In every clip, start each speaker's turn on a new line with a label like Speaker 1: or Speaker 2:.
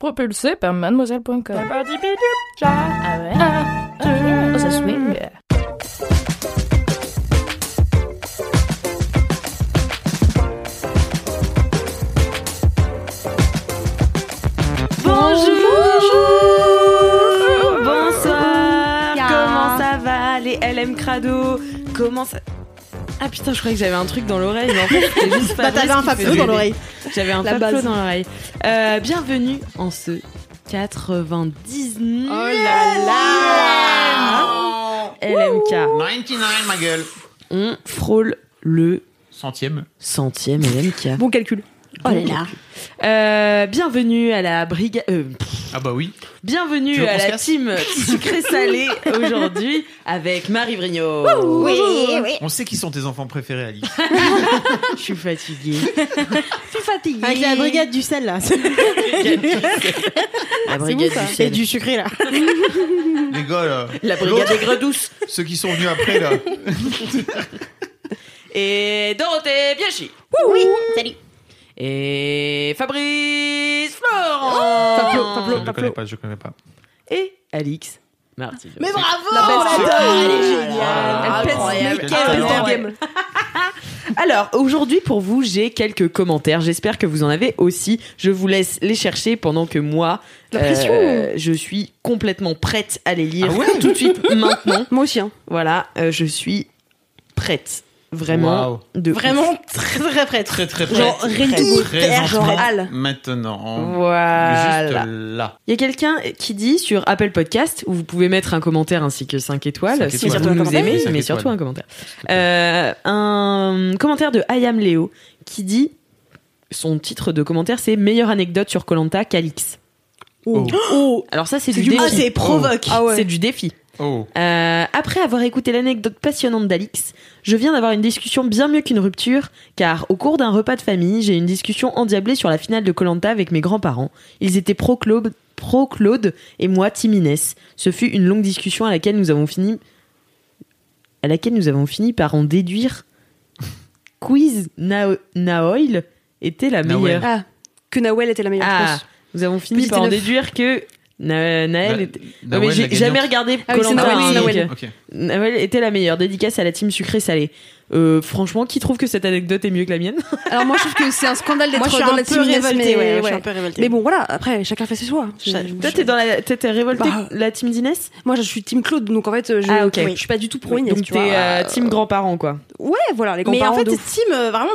Speaker 1: Propulsé par mademoiselle.com. Ah ouais.
Speaker 2: ah.
Speaker 1: Oh, ça swing.
Speaker 3: Bonjour Bonsoir
Speaker 2: Ya.
Speaker 3: Comment ça va les LM Crado Comment ça... Ah putain, je croyais que j'avais un truc dans l'oreille, mais en fait, c'était juste pas
Speaker 2: Bah,
Speaker 3: vrai
Speaker 2: t'avais
Speaker 3: ce
Speaker 2: un
Speaker 3: qui
Speaker 2: Fabio
Speaker 3: faisait
Speaker 2: dans
Speaker 3: des-
Speaker 2: l'oreille.
Speaker 3: J'avais un
Speaker 2: La
Speaker 3: Fabio
Speaker 2: base.
Speaker 3: dans l'oreille. Euh, bienvenue en ce 99 LMK.
Speaker 4: 99, ma gueule.
Speaker 3: On frôle le
Speaker 4: Centième.
Speaker 3: centième LMK.
Speaker 2: Bon calcul. Oh là là.
Speaker 3: Euh, bienvenue à la brigade... euh,
Speaker 4: Ah bah oui. Tu
Speaker 3: Bienvenue
Speaker 4: veux
Speaker 3: à
Speaker 4: qu'on se
Speaker 3: la
Speaker 4: casse
Speaker 3: team sucré salé aujourd'hui avec Marie Vrignot.
Speaker 2: Oui,
Speaker 3: Oh. Bonjour.
Speaker 4: On sait qui sont tes enfants préférés, Alice.
Speaker 3: Je suis fatiguée.
Speaker 2: Ah, oui. Avec la brigade du sel là. Ah,
Speaker 3: La brigade
Speaker 2: ça.
Speaker 3: du
Speaker 2: hein. Et
Speaker 3: sel.
Speaker 2: du sucré là.
Speaker 4: Les gars, là.
Speaker 3: La brigade
Speaker 4: L'autre,
Speaker 3: des gredouces.
Speaker 4: Ceux qui sont venus après, là.
Speaker 3: Et Dorothée Biachi.
Speaker 5: Oui, salut.
Speaker 3: Et Fabrice Florent. Pablo,
Speaker 4: je ne connais pas, je connais pas.
Speaker 3: Et Alix Martin.
Speaker 2: Mais bravo
Speaker 3: La belle
Speaker 2: on
Speaker 3: sœur.
Speaker 2: l'adore,
Speaker 3: Ah,
Speaker 2: Elle est
Speaker 3: là, là,
Speaker 2: géniale Elle pèse-
Speaker 3: incroyable.
Speaker 2: mais
Speaker 4: Quel
Speaker 2: quelle
Speaker 4: talent.
Speaker 2: pèse de game.
Speaker 3: Alors, aujourd'hui, pour vous, j'ai quelques commentaires. J'espère que vous en avez aussi. Je vous laisse les chercher pendant que moi, euh,
Speaker 2: La pression.
Speaker 3: je suis complètement prête à les lire
Speaker 4: Ah ouais
Speaker 3: tout de suite maintenant.
Speaker 2: Moi aussi. hein.
Speaker 3: Voilà, euh, je suis prête. Vraiment.
Speaker 4: Wow.
Speaker 3: De
Speaker 2: Vraiment très très prête.
Speaker 4: Très, très prête.
Speaker 2: Genre rien
Speaker 3: Très,
Speaker 2: du tout.
Speaker 4: Très
Speaker 2: Genre
Speaker 4: entraînant.
Speaker 2: Al.
Speaker 4: Maintenant.
Speaker 3: Voilà.
Speaker 4: Juste là.
Speaker 3: Il y a quelqu'un qui dit sur Apple Podcast, où vous pouvez mettre un commentaire ainsi que 5 étoiles,
Speaker 4: Cinq
Speaker 3: si
Speaker 4: étoiles.
Speaker 2: Mais surtout
Speaker 3: vous
Speaker 2: un
Speaker 3: nous
Speaker 2: commentaire.
Speaker 3: aimez,
Speaker 4: Cinq
Speaker 3: mais
Speaker 4: étoiles.
Speaker 3: surtout un commentaire. Euh, un commentaire de Ayam Léo qui dit son titre de commentaire c'est meilleure anecdote sur Colanta qu'Alix.
Speaker 2: Oh.
Speaker 3: Alors ça c'est
Speaker 2: C'est du-
Speaker 3: du, défi.
Speaker 2: Ah, c'est provoque.
Speaker 3: Oh.
Speaker 2: Ah ouais.
Speaker 3: C'est du défi.
Speaker 4: Oh.
Speaker 3: Euh, après avoir écouté l'anecdote passionnante d'Alix, je viens d'avoir une discussion bien mieux qu'une rupture, car au cours d'un repas de famille, j'ai eu une discussion endiablée sur la finale de Colanta avec mes grands-parents. Ils étaient pro-Claude pro -Claude et moi Tim Inès. Ce fut une longue discussion à laquelle nous avons fini, à laquelle nous avons fini par en déduire quiz Nao- Naoil était la
Speaker 4: Naoël.
Speaker 3: meilleure.
Speaker 2: Ah, que Nawel était la meilleure
Speaker 3: Ah,
Speaker 2: réponse.
Speaker 3: nous avons fini
Speaker 2: Petit
Speaker 3: par en
Speaker 2: neuf.
Speaker 3: déduire que Na- Naël
Speaker 4: Na-
Speaker 3: était. Ouais,
Speaker 4: Nawel,
Speaker 3: mais
Speaker 4: Bah, la
Speaker 3: j'ai
Speaker 4: gagnante.
Speaker 3: jamais regardé
Speaker 2: Ah oui, c'est
Speaker 3: Koh-Lanta,
Speaker 2: Nawel, c'est
Speaker 3: donc,
Speaker 2: Nawel.
Speaker 4: Ok.
Speaker 3: Nawel était la meilleure, dédicace à la team sucré-salé. Euh, franchement, qui trouve que cette anecdote est mieux que la mienne
Speaker 2: Alors moi je trouve que c'est un scandale
Speaker 5: Moi,
Speaker 2: d'être
Speaker 5: je suis
Speaker 2: dans
Speaker 5: un
Speaker 2: la
Speaker 5: peu
Speaker 2: team Inès,
Speaker 5: révoltée, ouais,
Speaker 2: mais ouais.
Speaker 5: je suis un peu révoltée.
Speaker 2: Mais bon voilà, après chacun fait ses choix.
Speaker 5: Je-
Speaker 2: Je-
Speaker 3: Toi, t'es dans la, t'es- t'es révoltée
Speaker 2: Bah.
Speaker 3: la team d'Inès
Speaker 2: Moi je suis team Claude donc en fait je
Speaker 3: Ah, ok.
Speaker 2: je suis pas du tout pro Inès,
Speaker 3: Donc
Speaker 2: tu
Speaker 3: t'es
Speaker 2: vois.
Speaker 3: euh, team grands-parents quoi.
Speaker 2: Ouais, voilà, les
Speaker 5: Mais en
Speaker 2: grands-parents
Speaker 5: fait,
Speaker 2: de ouf.
Speaker 5: c'est team euh, vraiment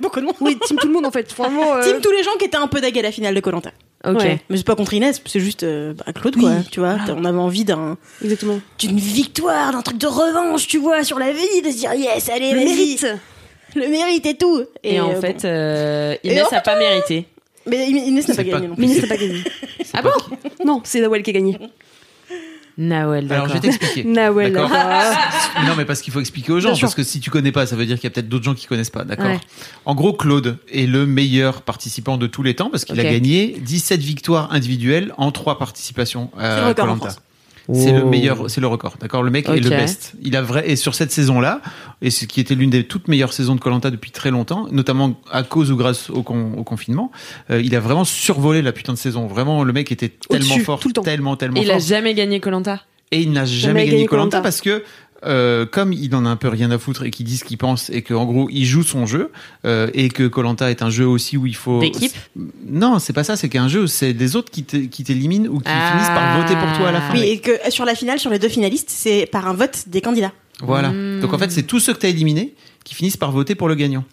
Speaker 5: beaucoup de monde.
Speaker 2: oui, team tout le monde en fait. Franchement euh,
Speaker 5: Team tous les gens qui étaient un peu deg à la finale de Colanta.
Speaker 3: Ok.
Speaker 5: Mais c'est pas contre Inès, c'est juste euh, bah, Claude,
Speaker 2: Oui,
Speaker 5: quoi. Tu vois, t'as- on avait envie d'un
Speaker 2: exactement.
Speaker 5: d'une victoire, d'un truc de revanche, tu vois, sur la vie, de se dire yes, allez,
Speaker 2: Le
Speaker 5: vas-y.
Speaker 2: mérite.
Speaker 5: Le mérite et tout.
Speaker 3: Et, en
Speaker 5: euh,
Speaker 3: fait,
Speaker 5: bon.
Speaker 3: euh,
Speaker 5: Et
Speaker 3: Inès
Speaker 5: en fait,
Speaker 3: a pas mérité.
Speaker 5: mais Inès n'a pas
Speaker 4: C'est pas-
Speaker 5: gagné non plus.
Speaker 2: Mais Inès oh, n'a pas gagné.
Speaker 3: Ah bon
Speaker 5: Oh
Speaker 2: Non, c'est Nawel qui a gagné.
Speaker 3: Nawel,
Speaker 4: Alors,
Speaker 3: d'accord.
Speaker 4: je vais t'expliquer.
Speaker 2: Nawel.
Speaker 4: D'accord.
Speaker 2: Ah.
Speaker 4: Non, mais parce qu'il faut expliquer aux gens, parce que si tu connais pas, ça veut dire qu'il y a peut-être d'autres gens qui connaissent pas, d'accord
Speaker 3: Ouais.
Speaker 4: En gros, Claude est le meilleur participant de tous les temps parce qu'il
Speaker 3: Ok.
Speaker 4: a gagné 17 victoires individuelles en 3 participations
Speaker 5: C'est le
Speaker 4: à
Speaker 5: record en
Speaker 4: Koh-Lanta.
Speaker 5: France.
Speaker 4: C'est
Speaker 3: Oh.
Speaker 4: le meilleur, c'est le record, d'accord Le mec
Speaker 3: Ok.
Speaker 4: est le best. Il a vrai et sur cette saison-là, et ce qui était l'une des toutes meilleures saisons de Colanta depuis très longtemps, notamment à cause ou grâce au, con- au confinement, euh, il a vraiment survolé la putain de saison. Vraiment, le mec était tellement
Speaker 2: Au-dessus,
Speaker 4: fort,
Speaker 2: tout le temps.
Speaker 4: tellement tellement
Speaker 3: Et il
Speaker 4: fort
Speaker 3: a jamais gagné Colanta.
Speaker 4: et il n'a
Speaker 2: Jamais
Speaker 4: jamais
Speaker 2: gagné
Speaker 4: gagné Colanta
Speaker 2: Koh-Lanta.
Speaker 4: parce que euh, comme il en a un peu rien à foutre et qu'il dit ce qu'il pense et qu'en gros il joue son jeu euh, et que Colanta est un jeu aussi où il faut
Speaker 3: D'équipe
Speaker 4: Non, c'est pas ça. C'est qu'un jeu, c'est les autres qui t'é- qui t'éliminent ou qui
Speaker 3: Ah.
Speaker 4: finissent par voter pour toi à la fin.
Speaker 5: Oui, et que euh, sur la finale, sur les deux finalistes, c'est par un vote des candidats.
Speaker 4: Voilà.
Speaker 3: Hmm.
Speaker 4: Donc en fait, c'est tous ceux que t'as éliminés qui finissent par voter pour le gagnant.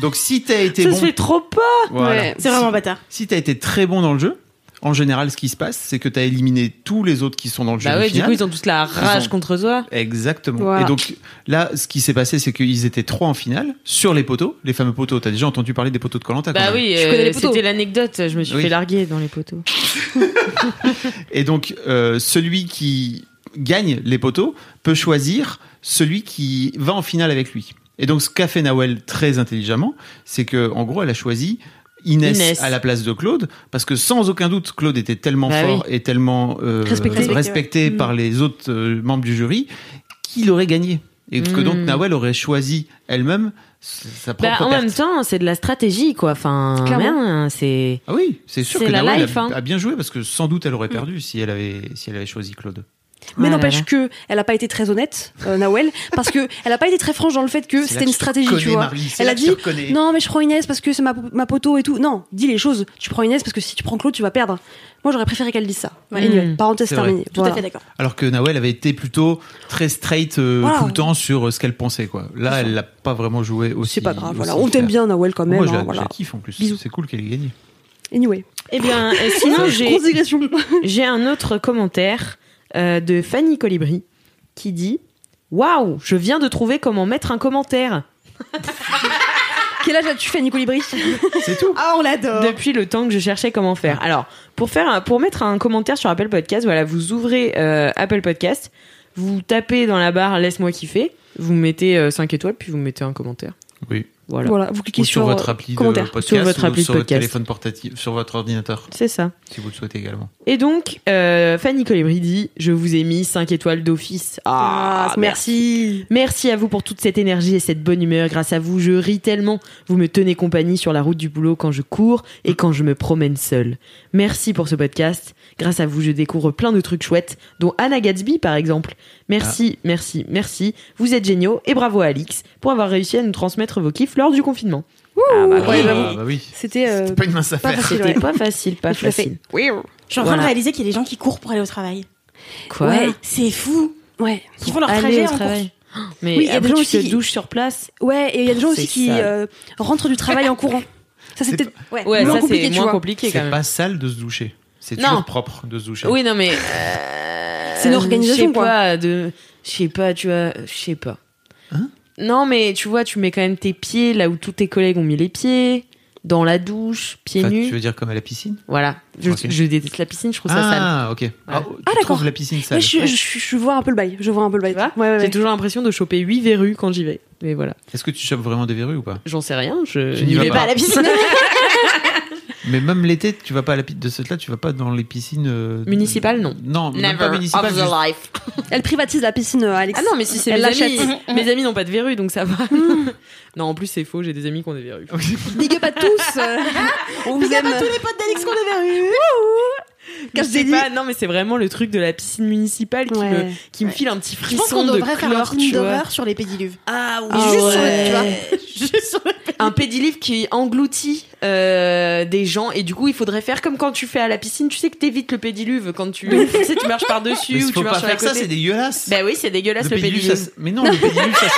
Speaker 4: Donc si t'as été
Speaker 3: Ça
Speaker 4: bon,
Speaker 3: se fait trop pas
Speaker 4: voilà.
Speaker 2: Ouais.
Speaker 5: C'est vraiment bâtard.
Speaker 4: si t'as été très bon dans le jeu, en général, ce qui se passe, c'est que tu as éliminé tous les autres qui sont dans le jeu
Speaker 3: Bah ouais, du
Speaker 4: final.
Speaker 3: coup, ils ont tous la rage
Speaker 4: ont-
Speaker 3: contre toi.
Speaker 4: Exactement.
Speaker 2: Voilà.
Speaker 4: Et donc là, ce qui s'est passé, c'est qu'ils étaient trois en finale sur les poteaux, les fameux poteaux. T'as déjà entendu parler des poteaux de Colanta
Speaker 3: Bah oui,
Speaker 2: Je
Speaker 3: euh,
Speaker 2: connais les poteaux.
Speaker 3: c'était l'anecdote. Je me suis
Speaker 4: Oui.
Speaker 3: fait larguer dans les poteaux.
Speaker 4: Et donc euh, celui qui gagne les poteaux peut choisir celui qui va en finale avec lui. Et donc ce qu'a fait Nawel très intelligemment, c'est que en gros, elle a choisi Inès,
Speaker 3: Inès.
Speaker 4: à la place de Claude parce que sans aucun doute Claude était tellement
Speaker 3: Bah
Speaker 4: fort et tellement euh,
Speaker 2: Respecté.
Speaker 4: respecté,
Speaker 2: Respecté, ouais.
Speaker 3: Mm.
Speaker 4: par les autres euh, membres du jury qu'il aurait gagné. Et que donc
Speaker 3: Mm.
Speaker 4: Nawel aurait choisi elle-même sa sa propre
Speaker 3: Bah, en
Speaker 4: perte.
Speaker 3: même temps, c'est de la stratégie, quoi. Enfin,
Speaker 2: Clairement.
Speaker 3: merde, c'est.
Speaker 4: Ah oui, c'est sûr
Speaker 3: C'est
Speaker 4: que
Speaker 3: la
Speaker 4: Nawal
Speaker 3: life,
Speaker 4: a,
Speaker 3: hein. Mm.
Speaker 4: a bien joué parce que sans doute elle aurait perdu si elle avait si elle avait choisi Claude.
Speaker 2: Mais
Speaker 3: Ah là
Speaker 2: n'empêche
Speaker 3: là.
Speaker 2: que elle a pas été très honnête, euh, Nawel, parce que elle a pas été très franche dans le fait que
Speaker 4: C'est là
Speaker 2: c'était
Speaker 4: que
Speaker 2: une
Speaker 4: je te
Speaker 2: stratégie, tu
Speaker 4: reconnais,
Speaker 2: vois.
Speaker 4: Marie, c'est
Speaker 2: elle
Speaker 4: là
Speaker 2: a
Speaker 4: que je te
Speaker 2: dit
Speaker 4: reconnais.
Speaker 2: non, mais je prends Inès parce que c'est ma, ma poteau et tout. Non, dis les choses. Tu prends Inès parce que si tu prends Claude, tu vas perdre. Moi, j'aurais préféré qu'elle dise ça.
Speaker 3: Ouais.
Speaker 2: Anyway,
Speaker 3: Mm.
Speaker 2: Parenthèse
Speaker 4: C'est vrai.
Speaker 2: terminée.
Speaker 5: Tout
Speaker 2: Voilà.
Speaker 5: à fait d'accord.
Speaker 4: Alors que Nawel avait été plutôt très straight euh,
Speaker 2: Voilà.
Speaker 4: tout le temps sur euh, ce qu'elle pensait quoi. Là, elle l'a pas vraiment joué aussi.
Speaker 2: C'est pas grave.
Speaker 4: aussi
Speaker 2: Voilà, on
Speaker 4: clair.
Speaker 2: t'aime bien, Nawel, quand même.
Speaker 4: Moi, je
Speaker 2: hein,
Speaker 4: la, je
Speaker 2: voilà.
Speaker 4: la kiffe en plus.
Speaker 2: Bisous.
Speaker 4: C'est cool qu'elle ait gagné.
Speaker 2: Anyway.
Speaker 3: Eh bien, euh, sinon, j'ai.
Speaker 2: Grosse digression.
Speaker 3: J'ai un autre commentaire euh, de Fanny Colibri qui dit Waouh, je viens de trouver comment mettre un commentaire
Speaker 2: Quel âge as-tu fait, Nicolas Brie
Speaker 4: C'est tout.
Speaker 2: Ah, on l'adore.
Speaker 3: depuis le temps que je cherchais comment faire. Alors, pour faire un- pour mettre un commentaire sur Apple Podcast, voilà, vous ouvrez euh, Apple Podcast, vous tapez dans la barre laisse-moi kiffer, vous mettez 5 étoiles puis vous mettez un commentaire.
Speaker 4: Oui.
Speaker 3: Voilà.
Speaker 2: Voilà, vous cliquez
Speaker 4: Ou sur, votre
Speaker 2: euh,
Speaker 4: appli de
Speaker 2: commentaire.
Speaker 4: podcast,
Speaker 3: Sur votre
Speaker 4: ou
Speaker 3: appli de
Speaker 4: sur votre
Speaker 3: podcast.
Speaker 4: téléphone portatif, sur votre ordinateur,
Speaker 3: C'est ça.
Speaker 4: si vous le souhaitez également.
Speaker 3: Et donc, euh, Fanny Colibri dit Je vous ai mis 5 étoiles d'office. Ah,
Speaker 2: Ah, merci.
Speaker 3: Merci à vous pour toute cette énergie et cette bonne humeur. Grâce à vous, je ris tellement. Vous me tenez compagnie sur la route du boulot quand je cours et quand je me promène seule. Merci pour ce podcast. Grâce à vous, je découvre plein de trucs chouettes, dont Anna Gatsby par exemple.
Speaker 4: Ah.
Speaker 3: Merci, merci, merci. Vous êtes géniaux et bravo à Alix pour avoir réussi à nous transmettre vos kiffs lors du confinement. Ah bah
Speaker 2: Ouais,
Speaker 4: Ah,
Speaker 2: j'avoue.
Speaker 4: bah oui.
Speaker 2: C'était euh,
Speaker 4: C'est pas une mince
Speaker 2: pas
Speaker 4: affaire.
Speaker 2: facile.
Speaker 3: C'était
Speaker 2: ouais.
Speaker 3: pas facile, pas
Speaker 2: Tout à fait.
Speaker 3: facile.
Speaker 5: Je suis en train
Speaker 3: Voilà.
Speaker 5: de réaliser qu'il y a des gens qui courent pour aller au travail.
Speaker 3: Quoi
Speaker 5: ouais, c'est fou.
Speaker 2: Ouais.
Speaker 5: Ils font leur
Speaker 3: Aller
Speaker 5: trajet
Speaker 3: au
Speaker 5: en
Speaker 3: travail.
Speaker 5: course.
Speaker 3: Mais
Speaker 2: Oui, il y a des
Speaker 3: après,
Speaker 2: gens
Speaker 3: tu
Speaker 2: aussi
Speaker 3: te
Speaker 2: qui-
Speaker 3: douches sur place.
Speaker 2: Ouais, et il y a des gens
Speaker 3: C'est
Speaker 2: aussi qui
Speaker 3: sale.
Speaker 2: euh, rentrent du travail en courant. Ça,
Speaker 4: C'est
Speaker 2: c'était.
Speaker 5: Ouais.
Speaker 3: Ouais,
Speaker 2: Moins
Speaker 3: ça
Speaker 2: compliqué,
Speaker 3: c'est
Speaker 2: tu
Speaker 3: moins
Speaker 2: vois.
Speaker 3: compliqué quand
Speaker 4: C'est
Speaker 3: même.
Speaker 4: pas sale de se doucher. C'est
Speaker 3: Non.
Speaker 4: toujours propre de se doucher.
Speaker 3: Oui, non, mais. euh,
Speaker 2: C'est une organisation,
Speaker 3: je sais
Speaker 2: quoi.
Speaker 3: Pas, de... Je sais pas, tu vois, je sais pas.
Speaker 4: Hein
Speaker 3: non, mais tu vois, tu mets quand même tes pieds là où tous tes collègues ont mis les pieds, dans la douche, pieds
Speaker 4: Enfin,
Speaker 3: nus.
Speaker 4: tu veux dire comme à la piscine
Speaker 3: Voilà. Je,
Speaker 4: Ok.
Speaker 3: je déteste la piscine, je trouve ça sale.
Speaker 4: Ah, ok. Ah, tu
Speaker 2: Ah, d'accord.
Speaker 4: trouves la piscine
Speaker 2: Mais
Speaker 4: sale.
Speaker 2: je, je- je vois un peu le bail. Je vois un peu le bail.
Speaker 3: Tu vois
Speaker 2: ouais, ouais, ouais.
Speaker 3: J'ai toujours l'impression de choper 8 verrues quand j'y vais. Mais voilà.
Speaker 4: Est-ce que tu chopes vraiment des verrues ou pas
Speaker 3: J'en sais rien, je,
Speaker 4: Tu n'y vas
Speaker 3: vais
Speaker 4: pas.
Speaker 3: pas à la piscine.
Speaker 4: Mais même l'été, tu vas pas à la piscine de cette là, tu vas pas dans les piscines euh,
Speaker 3: Municipales, non.
Speaker 4: Non, même pas municipales. juste-
Speaker 3: life.
Speaker 2: Elle privatise la piscine, euh, Alex.
Speaker 3: Ah non, mais si c'est
Speaker 2: Elle
Speaker 3: mes amis. Mhm.
Speaker 2: l'achète.
Speaker 3: mes amis n'ont pas de verrues, donc ça va.
Speaker 2: Mm.
Speaker 3: non, en plus, c'est faux, j'ai des amis qui ont des verrues.
Speaker 2: Big up à tous. euh, on vous aime.
Speaker 5: tous les potes d'Alex qu'on avait eu.
Speaker 2: Quand
Speaker 3: Je
Speaker 2: je
Speaker 3: sais
Speaker 2: dis-
Speaker 3: pas, non, mais c'est vraiment le truc de la piscine municipale qui,
Speaker 2: Ouais.
Speaker 3: me, qui me
Speaker 5: Ouais.
Speaker 3: file un petit
Speaker 5: Je pense
Speaker 3: frisson
Speaker 5: qu'on
Speaker 3: de
Speaker 5: devrait faire un
Speaker 3: chlore,
Speaker 5: film
Speaker 3: tu vois.
Speaker 5: d'horreur sur les pédiluves.
Speaker 3: Ah oui,
Speaker 5: Ah
Speaker 3: juste
Speaker 5: ouais.
Speaker 3: sur le, tu vois, juste sur le- un pédilive qui engloutit euh, des gens et du coup il faudrait faire comme quand tu fais à la piscine, tu sais que t'évites le pédiluve quand tu, tu sais, tu marches par
Speaker 4: Mais
Speaker 3: dessus ou
Speaker 4: faut
Speaker 3: tu
Speaker 4: pas
Speaker 3: marches sur
Speaker 4: faire
Speaker 3: la
Speaker 4: ça, c'est
Speaker 3: côté.
Speaker 4: dégueulasse.
Speaker 3: Bah oui, c'est dégueulasse le, pédiluve.
Speaker 4: ça se- Mais non, le pédiluve, ça. se-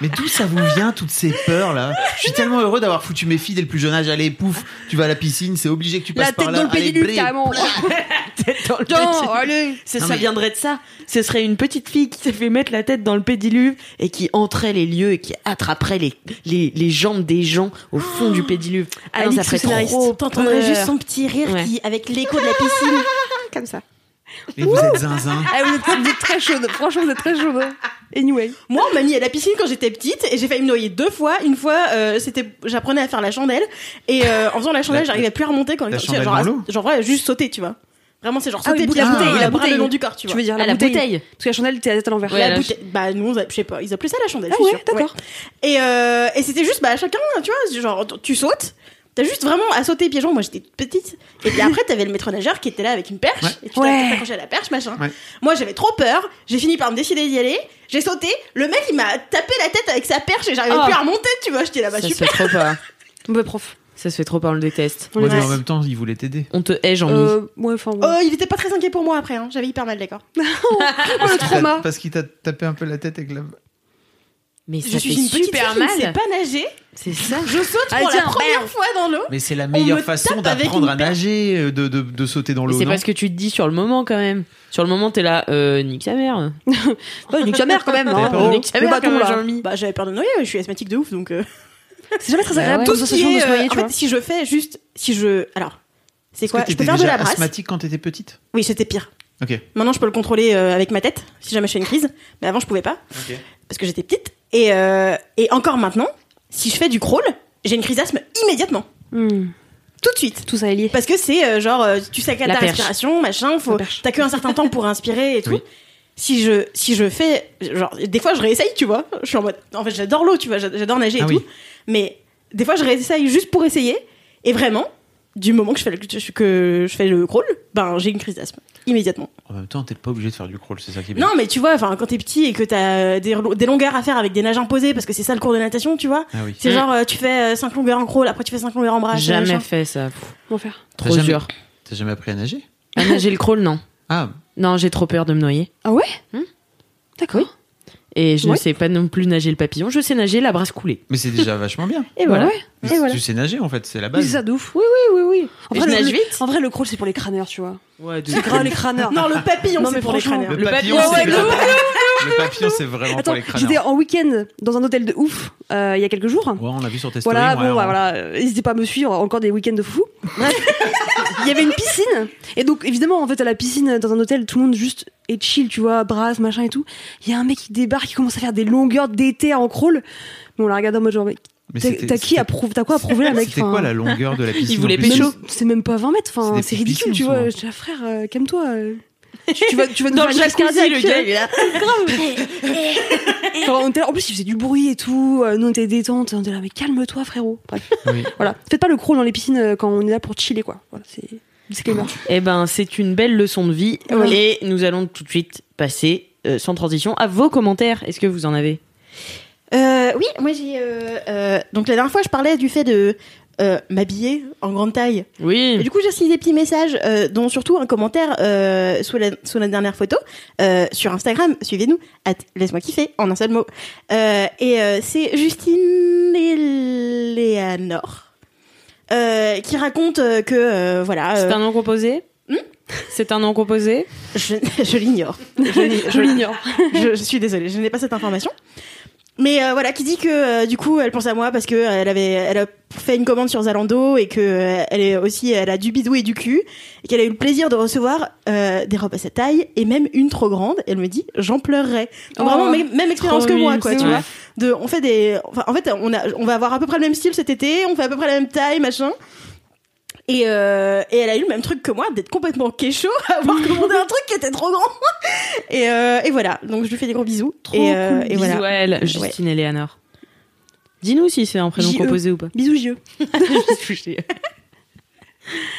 Speaker 4: Mais d'où ça vous vient toutes ces peurs là Je suis tellement heureux d'avoir foutu mes filles dès le plus jeune âge. Allez, pouf, tu vas à la piscine, c'est obligé que tu passes
Speaker 2: La
Speaker 4: par
Speaker 2: tête
Speaker 4: là.
Speaker 2: dans le
Speaker 4: Allez,
Speaker 2: pédiluve,
Speaker 4: blé.
Speaker 2: carrément.
Speaker 3: Ah Tête dans le
Speaker 2: Non,
Speaker 3: pédiluve.
Speaker 2: allez.
Speaker 3: Ça,
Speaker 4: Non,
Speaker 3: ça
Speaker 4: mais-
Speaker 3: viendrait de ça. Ce serait une petite fille qui s'est fait mettre la tête dans le pédiluve et qui entrait les lieux et qui attraperait les, les, les jambes des gens au fond du pédiluve. Ah non, ça
Speaker 2: Alix,
Speaker 3: ferait
Speaker 2: le scénariste.
Speaker 3: trop
Speaker 5: T'entendrais
Speaker 3: peur.
Speaker 5: juste son petit rire
Speaker 3: Ouais.
Speaker 5: qui, avec l'écho de la piscine.
Speaker 2: Comme ça.
Speaker 4: Mais vous êtes zinzin.
Speaker 2: Ah, vous, êtes, vous êtes très chaude. Franchement, vous êtes très chaude. Anyway.
Speaker 5: Moi, on m'a mis à la piscine quand j'étais petite et j'ai failli me noyer deux fois. Une fois, euh, c'était, j'apprenais à faire la chandelle et euh, en faisant la chandelle,
Speaker 4: La-
Speaker 5: j'arrivais plus à remonter quand
Speaker 4: la
Speaker 5: tu sais,
Speaker 4: chandelle
Speaker 5: genre,
Speaker 4: dans
Speaker 5: à-
Speaker 4: l'eau
Speaker 5: genre ouais, juste sauter, tu vois. Vraiment, c'est genre
Speaker 2: Ah oui,
Speaker 5: sauter
Speaker 2: bout-
Speaker 5: puis la
Speaker 2: ah,
Speaker 5: bouteille,
Speaker 2: la
Speaker 5: la
Speaker 2: bouteille.
Speaker 5: bouteille le long du corps, tu
Speaker 2: Tu
Speaker 5: vois.
Speaker 2: veux dire la,
Speaker 3: Ah, la bouteille.
Speaker 2: Parce que la chandelle était à la tête à l'envers.
Speaker 3: Ouais,
Speaker 5: la
Speaker 3: la
Speaker 5: bouteille, bah nous, on a- je sais pas, ils appelaient ça la chandelle.
Speaker 2: Ah
Speaker 5: je suis
Speaker 2: ouais,
Speaker 5: sûre.
Speaker 2: d'accord.
Speaker 5: Et, euh, et c'était juste, bah chacun, tu vois, genre t- tu sautes. T'as juste vraiment à sauter piégeant. Moi, j'étais toute petite. Et puis après, t'avais le maître nageur qui était là avec une perche.
Speaker 4: Ouais.
Speaker 5: Et tu t'as-
Speaker 2: Ouais.
Speaker 5: t'accrochais à la perche, machin.
Speaker 4: Ouais.
Speaker 5: Moi, j'avais trop peur. J'ai fini par me décider d'y aller. J'ai sauté. Le mec, il m'a tapé la tête avec sa perche et j'arrivais
Speaker 3: Oh.
Speaker 5: plus à remonter, tu vois. J'étais là, bah
Speaker 3: Ça se
Speaker 5: super.
Speaker 3: fait trop pas.
Speaker 2: Mauvais Bah, prof.
Speaker 3: Ça se fait trop pas, on le déteste.
Speaker 4: Ouais, mais
Speaker 5: Ouais.
Speaker 4: en même temps, ils voulaient t'aider.
Speaker 3: On te hait, Jean-Mi.
Speaker 2: Euh, ouais, enfin, ouais.
Speaker 5: Oh, il était pas très inquiet pour moi après. Hein. J'avais hyper mal, d'accord.
Speaker 2: Oh, le trauma.
Speaker 4: Parce qu'il t'a tapé un peu la tête avec la.
Speaker 3: Mais
Speaker 5: Je
Speaker 3: ça
Speaker 5: suis
Speaker 3: fait
Speaker 5: une petite fille
Speaker 3: super
Speaker 5: qui ne sait
Speaker 3: mal.
Speaker 5: pas nager.
Speaker 3: C'est ça.
Speaker 5: Je saute
Speaker 3: Ah,
Speaker 5: pour la
Speaker 3: tiens,
Speaker 5: première
Speaker 3: merde.
Speaker 5: fois dans l'eau.
Speaker 4: Mais c'est la
Speaker 5: me
Speaker 4: meilleure façon
Speaker 5: tape avec
Speaker 4: d'apprendre
Speaker 5: une
Speaker 4: à nager, euh, de, de, de sauter dans
Speaker 3: Mais
Speaker 4: l'eau.
Speaker 3: c'est
Speaker 4: non
Speaker 3: parce que tu te dis sur le moment quand même. Sur le moment, t'es là, euh, nique sa mère. Bah,
Speaker 2: Ouais, nique sa mère quand même.
Speaker 4: T'avais
Speaker 2: hein.
Speaker 4: peur de-
Speaker 2: Oh,
Speaker 3: Nique sa
Speaker 2: le
Speaker 3: mère,
Speaker 2: bâton,
Speaker 3: comme
Speaker 2: là.
Speaker 3: Jean-Mi.
Speaker 5: Bah, j'avais peur de me noyer, je suis asthmatique de ouf donc. euh,
Speaker 2: C'est jamais très
Speaker 3: Bah
Speaker 2: agréable
Speaker 3: ouais.
Speaker 2: comme
Speaker 5: tout ce
Speaker 2: sensation
Speaker 5: qui
Speaker 2: de
Speaker 5: est,
Speaker 2: se noyer,
Speaker 5: euh,
Speaker 2: tu
Speaker 5: en
Speaker 2: vois.
Speaker 5: fait, si je fais juste, si je, alors, c'est
Speaker 4: Est-ce que
Speaker 5: quoi Je peux
Speaker 4: t'étais
Speaker 5: faire de
Speaker 4: déjà
Speaker 5: la brasse.
Speaker 4: asthmatique quand t'étais petite
Speaker 5: Oui, c'était pire.
Speaker 4: Ok.
Speaker 5: Maintenant, je peux le contrôler euh, avec ma tête, si jamais je fais une crise. Mais avant, je pouvais pas, parce que j'étais petite. Et, euh, et encore maintenant, si je fais du crawl, j'ai une crise d'asthme immédiatement,
Speaker 2: Hmm.
Speaker 5: tout de suite.
Speaker 2: Tout ça est lié.
Speaker 5: Parce que c'est euh, genre, euh, tu saccades
Speaker 3: La
Speaker 5: ta
Speaker 3: perche.
Speaker 5: respiration, machin, faut,
Speaker 2: La perche.
Speaker 5: t'as qu'un certain temps pour inspirer et tout.
Speaker 4: Oui.
Speaker 5: Si je, si je fais, genre, des fois je réessaye, tu vois. Je suis en mode, en fait, j'adore l'eau, tu vois, j'a- j'adore nager et
Speaker 4: Ah
Speaker 5: tout.
Speaker 4: oui.
Speaker 5: Mais des fois je réessaye juste pour essayer. Et vraiment, du moment que je fais le, que je- que je fais le crawl, ben, j'ai une crise d'asthme. Immédiatement.
Speaker 4: En même temps, t'es pas obligé de faire du crawl, c'est ça qui est bien.
Speaker 5: Non, mais tu vois, enfin, quand t'es petit et que t'as euh, des, relo- des longueurs à faire avec des nages imposées, parce que c'est ça le cours de natation, tu vois.
Speaker 4: Ah oui.
Speaker 5: C'est
Speaker 3: Mm.
Speaker 5: genre, euh, tu fais 5 longueurs en crawl, après tu fais 5 longueurs en bras.
Speaker 3: Jamais
Speaker 5: machin.
Speaker 3: fait ça. Pff,
Speaker 2: Comment faire
Speaker 4: T'as
Speaker 3: trop
Speaker 4: jamais-
Speaker 3: dur.
Speaker 4: T'as jamais appris à nager
Speaker 3: Ah, nager le crawl, non.
Speaker 4: Ah,
Speaker 3: Non, j'ai trop peur de me noyer.
Speaker 2: Ah ouais
Speaker 3: Hmm.
Speaker 2: D'accord.
Speaker 3: Et je ne
Speaker 2: Ouais.
Speaker 3: sais pas non plus nager le papillon. Je sais nager la brasse coulée.
Speaker 4: mais c'est déjà vachement bien.
Speaker 2: Et voilà.
Speaker 4: Mais
Speaker 2: Et voilà.
Speaker 4: Tu sais nager en fait, c'est la
Speaker 2: Mais c'est
Speaker 4: base.
Speaker 2: ça de ouf. Oui, oui, oui, oui. En
Speaker 3: Et je
Speaker 2: le-
Speaker 3: nage
Speaker 2: le-
Speaker 3: vite
Speaker 2: En vrai, le crawl, c'est pour les crâneurs, tu vois.
Speaker 3: Ouais,
Speaker 2: C'est grave les crâneurs.
Speaker 5: Non, le papillon,
Speaker 2: Non,
Speaker 5: c'est
Speaker 2: mais
Speaker 5: pour les
Speaker 2: franchement.
Speaker 5: crâneurs.
Speaker 4: Le
Speaker 3: Le
Speaker 4: papillon,
Speaker 3: papillon,
Speaker 4: c'est
Speaker 2: ouais,
Speaker 4: vraiment- le papillon, c'est vraiment
Speaker 2: Attends,
Speaker 4: pour les crâneurs.
Speaker 2: j'étais en week-end dans un hôtel de ouf euh, il y a quelques jours.
Speaker 4: Ouais, on l'a vu sur tes stories.
Speaker 2: Voilà,
Speaker 4: ouais, hein.
Speaker 2: bon,
Speaker 4: on-
Speaker 2: bah, voilà, euh, n'hésitez pas à me suivre, encore des week-ends de fou. Il y avait une piscine, et donc évidemment, en fait, à la piscine, dans un hôtel, tout le monde juste est chill, tu vois, brasse, machin et tout. Il y a un mec qui débarque, qui commence à faire des longueurs d'été en crawl. Mais on la regarde en mode genre, mais
Speaker 4: Mais
Speaker 2: t'as
Speaker 4: c'était-
Speaker 2: t'as qui à prouver, t'as quoi à prouver, là, mec
Speaker 4: C'était
Speaker 2: Enfin,
Speaker 4: quoi la longueur de la piscine
Speaker 3: voulait
Speaker 4: en plus
Speaker 3: pécho.
Speaker 2: C'est même pas 20 mètres, enfin,
Speaker 4: C'est
Speaker 2: c'est
Speaker 4: des petites
Speaker 2: ridicule, tu
Speaker 4: piscines,
Speaker 2: vois.
Speaker 4: souvent.
Speaker 2: Je dis, ah, frère, euh, calme-toi. euh. Tu, tu vas, tu vas nous
Speaker 3: Dans
Speaker 2: faire
Speaker 3: le
Speaker 2: une crise
Speaker 3: jacuzzi, le
Speaker 2: cardiaque.
Speaker 3: gars, il est là.
Speaker 2: Enfin, on était là- en plus, il faisait du bruit et tout. euh, Nous, on était détente. On était là, mais calme-toi, frérot. Bref.
Speaker 4: Oui.
Speaker 2: Voilà. Faites pas le crawl dans les piscines euh, quand on est là pour chiller, quoi. Voilà, c'est disclaimer.
Speaker 3: Eh ben, c'est une belle leçon de vie.
Speaker 2: Oui.
Speaker 3: Et nous allons tout de suite passer, euh, sans transition, à vos commentaires. Est-ce que vous en avez
Speaker 5: Euh, oui, moi j'ai. euh, euh, donc la dernière fois, je parlais du fait de euh, m'habiller en grande taille. Et
Speaker 3: Oui.
Speaker 5: du coup, j'ai reçu des petits messages, euh, dont surtout un commentaire euh, sous, la, sous la dernière photo euh, sur Instagram. Suivez-nous. at Laisse-moi kiffer en un seul mot. Euh, et euh, c'est Justine Eleanor euh, qui raconte euh, que euh, voilà.
Speaker 3: C'est
Speaker 5: euh,
Speaker 3: un nom composé
Speaker 5: Hmm
Speaker 3: C'est un nom composé
Speaker 5: Je, je l'ignore. Je l'i- je l'ignore. Je, je suis désolée, je n'ai pas cette information. Mais euh, voilà, qui dit que euh, du coup, elle pense à moi parce que euh, elle avait, elle a fait une commande sur Zalando et que euh, elle est aussi, elle a du bidou et du cul et qu'elle a eu le plaisir de recevoir euh, des robes à sa taille et même une trop grande. Elle me dit, j'en pleurerais. Donc,
Speaker 2: Oh,
Speaker 5: vraiment même, même expérience
Speaker 3: trop
Speaker 5: que moi,
Speaker 3: mignon,
Speaker 5: quoi.
Speaker 3: c'est
Speaker 5: Tu
Speaker 3: vrai.
Speaker 5: vois. De, on fait des, enfin, en fait, on a, on va avoir à peu près le même style cet été, on fait à peu près la même taille, machin. Et, euh, et elle a eu le même truc que moi, d'être complètement kécho, avoir commandé un truc qui était trop grand. Et, euh, et voilà, donc je lui fais des gros bisous.
Speaker 2: Trop
Speaker 5: et, euh,
Speaker 2: cool,
Speaker 5: et voilà.
Speaker 3: Bisous à elle,
Speaker 5: Ouais.
Speaker 3: Justine Eleanor. Dis-nous si c'est un prénom
Speaker 2: J.E.
Speaker 3: composé ou pas.
Speaker 2: Bisous, E. J.E.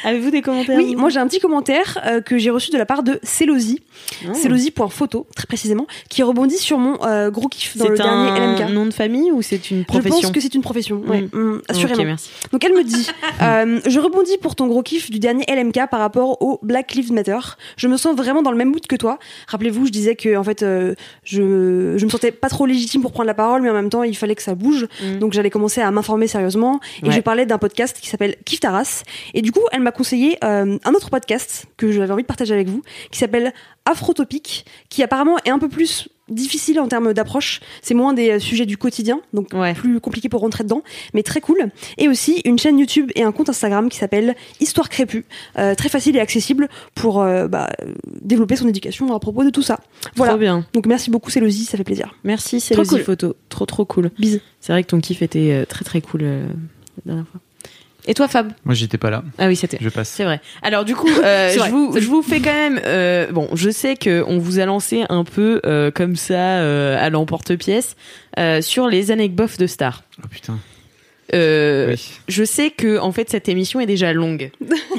Speaker 3: Avez-vous des commentaires
Speaker 2: Oui, moi j'ai un petit commentaire euh, que j'ai reçu de la part de Célosie,
Speaker 3: Ah.
Speaker 2: Célosie.photo, très précisément, qui rebondit sur mon euh, gros kiff dans le
Speaker 3: C'est un
Speaker 2: dernier LMK.
Speaker 3: nom de famille ou c'est une profession
Speaker 2: Je pense que c'est une profession, ouais.
Speaker 3: Mm.
Speaker 2: Mm, assurément.
Speaker 3: Ok, merci.
Speaker 2: Donc elle me dit, euh, je rebondis pour ton gros kiff du dernier LMK par rapport au Black Lives Matter. Je me sens vraiment dans le même mood que toi. Rappelez-vous, je disais que en fait, euh, je je me sentais pas trop légitime pour prendre la parole, mais en même temps, il fallait que ça bouge.
Speaker 3: Mm.
Speaker 2: Donc j'allais commencer à m'informer sérieusement et
Speaker 3: Ouais.
Speaker 2: je parlais d'un podcast qui s'appelle Kiff ta race. Et du coup, elle m'a conseillé euh, un autre podcast que j'avais envie de partager avec vous, qui s'appelle Afrotopique, qui apparemment est un peu plus difficile en termes d'approche. C'est moins des euh, sujets du quotidien, donc
Speaker 3: Ouais.
Speaker 2: plus compliqué pour rentrer dedans, mais très cool. Et aussi une chaîne YouTube et un compte Instagram qui s'appelle Histoire Crépue, euh, très facile et accessible pour euh, bah, euh, développer son éducation à propos de tout ça. Voilà.
Speaker 3: Trop bien.
Speaker 2: Donc merci beaucoup Célosie, ça fait plaisir.
Speaker 3: Merci, c'est
Speaker 2: Trop
Speaker 3: Lucie
Speaker 2: cool.
Speaker 3: Photo. Trop, trop cool.
Speaker 2: Bisous.
Speaker 3: C'est vrai que ton kiff était euh, très, très cool euh, la dernière fois. Et toi, Fab
Speaker 4: Moi, j'étais pas là.
Speaker 3: Ah oui, c'était.
Speaker 4: Je passe.
Speaker 3: C'est vrai. Alors du coup, euh,
Speaker 2: C'est
Speaker 3: je,
Speaker 2: vrai.
Speaker 3: vous, je vous fais quand même. euh, bon, je sais que on vous a lancé un peu euh, comme ça euh, à l'emporte-pièce euh, sur les anecdotes de stars.
Speaker 4: Oh putain.
Speaker 3: Euh,
Speaker 4: Oui.
Speaker 3: Je sais que en fait cette émission est déjà longue.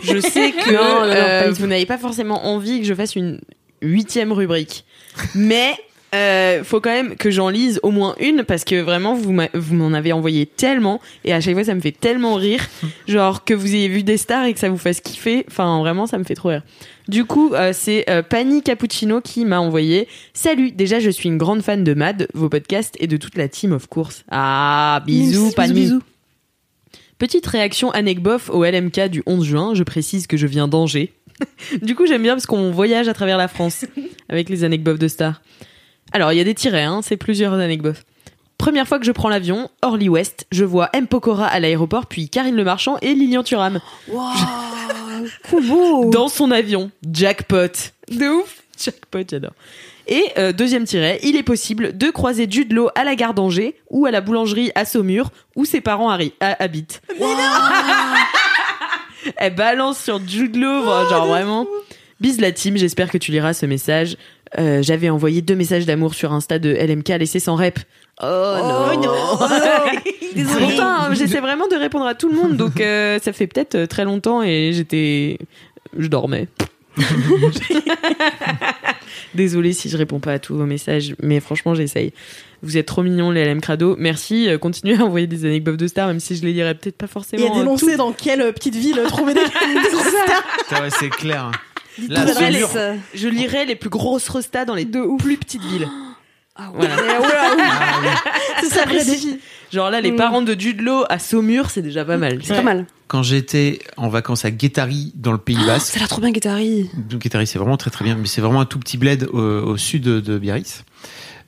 Speaker 3: Je sais que
Speaker 2: Non, non, non, pas
Speaker 3: euh,
Speaker 2: du tout.
Speaker 3: vous n'avez pas forcément envie que je fasse une huitième rubrique, mais Euh, faut quand même que j'en lise au moins une parce que vraiment vous m'a- vous m'en avez envoyé tellement et à chaque fois ça me fait tellement rire genre que vous ayez vu des stars et que ça vous fasse kiffer enfin vraiment ça me fait trop rire du coup euh, c'est euh, Pani Cappuccino qui m'a envoyé salut déjà je suis une grande fan de Mad vos podcasts et de toute la team of course ah bisous Pani Petite réaction anecbof au LMK du 11 juin, je précise que je viens d'Angers. du coup, j'aime bien parce qu'on voyage à travers la France avec les anecbof de stars. Alors, il y a des tirets, hein, c'est plusieurs anecbof. Première fois que je prends l'avion, Orly-Ouest, je vois M. Pokora à l'aéroport, puis Karine Le Marchand et Lilian Thuram.
Speaker 2: Waouh, combo.
Speaker 3: Dans son avion, jackpot. De ouf, jackpot, j'adore. Et euh, deuxième tiret, il est possible de croiser Jude Law à la gare d'Angers ou à la boulangerie à Saumur où ses parents arri- a- habitent. Elle balance sur Jude Law, genre vraiment. Bise la team, j'espère que tu liras ce message. Euh, J'avais envoyé deux messages d'amour sur Insta de LMK laissés sans rep. Oh, non.
Speaker 2: Ah,
Speaker 3: C'est longtemps, hein, j'essaie vraiment de répondre à tout le monde, donc euh, ça fait peut-être euh, très longtemps et j'étais. Je dormais. Désolée si je réponds pas à tous vos messages, mais franchement, j'essaye. Vous êtes trop mignons, les LM Crado. Merci, euh, continuez à envoyer des anecdotes de stars, même si je les lirai peut-être pas forcément.
Speaker 5: Il y a
Speaker 3: euh,
Speaker 5: dénoncé dans quelle euh, petite ville trouver des
Speaker 4: Putain, ouais, c'est clair. Là,
Speaker 3: Dites-moi,
Speaker 4: c'est
Speaker 3: les-
Speaker 4: dur.
Speaker 3: tout. Je lirai les plus grosses restas dans les deux ou plus petites villes.
Speaker 2: Ah ouais.
Speaker 3: Voilà.
Speaker 4: Ah, oui.
Speaker 5: C'est ça, vrai
Speaker 3: précis.
Speaker 5: défi.
Speaker 3: Genre là, les parents de Jude Law à Saumur, c'est déjà pas mal.
Speaker 2: C'est pas mal.
Speaker 4: Quand j'étais en vacances à Guétari, dans le Pays Basque,
Speaker 2: Ça a l'air trop bien, Guettari.
Speaker 4: Donc Guétari, c'est vraiment très très bien, mais c'est vraiment un tout petit bled au, au sud de, de Biarritz.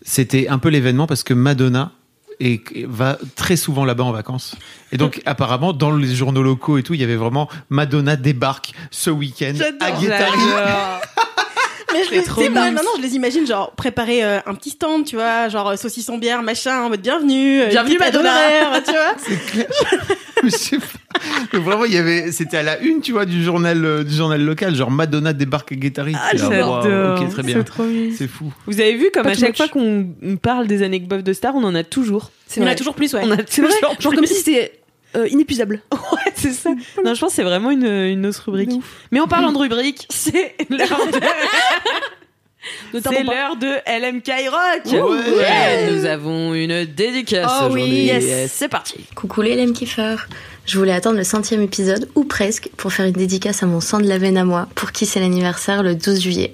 Speaker 4: C'était un peu l'événement parce que Madonna est- va très souvent là-bas en vacances. Et donc apparemment, dans les journaux locaux et tout, il y avait vraiment Madonna débarque ce week-end à Guétari.
Speaker 3: J'adore.
Speaker 5: Mais je les,
Speaker 3: trop
Speaker 5: tu sais, moi,
Speaker 3: mince.
Speaker 5: maintenant, je les imagine, genre, préparer euh, un petit stand, tu vois, genre, euh, saucisson bière, machin, en mode bienvenue. euh,
Speaker 3: Bienvenue,
Speaker 5: petite
Speaker 3: Madonna.
Speaker 5: adonnaire, tu vois.
Speaker 4: Je sais pas. Mais vraiment, il y avait, c'était à la une, tu vois, du journal, euh, du journal local, genre Madonna débarque à Guétari.
Speaker 3: Ah,
Speaker 4: J'étais là,
Speaker 3: j'adore.
Speaker 4: waouh, ok, très bien.
Speaker 3: C'est trop mignon.
Speaker 4: C'est fou.
Speaker 3: Vous avez vu comme
Speaker 2: Pas
Speaker 3: à
Speaker 2: too
Speaker 3: chaque
Speaker 2: much.
Speaker 3: fois qu'on parle des anecdotes de stars, on en a toujours.
Speaker 5: Il y en a toujours plus, ouais.
Speaker 3: On a toujours.
Speaker 2: vrai. Genre comme si c'était euh, inépuisable.
Speaker 3: Ouais, c'est ça. Non, je pense que c'est vraiment une, une autre rubrique. Mais en parlant de rubrique, c'est l'heure de. C'est l'heure de LMK Rock.
Speaker 4: Ouais.
Speaker 3: Ouais, nous avons une dédicace
Speaker 5: Oh oui,
Speaker 3: aujourd'hui.
Speaker 5: yes.
Speaker 3: C'est parti.
Speaker 6: Coucou les LM kiffeurs Je voulais attendre le centième épisode, ou presque, pour faire une dédicace à mon sang de la veine à moi, pour qui c'est l'anniversaire le 12 juillet.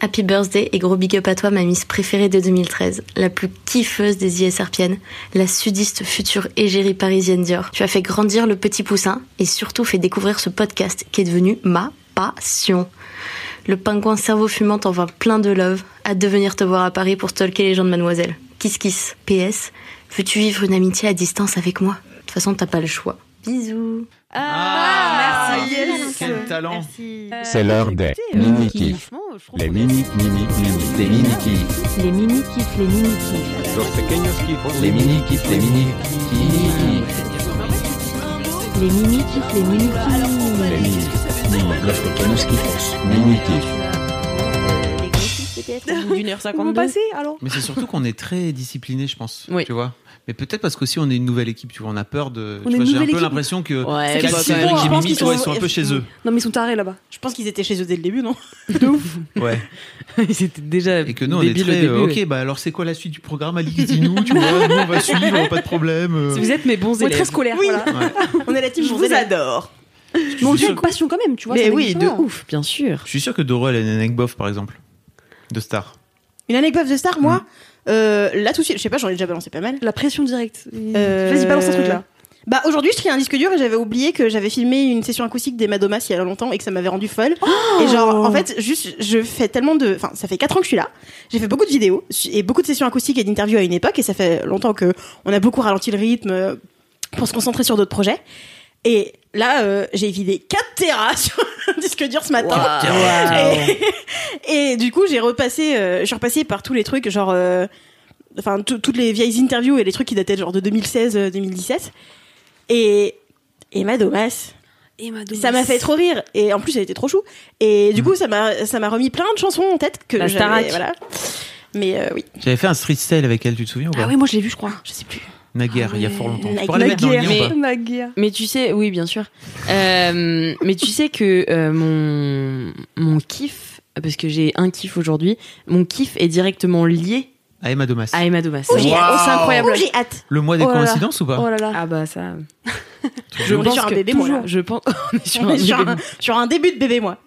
Speaker 6: Happy birthday et gros big up à toi, ma miss préférée de 2013, la plus kiffeuse des ISRPiennes, la sudiste future égérie parisienne Dior. Tu as fait grandir le petit poussin et surtout fait découvrir ce podcast qui est devenu ma passion. Le pingouin cerveau fumant t'envoie plein de love. Hâte de venir te voir à Paris pour stalker les gens de Mademoiselle. Kiss kiss. PS. Veux-tu vivre une amitié à distance avec moi De toute façon, t'as pas le choix. Bisous.
Speaker 4: Ah,
Speaker 3: merci, yes.
Speaker 4: Quel talent.
Speaker 7: C'est
Speaker 3: Euh,
Speaker 7: l'heure des mini-kiffs. Les mini, mini, mini, des mini-kiffs.
Speaker 8: Les mini kiffs, les mini kiffs.
Speaker 7: Los pequeños kiffos. Les mini-kiffs, les mini-kiffs.
Speaker 8: Les mini kiffs, les mini kiffs.
Speaker 7: Les mini-kiffs. Los pequeños kiffos. Mini-kiffs.
Speaker 3: D'une heure
Speaker 2: Comment
Speaker 3: cinquante
Speaker 2: passer alors
Speaker 4: Mais c'est surtout qu'on est très discipliné, je pense.
Speaker 3: Oui.
Speaker 4: Tu vois. Mais peut-être parce qu'aussi on est une nouvelle équipe, tu vois, on a peur de.
Speaker 2: On
Speaker 4: Euh, tu
Speaker 2: est
Speaker 4: vois,
Speaker 2: une
Speaker 4: J'ai un
Speaker 2: nouvelle
Speaker 4: peu
Speaker 2: équipe.
Speaker 4: l'impression que.
Speaker 3: Ouais,
Speaker 4: Cal-
Speaker 3: bah,
Speaker 4: Cyril
Speaker 3: quand
Speaker 4: et
Speaker 3: même.
Speaker 4: Jimmy,
Speaker 5: Je pense
Speaker 4: tu
Speaker 5: qu'ils
Speaker 4: vois,
Speaker 5: sont-
Speaker 4: ils sont un peu chez eux.
Speaker 2: Non mais ils sont tarés là-bas.
Speaker 5: Je pense qu'ils étaient chez eux dès le début, non
Speaker 4: Ouais.
Speaker 3: Ils étaient déjà
Speaker 4: Et que nous, on est
Speaker 3: débiles
Speaker 4: très.
Speaker 3: au
Speaker 4: euh,
Speaker 3: début. ouais.
Speaker 4: ok, bah alors c'est quoi la suite du programme Alix, dis-nous, tu vois, nous on va suivre, pas de problème. euh.
Speaker 3: Si vous êtes mes bons
Speaker 2: On est très
Speaker 3: élèves.
Speaker 2: scolaire.
Speaker 5: Oui.
Speaker 2: Voilà.
Speaker 5: On est la team,
Speaker 3: Je
Speaker 5: bons
Speaker 3: vous
Speaker 5: élèves.
Speaker 3: adore.
Speaker 2: Mais on le fait avec passion quand même, tu vois.
Speaker 3: Mais
Speaker 2: ça
Speaker 3: oui,
Speaker 2: n'existe
Speaker 3: de
Speaker 2: pas.
Speaker 3: ouf, bien sûr.
Speaker 4: Je suis sûr que Doro, elle a une anecdote, par exemple, de star.
Speaker 5: Une anecdote de star, moi, euh, là tout de suite, je sais pas, j'en ai déjà balancé pas mal.
Speaker 2: La pression directe.
Speaker 5: Euh,
Speaker 2: Vas-y balance un truc là.
Speaker 5: Bah aujourd'hui, je triais un disque dur et j'avais oublié que j'avais filmé une session acoustique des Madomas il y a longtemps et que ça m'avait rendu folle.
Speaker 2: Oh
Speaker 5: et genre en fait, juste je fais tellement de enfin, ça fait 4 ans que je suis là. J'ai fait beaucoup de vidéos et beaucoup de sessions acoustiques et d'interviews à une époque et ça fait longtemps que on a beaucoup ralenti le rythme euh, pour se concentrer sur d'autres projets. Et là, euh, j'ai vidé 4 terras sur un disque dur ce matin. Et, et du coup, j'ai repassé, euh, je suis repassée par tous les trucs, genre, euh, enfin, tout- toutes les vieilles interviews et les trucs qui dataient genre de euh, 2016-2017. Et, et Madomas,
Speaker 2: Et Madonna.
Speaker 5: ça m'a fait trop rire. Et en plus, elle était trop chou. Et du coup, ça m'a, ça m'a remis plein de chansons en tête que
Speaker 3: Mm. La
Speaker 5: j'avais,
Speaker 3: Starac.
Speaker 5: voilà. Mais euh, oui,
Speaker 4: J'avais fait un street style avec elle, tu te souviens ou pas
Speaker 2: Ah oui, moi je l'ai vu, je crois.
Speaker 5: je sais plus.
Speaker 4: Naguère,
Speaker 2: Ah
Speaker 4: il y a
Speaker 2: ouais.
Speaker 4: fort longtemps.
Speaker 5: Naguère.
Speaker 4: Tu pourras la mettre dans le lien
Speaker 3: Naguère.
Speaker 4: ou pas
Speaker 2: Ma guerre.
Speaker 3: Mais tu sais, oui, bien sûr. Euh, mais tu sais que euh, mon, mon kiff, parce que j'ai un kiff aujourd'hui, mon kiff est directement lié
Speaker 4: à Emma Domas.
Speaker 3: à Emma Domas.
Speaker 5: Oh, j'ai
Speaker 4: Wow.
Speaker 5: hâte.
Speaker 2: c'est incroyable.
Speaker 5: Oh, j'ai hâte.
Speaker 4: Le mois des
Speaker 2: Oh là là.
Speaker 4: coïncidences ou pas
Speaker 2: Oh là là.
Speaker 3: Ah bah ça.
Speaker 5: On est sur un bébé, moi,
Speaker 3: toujours-
Speaker 5: là.
Speaker 3: Je pense. on est sur
Speaker 5: On
Speaker 3: un
Speaker 5: est sur
Speaker 3: bébé.
Speaker 5: un, sur un début de bébé, moi.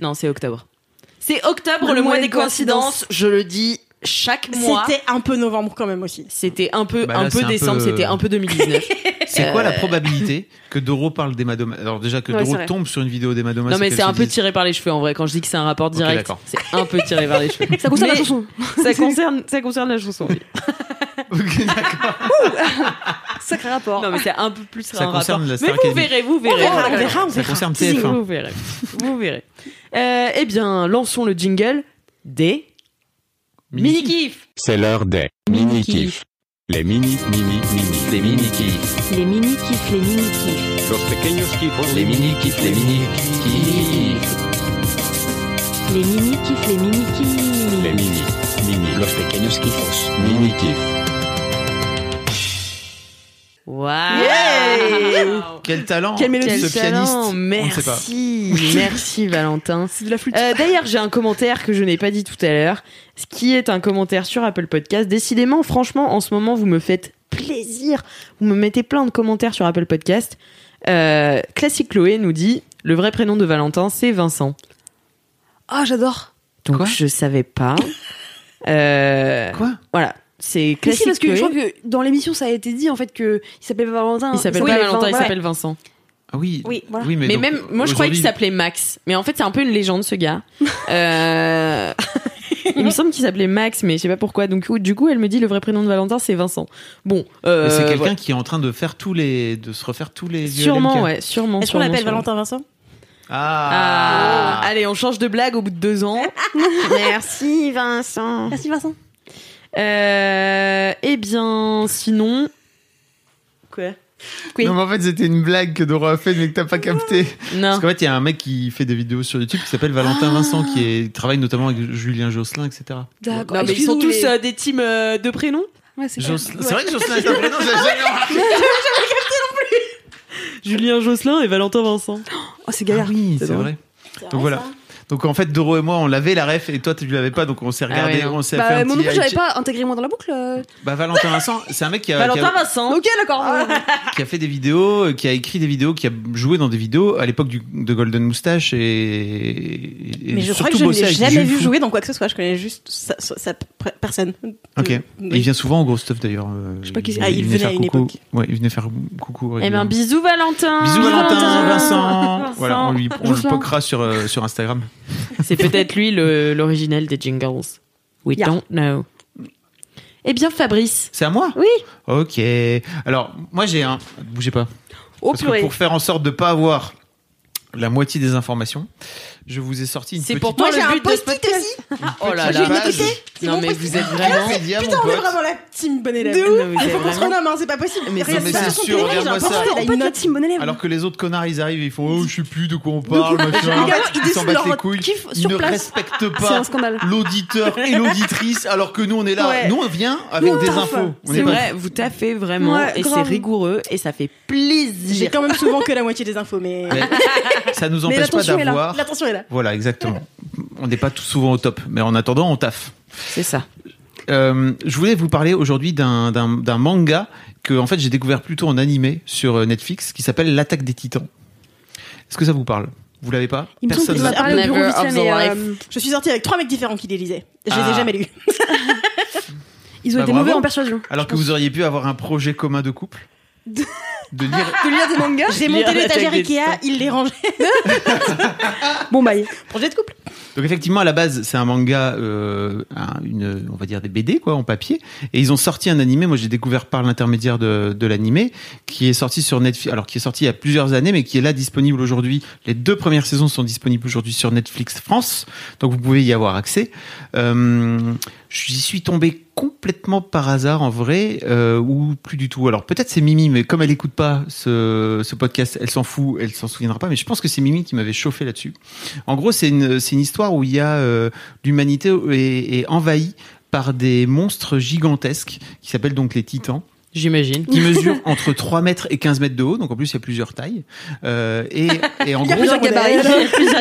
Speaker 3: Non, c'est octobre. C'est octobre, le, mois des coïncidences. Je le dis chaque mois.
Speaker 5: C'était un peu novembre quand même aussi.
Speaker 3: C'était un peu,
Speaker 4: Bah là,
Speaker 3: un
Speaker 4: c'est
Speaker 3: peu
Speaker 4: un
Speaker 3: décembre,
Speaker 4: peu-
Speaker 3: c'était un peu 2019.
Speaker 4: C'est
Speaker 3: Euh,
Speaker 4: quoi la probabilité que Doro parle d'Emma Domas Alors déjà que
Speaker 2: Ouais, c'est
Speaker 4: Doro
Speaker 2: vrai.
Speaker 4: tombe sur une vidéo d'Emma Domas.
Speaker 3: non, mais
Speaker 4: et qu'elle
Speaker 3: c'est un
Speaker 4: se
Speaker 3: peu
Speaker 4: dise-
Speaker 3: tiré par les cheveux en vrai. Quand je dis que c'est un rapport direct,
Speaker 4: d'accord.
Speaker 3: c'est un peu tiré par les cheveux.
Speaker 2: Ça concerne
Speaker 3: Mais
Speaker 2: la chanson.
Speaker 3: Ça concerne, ça concerne la chanson. oui.
Speaker 4: Ok, d'accord.
Speaker 2: Sacré rapport.
Speaker 3: Non, mais c'est un peu plus
Speaker 4: Ça
Speaker 3: un
Speaker 4: concerne
Speaker 3: rapport.
Speaker 4: la Star
Speaker 3: mais vous
Speaker 4: Academy.
Speaker 3: verrez, vous verrez.
Speaker 5: verra, on verra, on
Speaker 4: Ça concerne TF1.
Speaker 3: Ah, Vous verrez. Vous verrez. Euh, eh bien, lançons le jingle des mini kiffs.
Speaker 7: C'est l'heure des mini-kiffs. Les mini, mini, mini, les mini-kiffs.
Speaker 8: Les mini-kiffs, les mini-kiffs.
Speaker 7: Los pequeños kiffos. Les mini-kiffs, les mini-kiffs.
Speaker 8: Les mini-kiffs, les
Speaker 7: Les
Speaker 8: mini-kiffs.
Speaker 7: mini, mini, los pequeños kiffos. Mini-kiffs.
Speaker 3: Wow.
Speaker 4: Quel talent
Speaker 2: Quelle mélodie.
Speaker 4: ce
Speaker 3: Quel
Speaker 4: pianiste.
Speaker 3: talent.
Speaker 4: on ne sait pas.
Speaker 3: Merci, merci Valentin.
Speaker 2: C'est de la flûte.
Speaker 3: Euh, D'ailleurs, j'ai un commentaire que je n'ai pas dit tout à l'heure, ce qui est un commentaire sur Apple Podcast. Décidément, franchement, en ce moment, vous me faites plaisir. Vous me mettez plein de commentaires sur Apple Podcast. Euh, Classique Chloé nous dit le vrai prénom de Valentin, c'est Vincent.
Speaker 2: Ah, j'adore.
Speaker 3: Donc
Speaker 4: Quoi
Speaker 3: je savais pas. Euh,
Speaker 4: Quoi
Speaker 3: voilà, c'est
Speaker 2: Mais si,
Speaker 3: classique.
Speaker 2: parce que
Speaker 3: Chloé.
Speaker 2: je crois que dans l'émission, ça a été dit en fait que il s'appelait pas Valentin.
Speaker 3: Il s'appelle pas Valentin, il
Speaker 2: voilà.
Speaker 3: s'appelle Vincent.
Speaker 4: Ah oui.
Speaker 2: Oui, voilà.
Speaker 4: oui mais
Speaker 3: Mais
Speaker 4: donc,
Speaker 3: même, moi je croyais qu'il
Speaker 4: aujourd'hui-
Speaker 3: s'appelait Max. Mais en fait, c'est un peu une légende ce gars. Euh, Il me semble qu'il s'appelait Max, mais je sais pas pourquoi. Donc, du coup, elle me dit le vrai prénom de Valentin, c'est Vincent. Bon, euh,
Speaker 4: Mais c'est quelqu'un
Speaker 3: voilà.
Speaker 4: qui est en train de faire tous les, de se refaire tous les vieux
Speaker 3: Sûrement,
Speaker 4: LMK.
Speaker 3: ouais, sûrement.
Speaker 5: Est-ce qu'on
Speaker 3: sûrement,
Speaker 5: l'appelle
Speaker 3: sûrement.
Speaker 5: Valentin Vincent
Speaker 4: Ah.
Speaker 3: Ah. Allez, on change de blague au bout de deux ans. Merci Vincent.
Speaker 2: Merci Vincent.
Speaker 3: Euh, eh bien, sinon,
Speaker 5: Quoi
Speaker 3: oui.
Speaker 4: Non, mais en fait, c'était une blague que Doro a fait, mais que t'as pas capté.
Speaker 3: non. Ah.
Speaker 4: Parce qu'en fait, il y a un mec qui fait des vidéos sur YouTube qui s'appelle Valentin Vincent, qui est- travaille notamment avec Julien Josselin, etc.
Speaker 2: D'accord.
Speaker 3: Non, mais ils
Speaker 2: Excusez-nous,
Speaker 3: sont tous
Speaker 2: les-
Speaker 3: euh, des teams euh, de prénoms.
Speaker 2: Ouais, c'est
Speaker 4: Josselin- C'est vrai que Josselin est un prénom, j'ai jamais remarqué.
Speaker 3: Julien Josselin et Valentin Vincent.
Speaker 2: Oh, c'est
Speaker 4: Ah
Speaker 2: galère.
Speaker 4: oui, c'est
Speaker 3: C'est drôle.
Speaker 4: vrai. Donc voilà. Donc en fait, Doro et moi, on l'avait la ref, et toi, tu l'avais pas, donc on s'est regardé,
Speaker 3: Ah ouais, non.
Speaker 4: on s'est fait
Speaker 2: Bah,
Speaker 4: un
Speaker 2: moi non
Speaker 4: petit
Speaker 2: plus, j'avais
Speaker 4: eye-check.
Speaker 2: pas intégré moi dans la boucle. euh.
Speaker 4: Bah, Valentin Vincent, c'est un mec qui a- qui a,
Speaker 3: Valentin Vincent.
Speaker 2: Ok, d'accord.
Speaker 4: qui a fait des vidéos, euh, qui a écrit des vidéos, qui a joué dans des vidéos à l'époque du- de Golden Moustache et, et
Speaker 5: Mais je crois
Speaker 4: surtout
Speaker 5: que je ne
Speaker 4: bossé
Speaker 5: l'ai
Speaker 4: avec
Speaker 5: jamais
Speaker 4: Jules
Speaker 5: vu
Speaker 4: Fou.
Speaker 5: jouer dans quoi que ce soit. Je connais juste sa, sa- sa pr- personne.
Speaker 4: Ok.
Speaker 5: Euh,
Speaker 4: Et il vient souvent au gros stuff d'ailleurs. euh, Je
Speaker 2: sais pas qui c'est.
Speaker 5: Ah, il venait à une époque.
Speaker 4: Ouais, il venait faire coucou.
Speaker 3: Eh ben,
Speaker 4: régulièrement.
Speaker 3: bisous Valentin.
Speaker 4: Bisous Valentin, Vincent.
Speaker 3: Vincent.
Speaker 4: Voilà, on, lui, on le
Speaker 3: Vincent.
Speaker 4: poquera sur, euh, sur Instagram.
Speaker 3: C'est peut-être lui le- l'original des jingles. We
Speaker 2: Yeah.
Speaker 3: don't know. Eh bien, Fabrice.
Speaker 4: C'est à moi
Speaker 3: Oui.
Speaker 4: Ok. Alors, moi j'ai un. Bougez pas.
Speaker 2: Oh
Speaker 4: Parce que
Speaker 2: purée.
Speaker 4: pour faire en sorte de pas avoir la moitié des informations, je vous ai sorti une
Speaker 3: C'est
Speaker 4: petite.
Speaker 3: pour toi le but de ce podcast. Oh là
Speaker 4: J'ai une
Speaker 3: là.
Speaker 4: équité.
Speaker 3: Non,
Speaker 5: mon
Speaker 3: mais
Speaker 5: podcast.
Speaker 3: vous êtes
Speaker 2: Ah,
Speaker 3: vraiment.
Speaker 4: Wikipédia,
Speaker 5: Ah, Putain,
Speaker 4: mon
Speaker 5: on est
Speaker 4: pote.
Speaker 5: vraiment la team bonne élève.
Speaker 3: De ouf.
Speaker 5: Non, mais
Speaker 3: Il
Speaker 5: Faut
Speaker 3: faut
Speaker 5: qu'on
Speaker 3: qu'on
Speaker 5: se
Speaker 3: se
Speaker 5: renomme, hein, c'est pas possible.
Speaker 3: Mais
Speaker 5: Regarde,
Speaker 4: non, mais
Speaker 5: ça,
Speaker 4: c'est
Speaker 5: son
Speaker 4: sûr,
Speaker 5: téléphone,
Speaker 4: regarde-moi
Speaker 5: j'ai l'impression
Speaker 4: ça.
Speaker 5: qu'il a
Speaker 2: En
Speaker 5: une
Speaker 2: fait, la
Speaker 5: note.
Speaker 2: team bonne élève.
Speaker 4: Alors que les autres connards, ils arrivent et ils font Oh, je sais plus de quoi on parle, machin.
Speaker 2: En fait, ils
Speaker 4: Ils s'en
Speaker 2: décident
Speaker 4: battent les
Speaker 2: leur
Speaker 4: couilles.
Speaker 2: kiff
Speaker 4: Ils
Speaker 2: sur
Speaker 4: ne
Speaker 2: place.
Speaker 4: respectent
Speaker 2: C'est
Speaker 4: pas
Speaker 2: un scandale.
Speaker 4: l'auditeur et l'auditrice, alors que nous, on est là.
Speaker 2: Ouais.
Speaker 4: Nous, on vient avec
Speaker 2: Nous, on
Speaker 4: des
Speaker 2: taffe.
Speaker 4: infos. On
Speaker 3: C'est
Speaker 4: pas-
Speaker 3: vrai, vous taffez vraiment
Speaker 2: Ouais,
Speaker 3: et c'est
Speaker 2: grave.
Speaker 3: rigoureux et ça fait plaisir.
Speaker 5: J'ai quand même souvent que la moitié des infos, mais
Speaker 4: Mais ça nous
Speaker 2: Mais
Speaker 4: empêche pas
Speaker 2: l'attention est là.
Speaker 4: d'avoir.
Speaker 5: l'attention est là.
Speaker 4: Voilà, exactement. On n'est pas tout souvent au top, mais en attendant, on taffe.
Speaker 3: C'est ça.
Speaker 4: Euh, je voulais vous parler aujourd'hui d'un d'un- d'un manga que en fait j'ai découvert plutôt en animé sur euh, Netflix qui s'appelle L'attaque des Titans. Est-ce que ça vous parle Vous l'avez pas
Speaker 2: Il me semble
Speaker 4: Personne
Speaker 2: qu'on
Speaker 4: l'a.
Speaker 2: en a parlé au bureau
Speaker 3: Never
Speaker 2: vite
Speaker 3: of
Speaker 2: fait,
Speaker 3: the
Speaker 2: mais
Speaker 3: life.
Speaker 2: euh,
Speaker 5: Je suis sortie avec trois mecs différents qui les lisaient. Je les
Speaker 4: Ah.
Speaker 5: ai jamais lus.
Speaker 2: ils ont
Speaker 4: Bah, bravo.
Speaker 2: été mauvais en persuasion.
Speaker 4: Alors que vous auriez pu avoir un projet commun de couple. De lire.
Speaker 2: De lire des mangas.
Speaker 5: J'ai
Speaker 3: Lire
Speaker 5: monté
Speaker 3: l'attaque
Speaker 5: l'étagère
Speaker 3: des
Speaker 5: Ikea,
Speaker 3: titans.
Speaker 5: ils les rangeaient.
Speaker 2: Bon bye.
Speaker 5: Projet de couple.
Speaker 4: Donc effectivement à la base c'est un manga, euh, un- une, on va dire des BD quoi en papier. Et ils ont sorti un animé. Moi j'ai découvert par l'intermédiaire de, de l'animé qui est sorti sur Netflix. Alors qui est sorti il y a plusieurs années mais qui est là disponible aujourd'hui. Les deux premières saisons sont disponibles aujourd'hui sur Netflix France. Donc vous pouvez y avoir accès. Euh, J'y suis tombé complètement par hasard en vrai euh, ou plus du tout. Alors peut-être c'est Mimi, mais comme elle écoute pas ce, ce podcast, elle s'en fout, elle s'en souviendra pas. Mais je pense que c'est Mimi qui m'avait chauffé là-dessus. En gros, c'est une c'est une histoire où il y a euh, l'humanité est, est envahie par des monstres gigantesques qui s'appellent donc les Titans.
Speaker 3: J'imagine.
Speaker 4: qui mesure entre 3 mètres et 15 mètres de haut, donc en plus il y a plusieurs tailles. Euh, et, et en gros,
Speaker 3: Plusieurs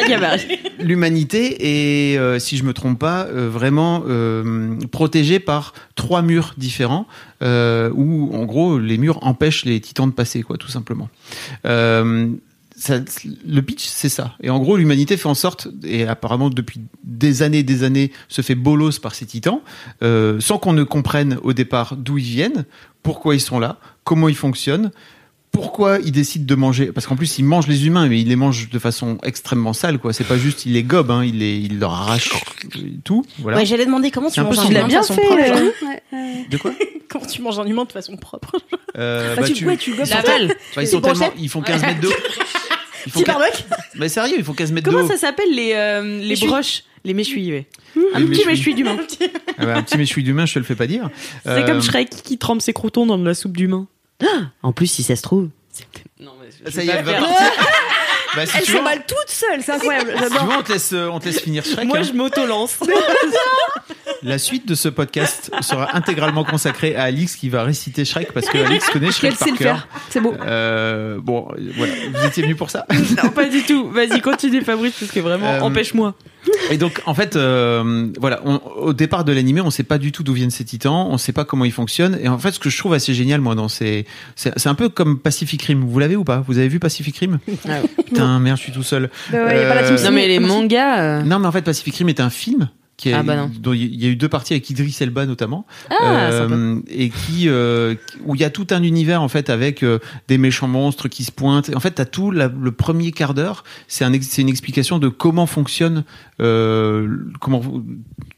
Speaker 3: gabarits.
Speaker 4: l'humanité est, euh, si je me trompe pas, euh, vraiment euh, protégée par trois murs différents, euh, où en gros les murs empêchent les titans de passer, quoi, tout simplement. Euh, ça- le pitch, c'est ça. Et en gros, l'humanité fait en sorte, et apparemment depuis des années, des années, se fait bolos par ces titans, euh, sans qu'on ne comprenne au départ d'où ils viennent, pourquoi ils sont là, comment ils fonctionnent, pourquoi ils décident de manger. Parce qu'en plus, ils mangent les humains, mais ils les mangent de façon extrêmement sale, quoi. C'est pas juste, ils les gobent, hein, ils, les, ils leur arrachent tout. Voilà.
Speaker 5: Ouais, j'allais demander comment tu
Speaker 4: C'est un peu
Speaker 5: manges un
Speaker 4: Tu l'as
Speaker 5: humain de façon
Speaker 3: euh.
Speaker 5: propre.
Speaker 4: de quoi
Speaker 5: Comment tu manges un humain de façon propre
Speaker 4: Euh,
Speaker 3: Ah,
Speaker 2: Bah,
Speaker 4: bah,
Speaker 2: tu,
Speaker 4: tu-
Speaker 2: ouais, tu gosses
Speaker 3: La
Speaker 2: en fait.
Speaker 3: balle.
Speaker 4: enfin, ils, sont
Speaker 5: brochettes
Speaker 4: tellement- ils font 15 mètres d'eau. Ils font
Speaker 5: Petit
Speaker 4: 15
Speaker 5: barbec
Speaker 4: Mais sérieux, ils font 15 mètres
Speaker 3: Comment
Speaker 4: d'eau.
Speaker 3: ça s'appelle les, euh, les
Speaker 5: Méchouilles.
Speaker 3: broches Les méchouilles, ouais.
Speaker 4: Les
Speaker 3: Hmm. Un
Speaker 4: méchouilles.
Speaker 3: petit méchouille d'humain.
Speaker 4: Ah ouais, un petit méchoui d'humain, je te le fais pas dire.
Speaker 3: C'est
Speaker 4: Euh,
Speaker 3: comme Shrek qui trempe ses croutons dans de la soupe d'humain. Ah en plus, si ça se trouve. Non, mais je
Speaker 4: Ça
Speaker 3: vais
Speaker 4: y est,
Speaker 3: pas
Speaker 4: elle va
Speaker 3: faire.
Speaker 4: partir. Bah, si
Speaker 2: Elles
Speaker 4: tu veux,
Speaker 2: s'emballent toutes seules, c'est incroyable.
Speaker 4: si tu veux, on te laisse, euh, on te laisse finir Shrek.
Speaker 3: Moi,
Speaker 4: hein.
Speaker 3: je m'auto-lance.
Speaker 4: La suite de ce podcast sera intégralement consacrée à Alix qui va réciter Shrek parce que Alix connaît Shrek
Speaker 2: Qu'elle
Speaker 4: par
Speaker 2: sait le
Speaker 4: cœur.
Speaker 2: faire. C'est beau.
Speaker 4: Euh, bon, euh, voilà, vous étiez venu pour ça.
Speaker 3: non, pas du tout. Vas-y, continue, Fabrice, parce que vraiment,
Speaker 4: Euh,
Speaker 3: empêche-moi.
Speaker 4: Et donc, en fait, euh, voilà, on- au départ de l'animé, on sait pas du tout d'où viennent ces titans, on sait pas comment ils fonctionnent. Et en fait, ce que je trouve assez génial, moi, dans ces, c'est c'est un peu comme Pacific Rim. Vous l'avez ou pas Vous avez vu Pacific Rim
Speaker 3: Ah
Speaker 4: Putain, merde, je suis tout seul.
Speaker 2: Bah ouais, y a pas la team
Speaker 4: Euh,
Speaker 2: ciné.
Speaker 3: mangas.
Speaker 4: Non, mais en fait, Pacific Rim est un film. Qui a,
Speaker 3: Euh, Ah, bah non.
Speaker 4: dont il y a eu deux parties avec Idris Elba notamment
Speaker 3: Ah,
Speaker 4: Euh, et qui euh, où il y a tout un univers en fait avec euh, des méchants monstres qui se pointent en fait t'as tout la- le premier quart d'heure c'est un ex- c'est une explication de comment fonctionne euh, comment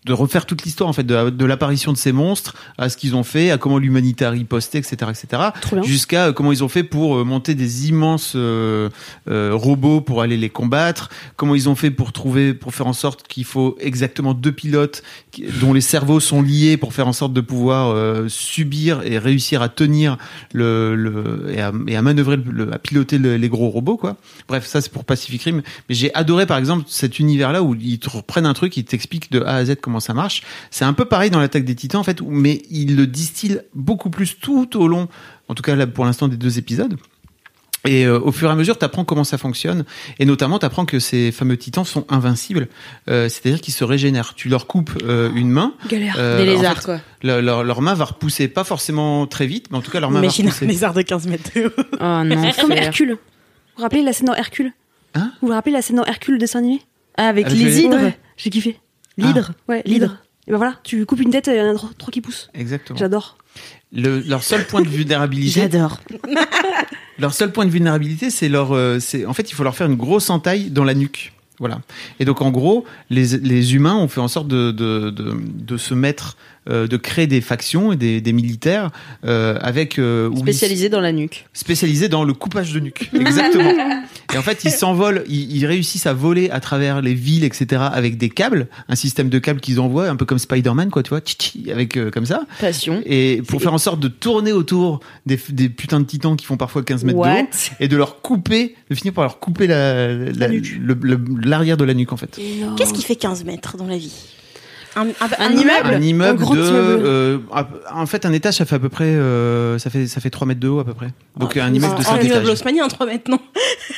Speaker 4: de refaire toute l'histoire en fait de, la- de l'apparition de ces monstres à ce qu'ils ont fait à comment l'humanité a riposté etc etc
Speaker 2: Trop bien.
Speaker 4: jusqu'à euh, comment ils ont fait pour euh, monter des immenses euh, euh, robots pour aller les combattre, comment ils ont fait pour trouver, pour faire en sorte qu'il faut exactement deux pilotes qui- dont les cerveaux sont liés pour faire en sorte de pouvoir euh, subir et réussir à tenir le, le et, à, et à manœuvrer, le- le- à piloter le- les gros robots quoi. Bref, ça c'est pour Pacific Rim, mais j'ai adoré par exemple cet univers là où ils te reprennent un truc, ils t'expliquent de A à Z comment ça marche. C'est un peu pareil dans l'attaque des Titans en fait, où- mais ils le distillent beaucoup plus tout au long en tout cas là pour l'instant des deux épisodes. Et euh, au fur et à mesure, t'apprends comment ça fonctionne, et notamment t'apprends que ces fameux titans sont invincibles, Euh, c'est-à-dire qu'ils se régénèrent. Tu leur coupes euh, une main,
Speaker 2: Galère.
Speaker 4: euh,
Speaker 3: Des
Speaker 4: en
Speaker 3: lézards,
Speaker 4: fait,
Speaker 3: quoi.
Speaker 4: leur, leur- leur main va repousser, pas forcément très vite, mais en tout cas leur main
Speaker 5: Imagine
Speaker 4: va
Speaker 5: un
Speaker 4: repousser.
Speaker 5: lézard de 15 mètres de haut.
Speaker 3: Oh non,
Speaker 2: Comme Hercule. Vous vous rappelez la scène dans Hercule
Speaker 4: Hein
Speaker 2: Vous vous rappelez la scène dans Hercule, le dessin animé
Speaker 3: Avec,
Speaker 4: Avec
Speaker 3: les
Speaker 4: les-
Speaker 3: hydres.
Speaker 2: Ouais, J'ai kiffé.
Speaker 3: L'hydre.
Speaker 2: Ouais,
Speaker 3: L'hydre.
Speaker 2: l'hydre. Et ben voilà, tu coupes une tête et il y en a trois trois qui poussent.
Speaker 4: Exactement.
Speaker 2: J'adore.
Speaker 4: Le- leur seul point de vulnérabilité,
Speaker 3: J'adore.
Speaker 4: leur seul point de vulnérabilité, c'est leur, euh, c'est en fait il faut leur faire une grosse entaille dans la nuque. Voilà. Et donc en gros, les, les humains ont fait en sorte de, de, de, de se mettre, euh, de créer des factions et des, des militaires euh, avec euh, où ils-
Speaker 3: Spécialisé dans la nuque.
Speaker 4: spécialisé dans le coupage de nuque. Exactement. et en fait, ils s'envolent, ils, ils réussissent à voler à travers les villes, etc., avec des câbles, un système de câbles qu'ils envoient, un peu comme Spider-Man, quoi, tu vois, tchi-tchi, avec euh, comme ça,
Speaker 3: Passion.
Speaker 4: et pour faire en sorte de tourner autour des, f- des putains de titans qui font parfois 15 mètres de haut, et de leur couper, de finir par leur couper la, la-
Speaker 2: nuque.
Speaker 4: le- le- l'arrière de la nuque, en fait.
Speaker 5: Qu'est-ce qui fait 15 mètres dans la vie un,
Speaker 3: Un immeuble
Speaker 4: Un immeuble
Speaker 2: Un grand
Speaker 4: de,
Speaker 2: immeuble.
Speaker 4: euh, à- en fait, un étage, ça fait à peu près, euh, ça fait, ça fait 3 mètres de haut à peu près. Donc un immeuble de
Speaker 5: En
Speaker 4: 5
Speaker 5: Ah. immeuble
Speaker 4: étages.
Speaker 5: haussmanien, 3 mètres, non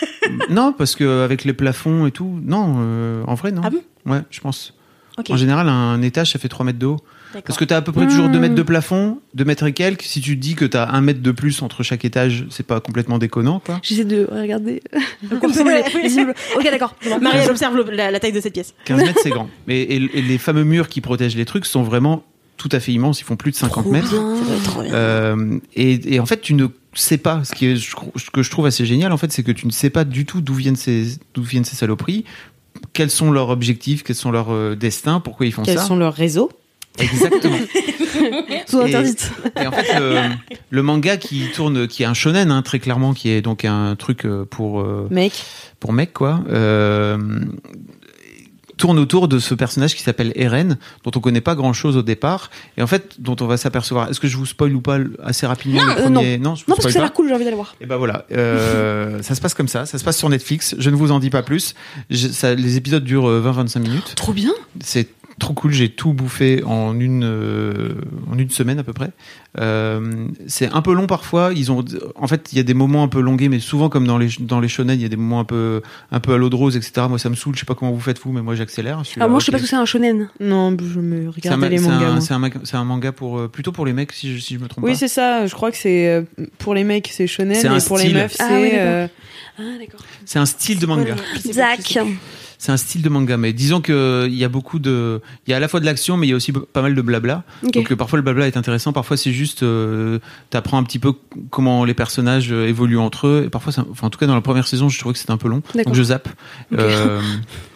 Speaker 4: Non, parce que avec les plafonds et tout, non, euh, en vrai, non.
Speaker 5: Ah bon
Speaker 4: Ouais, je pense.
Speaker 5: Ok,
Speaker 4: En général, un étage, ça fait 3 mètres de haut.
Speaker 5: d'accord.
Speaker 4: Parce que t'as à peu près toujours 2
Speaker 2: Hmm.
Speaker 4: mètres de plafond, 2 mètres et quelques. Si tu te dis que t'as 1 mètre de plus entre chaque étage, c'est pas complètement déconnant, quoi.
Speaker 2: J'essaie de regarder. Comme ça, les- les immeubles. Ok, d'accord.
Speaker 5: Marie, elle observe le- la, la taille de cette pièce.
Speaker 4: 15 mètres, c'est grand. Mais et, et les fameux murs qui protègent les trucs sont vraiment tout à fait immenses. Ils font plus de 50 mètres.
Speaker 5: Ça doit être trop bien.
Speaker 4: Euh, et, et en fait, tu ne sais pas. Ce, qui est, je- ce que je trouve assez génial, en fait, c'est que tu ne sais pas du tout d'où viennent ces, d'où viennent ces saloperies. Quels sont leurs objectifs, quels sont leurs euh, destins, pourquoi ils font
Speaker 3: Quels
Speaker 4: ça
Speaker 3: sont leurs réseaux
Speaker 4: Exactement.
Speaker 2: Sous
Speaker 4: Et-
Speaker 2: interdite.
Speaker 4: Et en fait, le, le manga qui tourne, qui est un shonen, hein, très clairement, qui est donc un truc euh, pour euh,
Speaker 3: Mec,
Speaker 4: pour mec, quoi. euh, tourne autour de ce personnage qui s'appelle Eren, dont on connaît pas grand chose au départ, et en fait, dont on va s'apercevoir. Est-ce que je vous spoil ou pas le- assez rapidement le
Speaker 2: euh,
Speaker 4: premier Non, je vous
Speaker 2: Non, parce que
Speaker 4: spoil
Speaker 2: ça a
Speaker 4: pas.
Speaker 2: l'air cool, j'ai envie d'aller voir.
Speaker 4: Et ben voilà, euh, ça se passe comme ça, ça se passe sur Netflix, je ne vous en dis pas plus. Je- ça- les épisodes durent euh, 20-25 minutes.
Speaker 2: Trop bien.
Speaker 4: C'est trop cool. J'ai tout bouffé en une, euh, en une semaine à peu près. Euh, c'est un peu long parfois. Ils ont, en fait, il y a des moments un peu longués, mais souvent comme dans les dans les shonen, il y a des moments un peu un peu à l'eau de rose, etc. Moi, ça me saoule. Je sais pas comment vous faites vous, mais moi j'accélère. suis
Speaker 2: Ah,
Speaker 4: là,
Speaker 2: moi, je sais
Speaker 4: ok.
Speaker 2: pas ce que c'est un shonen.
Speaker 3: Non, je me
Speaker 4: C'est un
Speaker 3: regardais
Speaker 4: ma-
Speaker 3: les
Speaker 4: c'est
Speaker 3: mangas.
Speaker 4: un,
Speaker 3: moi.
Speaker 4: c'est un ma- c'est un manga pour euh, plutôt pour les mecs si je, si je me trompe
Speaker 3: Oui,
Speaker 4: pas.
Speaker 3: c'est ça. Je crois que c'est euh, pour les mecs, c'est shonen,
Speaker 4: C'est un
Speaker 3: et pour les
Speaker 4: style.
Speaker 3: meufs,
Speaker 2: Ah, ouais,
Speaker 3: c'est
Speaker 2: d'accord.
Speaker 3: euh,
Speaker 2: Ah, d'accord.
Speaker 4: C'est un style de manga.
Speaker 2: Zach.
Speaker 4: C'est un style de manga, mais disons que il y a beaucoup de, il y a à la fois de l'action, mais il y a aussi pas mal de blabla.
Speaker 2: Ok.
Speaker 4: Donc euh, parfois le blabla est intéressant, parfois c'est juste, euh, t'apprends un petit peu comment les personnages euh, évoluent entre eux. Et parfois, ça- enfin en tout cas dans la première saison, je trouvais que c'était un peu long,
Speaker 2: D'accord.
Speaker 4: donc je zappe. Euh,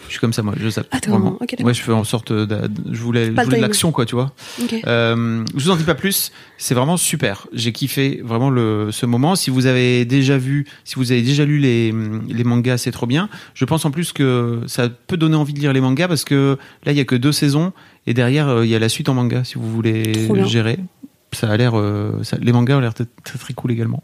Speaker 4: je suis comme ça moi, je zappe.
Speaker 2: Attends,
Speaker 4: vraiment.
Speaker 2: ok, d'accord.
Speaker 4: ouais, je fais en sorte, euh, d'a- je voulais, je
Speaker 2: Pas le
Speaker 4: voulais de
Speaker 2: timing.
Speaker 4: l'action quoi, tu vois.
Speaker 2: Ok.
Speaker 4: Euh, je vous en dis pas plus. C'est vraiment super. J'ai kiffé vraiment le, ce moment. Si vous avez déjà vu, si vous avez déjà lu les, les mangas, c'est trop bien. Je pense en plus que ça peut donner envie de lire les mangas parce que là, il y a que deux saisons et derrière, euh, il y a la suite en manga si vous voulez
Speaker 2: Trop bien.
Speaker 4: gérer. Ça a l'air, euh, ça- les mangas ont l'air très, très très cool également.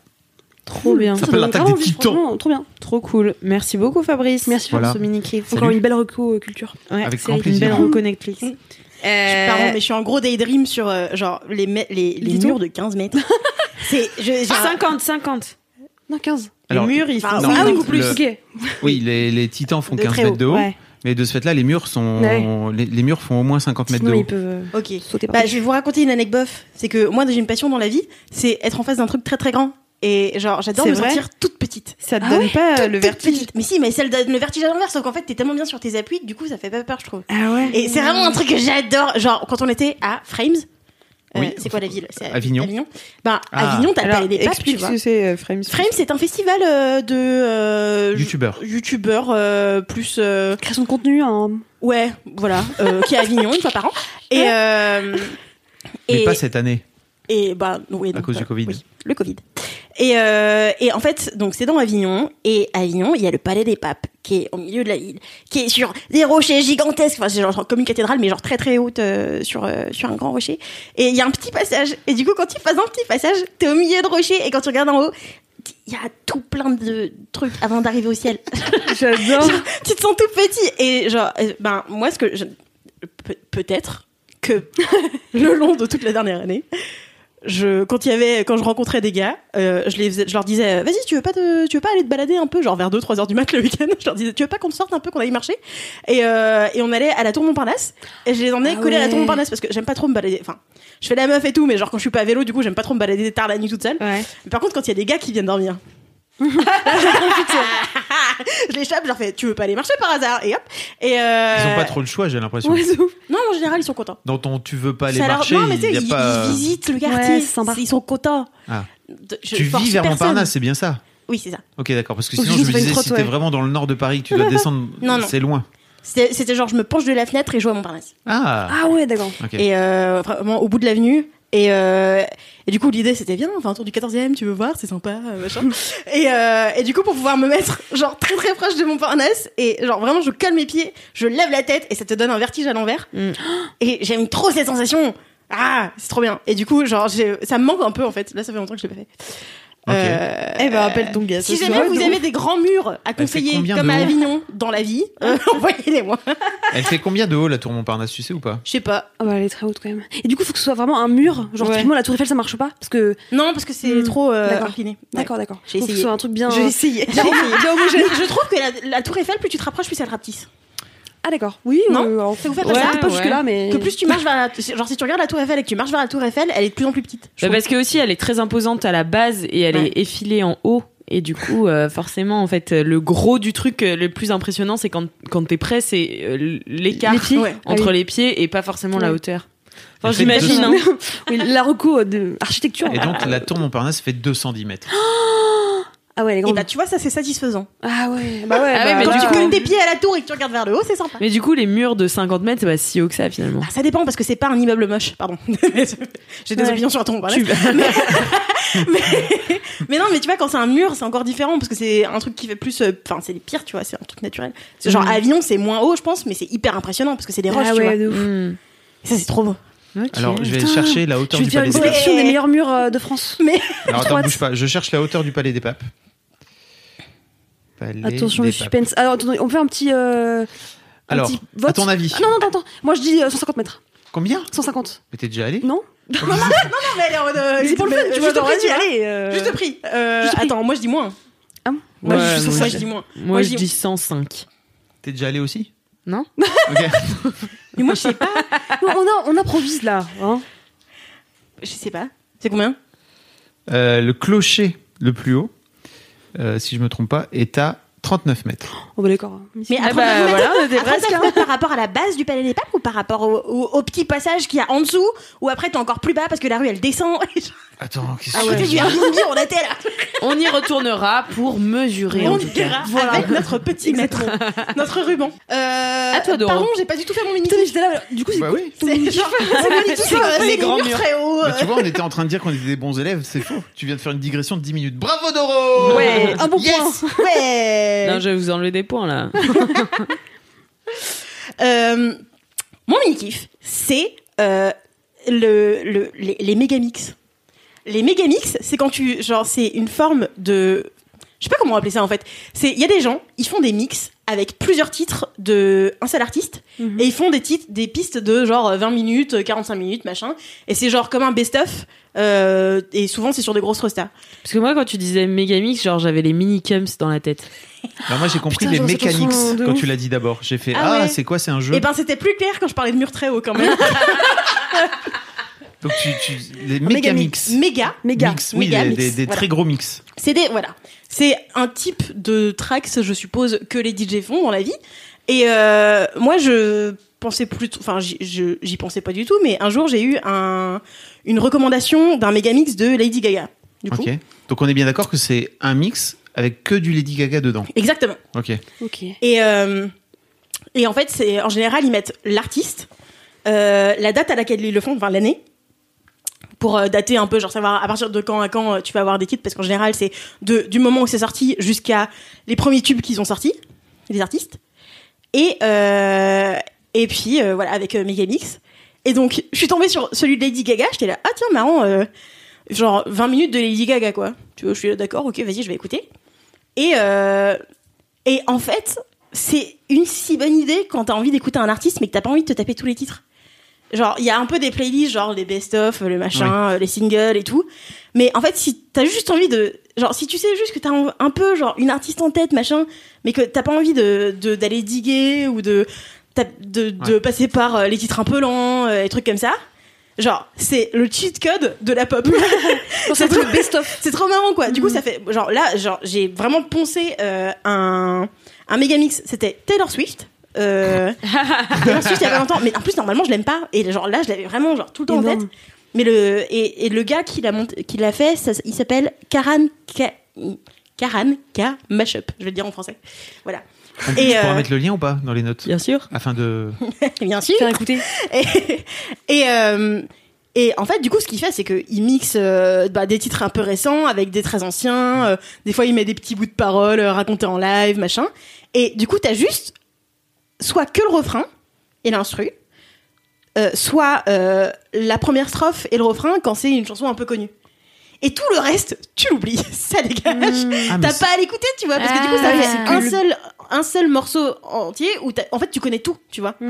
Speaker 3: trop bien,
Speaker 4: Ça
Speaker 2: Ça
Speaker 4: s'appelle
Speaker 2: donne
Speaker 4: l'attaque
Speaker 2: vraiment
Speaker 4: des
Speaker 2: envie,
Speaker 4: Titans.
Speaker 2: franchement, Trop bien.
Speaker 3: trop cool. Merci beaucoup, Fabrice.
Speaker 2: Merci
Speaker 4: pour Voilà. ce
Speaker 3: mini
Speaker 4: Salut.
Speaker 2: Encore une belle reco euh, culture.
Speaker 4: Avec grand
Speaker 3: une
Speaker 4: plaisir.
Speaker 3: belle reconnect, please. Euh,
Speaker 5: Pardon, mais Mmh. je suis en gros daydream sur euh, genre les, me- les, les
Speaker 2: Dis-toi.
Speaker 5: murs de 15 mètres. C'est je- j'ai un-
Speaker 3: 50, 50.
Speaker 2: Non, 15.
Speaker 4: Alors,
Speaker 3: les murs, ils
Speaker 5: Ah,
Speaker 3: font
Speaker 4: oui,
Speaker 3: ça.
Speaker 4: oui,
Speaker 3: beaucoup plus.
Speaker 4: le-
Speaker 3: Ok.
Speaker 4: oui, les, les titans font
Speaker 5: De
Speaker 4: 15
Speaker 5: très
Speaker 4: mètres
Speaker 5: haut,
Speaker 4: de haut,
Speaker 3: ouais.
Speaker 4: mais de ce fait-là, les murs sont,
Speaker 2: Ouais.
Speaker 4: les, les murs font au moins 50 mètres
Speaker 2: Sinon,
Speaker 4: de haut.
Speaker 2: ils peuvent
Speaker 5: Ok.
Speaker 2: euh, sauter par
Speaker 5: Bah, je vais vous raconter une anecdote. bof. C'est que moi, j'ai une passion dans la vie, c'est être en face d'un truc très très grand. Et genre, j'adore
Speaker 3: C'est
Speaker 5: me
Speaker 3: vrai
Speaker 5: sentir toute petite.
Speaker 3: Ça te
Speaker 2: Ah
Speaker 3: donne
Speaker 2: ouais,
Speaker 3: pas euh,
Speaker 5: Toute,
Speaker 3: le
Speaker 5: toute
Speaker 3: vertige
Speaker 5: petite. Mais si, mais celle donne le vertige à l'envers, sauf qu'en fait, t'es tellement bien sur tes appuis que du coup, ça fait pas peur, je trouve.
Speaker 2: Ah ouais.
Speaker 5: Et c'est vraiment un truc que j'adore. Genre, quand on était à Frames, euh,
Speaker 4: Oui.
Speaker 5: c'est quoi la ville C'est à-
Speaker 4: Avignon.
Speaker 5: Avignon. Bah,
Speaker 4: Ah.
Speaker 5: Avignon, t'as pas
Speaker 3: Alors,
Speaker 5: les papes, tu
Speaker 3: explique ce
Speaker 5: vois.
Speaker 3: que c'est, euh, Frames.
Speaker 5: Frames, c'est un festival euh, de euh,
Speaker 4: Youtubeur.
Speaker 5: youtubeurs euh, plus euh,
Speaker 2: Création de contenu hein. en.
Speaker 5: ouais voilà euh, qui est à Avignon une fois par an et euh,
Speaker 4: Mais
Speaker 5: et,
Speaker 4: pas cette année.
Speaker 5: et bah oui
Speaker 4: À
Speaker 5: donc,
Speaker 4: cause du
Speaker 5: voilà,
Speaker 4: Covid.
Speaker 5: oui, le Covid et euh, et en fait donc c'est dans Avignon et à Avignon il y a le palais des papes qui est au milieu de la ville qui est sur des rochers gigantesques enfin c'est genre comme une cathédrale mais genre très très haute euh, sur euh, sur un grand rocher et il y a un petit passage et du coup quand tu passes un petit passage t'es au milieu de rochers et quand tu regardes en haut il y a tout plein de trucs avant d'arriver au ciel
Speaker 3: J'adore.
Speaker 5: tu te sens tout petit et genre euh, ben moi ce que je Pe- peut-être que le long de toute la dernière année je quand il y avait quand je rencontrais des gars euh, je les faisais- je leur disais euh, vas-y tu veux pas te- tu veux pas aller te balader un peu genre vers 2 3 heures du mat le week-end je leur disais tu veux pas qu'on sorte un peu qu'on aille marcher et, euh, et on allait à la tour Montparnasse et je les emmenais
Speaker 2: Ah
Speaker 5: coller à la
Speaker 2: ouais.
Speaker 5: tour Montparnasse parce que j'aime pas trop me balader enfin je fais la meuf et tout mais genre quand je suis pas à vélo du coup j'aime pas trop me balader tard la nuit toute seule
Speaker 3: Ouais.
Speaker 5: mais Par contre, quand il y a des gars qui viennent dormir. je l'échappe, je leur fais Tu veux pas aller marcher par hasard Et hop Et euh...
Speaker 4: Ils ont pas trop le choix, j'ai l'impression.
Speaker 5: Non, en général, ils sont contents.
Speaker 4: Dans ton tu veux pas aller
Speaker 5: Ça leur-
Speaker 4: marcher,
Speaker 5: Non, mais tu sais,
Speaker 4: il y a
Speaker 5: ils,
Speaker 4: pas. euh,
Speaker 5: ils visitent le
Speaker 2: Ouais,
Speaker 5: quartier.
Speaker 2: c'est sympa.
Speaker 5: ils sont contents.
Speaker 4: Ah.
Speaker 5: De- je
Speaker 4: tu
Speaker 5: force
Speaker 4: vis vers
Speaker 5: personne.
Speaker 4: Montparnasse, c'est bien ça.
Speaker 5: Oui, c'est ça.
Speaker 4: Ok, d'accord. Parce que
Speaker 3: Ou
Speaker 4: sinon, je
Speaker 3: juste
Speaker 4: me
Speaker 3: faire une
Speaker 4: disais, si
Speaker 3: trotte,
Speaker 4: t'es
Speaker 3: ouais.
Speaker 4: vraiment dans le nord de Paris, que tu dois descendre,
Speaker 5: Non, non.
Speaker 4: c'est loin.
Speaker 5: C'était c'était genre, je me penche de la fenêtre et je vois Montparnasse.
Speaker 4: Ah.
Speaker 2: Ah ouais, d'accord.
Speaker 4: Ok.
Speaker 5: Et euh, vraiment, au bout de l'avenue. Et, euh, et du coup, l'idée, c'était bien. Enfin, un tour du 14e, tu veux voir, c'est sympa, euh, machin. et, euh, et du coup, pour pouvoir me mettre, genre, très très proche de Montparnasse, et genre, vraiment, je calme mes pieds, je lève la tête, et ça te donne un vertige à l'envers.
Speaker 3: Mm.
Speaker 5: Et j'aime trop cette sensation. Ah, c'est trop bien. Et du coup, genre, j'ai- ça me manque un peu, en fait. Là, ça fait longtemps que je l'ai pas fait.
Speaker 4: Ok.
Speaker 5: Euh,
Speaker 3: Eh ben, appelle ton gars.
Speaker 5: si jamais vous avez des grands murs à
Speaker 4: fait
Speaker 5: conseiller,
Speaker 4: Bah, combien
Speaker 5: comme
Speaker 4: de
Speaker 5: à
Speaker 4: haut
Speaker 5: Avignon, dans la vie, euh, envoyez-les-moi.
Speaker 4: Elle fait combien de haut la tour Montparnasse, tu sais ou pas
Speaker 5: Je sais pas.
Speaker 2: Ah bah elle est très haute quand même. Et du coup, faut que ce soit vraiment un mur. Genre,
Speaker 3: Ouais.
Speaker 2: typiquement, la Tour Eiffel, ça marche pas. Parce que.
Speaker 5: Non, parce que c'est
Speaker 2: Hmm,
Speaker 5: trop euh,
Speaker 2: d'accord.
Speaker 5: incliné. Ouais.
Speaker 2: D'accord, d'accord.
Speaker 5: J'ai
Speaker 2: Faut que
Speaker 5: essayé.
Speaker 2: ce soit un truc bien. euh,
Speaker 3: J'ai essayé.
Speaker 5: J'ai essayé. Mais je trouve que la, la tour Eiffel, plus tu te rapproches, plus elle rapetisse.
Speaker 2: Ah d'accord. Oui,
Speaker 5: Non.
Speaker 2: euh, alors,
Speaker 5: C'est ouvert
Speaker 2: ouais,
Speaker 5: comme ça.
Speaker 2: peut-être pas jusque là, mais.
Speaker 5: Que plus tu marches vers la, genre si tu regardes la tour Eiffel et que tu marches vers la tour Eiffel, elle est de plus en plus petite. je
Speaker 3: Bah,
Speaker 5: trouve.
Speaker 3: parce que aussi, elle est très imposante à la base et elle
Speaker 5: Ouais.
Speaker 3: est effilée en haut. Et du coup, euh, forcément, en fait, euh, le gros du truc euh, le plus impressionnant, c'est quand, quand t'es prêt, c'est euh, l- l'écart
Speaker 2: Les pieds.
Speaker 5: Ouais.
Speaker 3: entre
Speaker 2: Ah oui.
Speaker 3: les pieds et pas forcément la
Speaker 2: Ouais.
Speaker 3: hauteur. Enfin,
Speaker 4: Elle fait deux
Speaker 3: j'imagine.
Speaker 4: cents-
Speaker 3: hein.
Speaker 2: Oui, la reco euh, de architecture.
Speaker 4: Et donc la tour Montparnasse fait 210 mètres.
Speaker 2: Ah ouais, elle est
Speaker 5: Et
Speaker 2: grande.
Speaker 5: bah tu vois, ça c'est satisfaisant.
Speaker 2: Ah ouais. Bah ouais.
Speaker 3: Ah ouais,
Speaker 2: bah,
Speaker 3: mais
Speaker 5: Quand
Speaker 3: du
Speaker 5: tu
Speaker 3: coup-
Speaker 5: colles tes pieds à la tour et que tu regardes vers le haut, c'est sympa.
Speaker 3: Mais du coup, les murs de 50 mètres, c'est pas si haut que ça finalement.
Speaker 5: Ah, ça dépend parce que c'est pas un immeuble moche, pardon. J'ai des
Speaker 2: Ouais.
Speaker 5: opinions sur la tour Montparnasse.
Speaker 3: Tu vas-
Speaker 5: mais, mais non, mais tu vois, quand c'est un mur, c'est encore différent parce que c'est un truc qui fait plus. euh, Enfin, c'est les pires, tu vois, c'est un truc naturel. C'est genre
Speaker 3: Mhm.
Speaker 5: à Avion, c'est moins haut, je pense, mais c'est hyper impressionnant parce que c'est des roches,
Speaker 2: Mm. Ah
Speaker 5: tu vois.
Speaker 2: ouais, de ouf.
Speaker 3: Mm.
Speaker 5: Ça, c'est trop beau.
Speaker 3: Ok.
Speaker 4: Alors je vais
Speaker 2: Putain.
Speaker 4: chercher la
Speaker 2: Je
Speaker 4: hauteur
Speaker 2: vais
Speaker 4: du
Speaker 2: te faire
Speaker 4: palais des
Speaker 2: une
Speaker 5: Ouais.
Speaker 4: papes.
Speaker 2: sélection des meilleurs murs euh, de France.
Speaker 4: Alors attends,
Speaker 2: droite.
Speaker 4: bouge pas. Je cherche la hauteur du palais des papes. Palais
Speaker 2: Attention,
Speaker 4: des
Speaker 2: le
Speaker 4: papes.
Speaker 2: suspense. Alors, attendez, on fait un petit. euh,
Speaker 4: Alors,
Speaker 2: petit vote.
Speaker 4: à ton avis,
Speaker 2: Ah, non, non, attends, attends. Moi, je dis euh, 150 mètres.
Speaker 4: combien
Speaker 2: 150.
Speaker 4: Mais t'es déjà allé
Speaker 2: Non
Speaker 5: Non, mais elle est en mode, euh,
Speaker 2: Mais c'est pour le fun,
Speaker 5: euh,
Speaker 2: tu vois,
Speaker 5: juste
Speaker 2: genre,
Speaker 5: prix,
Speaker 2: vas-y,
Speaker 5: tu vois.
Speaker 2: allez. euh,
Speaker 5: Juste prix. Euh,
Speaker 2: Juste prix.
Speaker 5: Attends, moi je dis moins.
Speaker 2: Ah,
Speaker 5: Moi je
Speaker 3: ouais,
Speaker 5: suis sur
Speaker 3: moi,
Speaker 5: ça,
Speaker 3: je-
Speaker 5: je dis moins.
Speaker 3: Moi, je dis 105.
Speaker 4: T'es déjà allé aussi
Speaker 3: Non.
Speaker 4: Ok.
Speaker 5: Mais moi je sais pas.
Speaker 2: non, on, a- on improvise là. hein.
Speaker 5: Je sais pas. C'est combien
Speaker 4: Euh, le clocher le plus haut, euh, si je me trompe pas, est à 39 mètres.
Speaker 2: Oh, bah d'accord.
Speaker 5: Mais à 39
Speaker 3: bah,
Speaker 5: mètres,
Speaker 3: voilà, on était
Speaker 5: à 39
Speaker 3: presque, hein.
Speaker 5: mètres par rapport à la base du palais des papes ou par rapport au, au- au petit passage qu'il y a en dessous ou après t'es encore plus bas parce que la rue elle descend.
Speaker 4: Attends, qu'est-ce
Speaker 5: Ah ouais. du Airbnb, on était là.
Speaker 3: On y retournera pour mesurer. en
Speaker 5: on
Speaker 3: tout cas.
Speaker 5: ira avec notre petit mètre, notre ruban. Euh,
Speaker 3: À toi, Doro.
Speaker 5: Pardon, j'ai pas du tout fait mon mini.
Speaker 2: Putain, mais j'étais là. voilà. Du coup, c'est
Speaker 4: Bah oui.
Speaker 5: C'est genre, c'est mon mini-kiff,
Speaker 3: C'est
Speaker 5: euh,
Speaker 3: les
Speaker 5: c'est
Speaker 3: grands
Speaker 5: des murs
Speaker 3: murs.
Speaker 5: très hauts.
Speaker 4: Bah, tu
Speaker 5: euh.
Speaker 4: vois, on était en train de dire qu'on était des bons élèves, c'est faux. Tu viens de faire une digression de 10 minutes. Bravo Doro
Speaker 3: Ouais.
Speaker 2: un bon point.
Speaker 5: Yes. Ouais.
Speaker 3: Non, je vais vous enlever des points là.
Speaker 5: Euh, mon mini kiff, c'est euh, le, le- les, les mégamix. Les mégamix, c'est quand tu genre c'est une forme de je sais pas comment appeler ça en fait. C'est il y a des gens, ils font des mix avec plusieurs titres de un seul artiste
Speaker 2: Mhm.
Speaker 5: et ils font des titres des pistes de genre 20 minutes, 45 minutes, machin et c'est genre comme un best of euh, et souvent c'est sur des grosses restas.
Speaker 3: Parce que moi, quand tu disais Megamix, genre j'avais les mini cums dans la tête.
Speaker 4: Alors Bah, moi j'ai compris
Speaker 2: Putain,
Speaker 4: les
Speaker 2: genre, cette chanson
Speaker 4: mécaniques
Speaker 2: de
Speaker 4: quand
Speaker 2: ouf.
Speaker 4: tu l'as dit d'abord. J'ai fait
Speaker 5: Ah
Speaker 4: ah,
Speaker 5: ouais.
Speaker 4: c'est quoi c'est un jeu
Speaker 5: Et ben c'était plus clair quand je parlais de mur très haut quand même.
Speaker 4: Donc tu, tu- les mécamix.
Speaker 5: Méga,
Speaker 2: Méga.
Speaker 4: Mix, oui, des,
Speaker 5: Mégamix,
Speaker 4: des- des
Speaker 5: voilà.
Speaker 4: très gros mix.
Speaker 5: C'est des voilà, c'est un type de tracks, je suppose, que les DJ font dans la vie. Et euh, moi, je pensais plutôt, enfin, j'y- je- j'y pensais pas du tout, mais un jour, j'ai eu un, une recommandation d'un méga mix de Lady Gaga. Du coup,
Speaker 4: Ok. Donc on est bien d'accord que c'est un mix avec que du Lady Gaga dedans.
Speaker 5: exactement.
Speaker 4: Ok.
Speaker 2: Ok.
Speaker 5: Et euh, et en fait, c'est en général, ils mettent l'artiste, euh, la date à laquelle ils le font, enfin l'année. Pour euh, dater un peu, genre savoir à partir de quand à quand euh, tu vas avoir des titres, parce qu'en général, c'est de, du moment où c'est sorti jusqu'à les premiers tubes qu'ils ont sortis, les artistes. Et, euh, et puis, euh, voilà, avec euh, Megamix. Et donc, je suis tombée sur celui de Lady Gaga, j'étais là, ah tiens, marrant, euh, genre 20 minutes de Lady Gaga, quoi. Tu vois, je suis là, d'accord, ok, vas-y, je vais écouter. Et, euh, et en fait, c'est une si bonne idée quand t'as envie d'écouter un artiste, mais que t'as pas envie de te taper tous les titres. Genre, il y a un peu des playlists, genre les best-of, le machin, euh, les singles et tout. Mais en fait, si t'as juste envie de. Genre, si tu sais juste que t'as un- un peu, genre, une artiste en tête, machin, mais que t'as pas envie de de- d'aller diguer ou de, t'as- de, de passer par euh, les titres un peu lents, euh, et trucs comme ça. Genre, c'est le cheat code de la pop.
Speaker 2: C'est le best-of.
Speaker 5: C'est trop marrant quoi. Du coup, ça fait genre là, genre j'ai vraiment poncé euh, un un méga mix. C'était Taylor Swift. Euh, Taylor Swift il y a pas longtemps. Mais en plus normalement je l'aime pas. Et genre là, je l'avais vraiment genre tout le temps en
Speaker 2: Énorme.
Speaker 5: tête. Mais le et, et le gars qui l'a monté, qui l'a fait, ça- il s'appelle Karan Ka, Karan K Mashup. Je vais le dire en français. Voilà.
Speaker 4: On
Speaker 5: Et,
Speaker 4: pourra
Speaker 5: euh,
Speaker 4: mettre le lien ou pas dans les notes
Speaker 3: Bien sûr.
Speaker 4: afin de.
Speaker 5: Bien sûr.
Speaker 2: Faire écouter.
Speaker 5: et, et, euh, et en fait, du coup, ce qu'il fait, c'est qu'il mixe euh, bah, des titres un peu récents avec des très anciens. euh, des fois, il met des petits bouts de paroles euh, racontés en live, machin. Et du coup, t'as juste soit que le refrain et l'instru, euh, soit euh, la première strophe et le refrain quand c'est une chanson un peu connue. Et tout le reste, tu l'oublies, ça dégage.
Speaker 4: Ah, mais
Speaker 5: T'as
Speaker 4: c'est-
Speaker 5: pas à l'écouter, tu vois, parce que du coup, ça
Speaker 2: Ah,
Speaker 5: fait
Speaker 2: c'est
Speaker 5: un
Speaker 2: cool.
Speaker 5: seul, un seul morceau entier où t'as- en fait, tu connais tout, tu vois.
Speaker 4: Ah.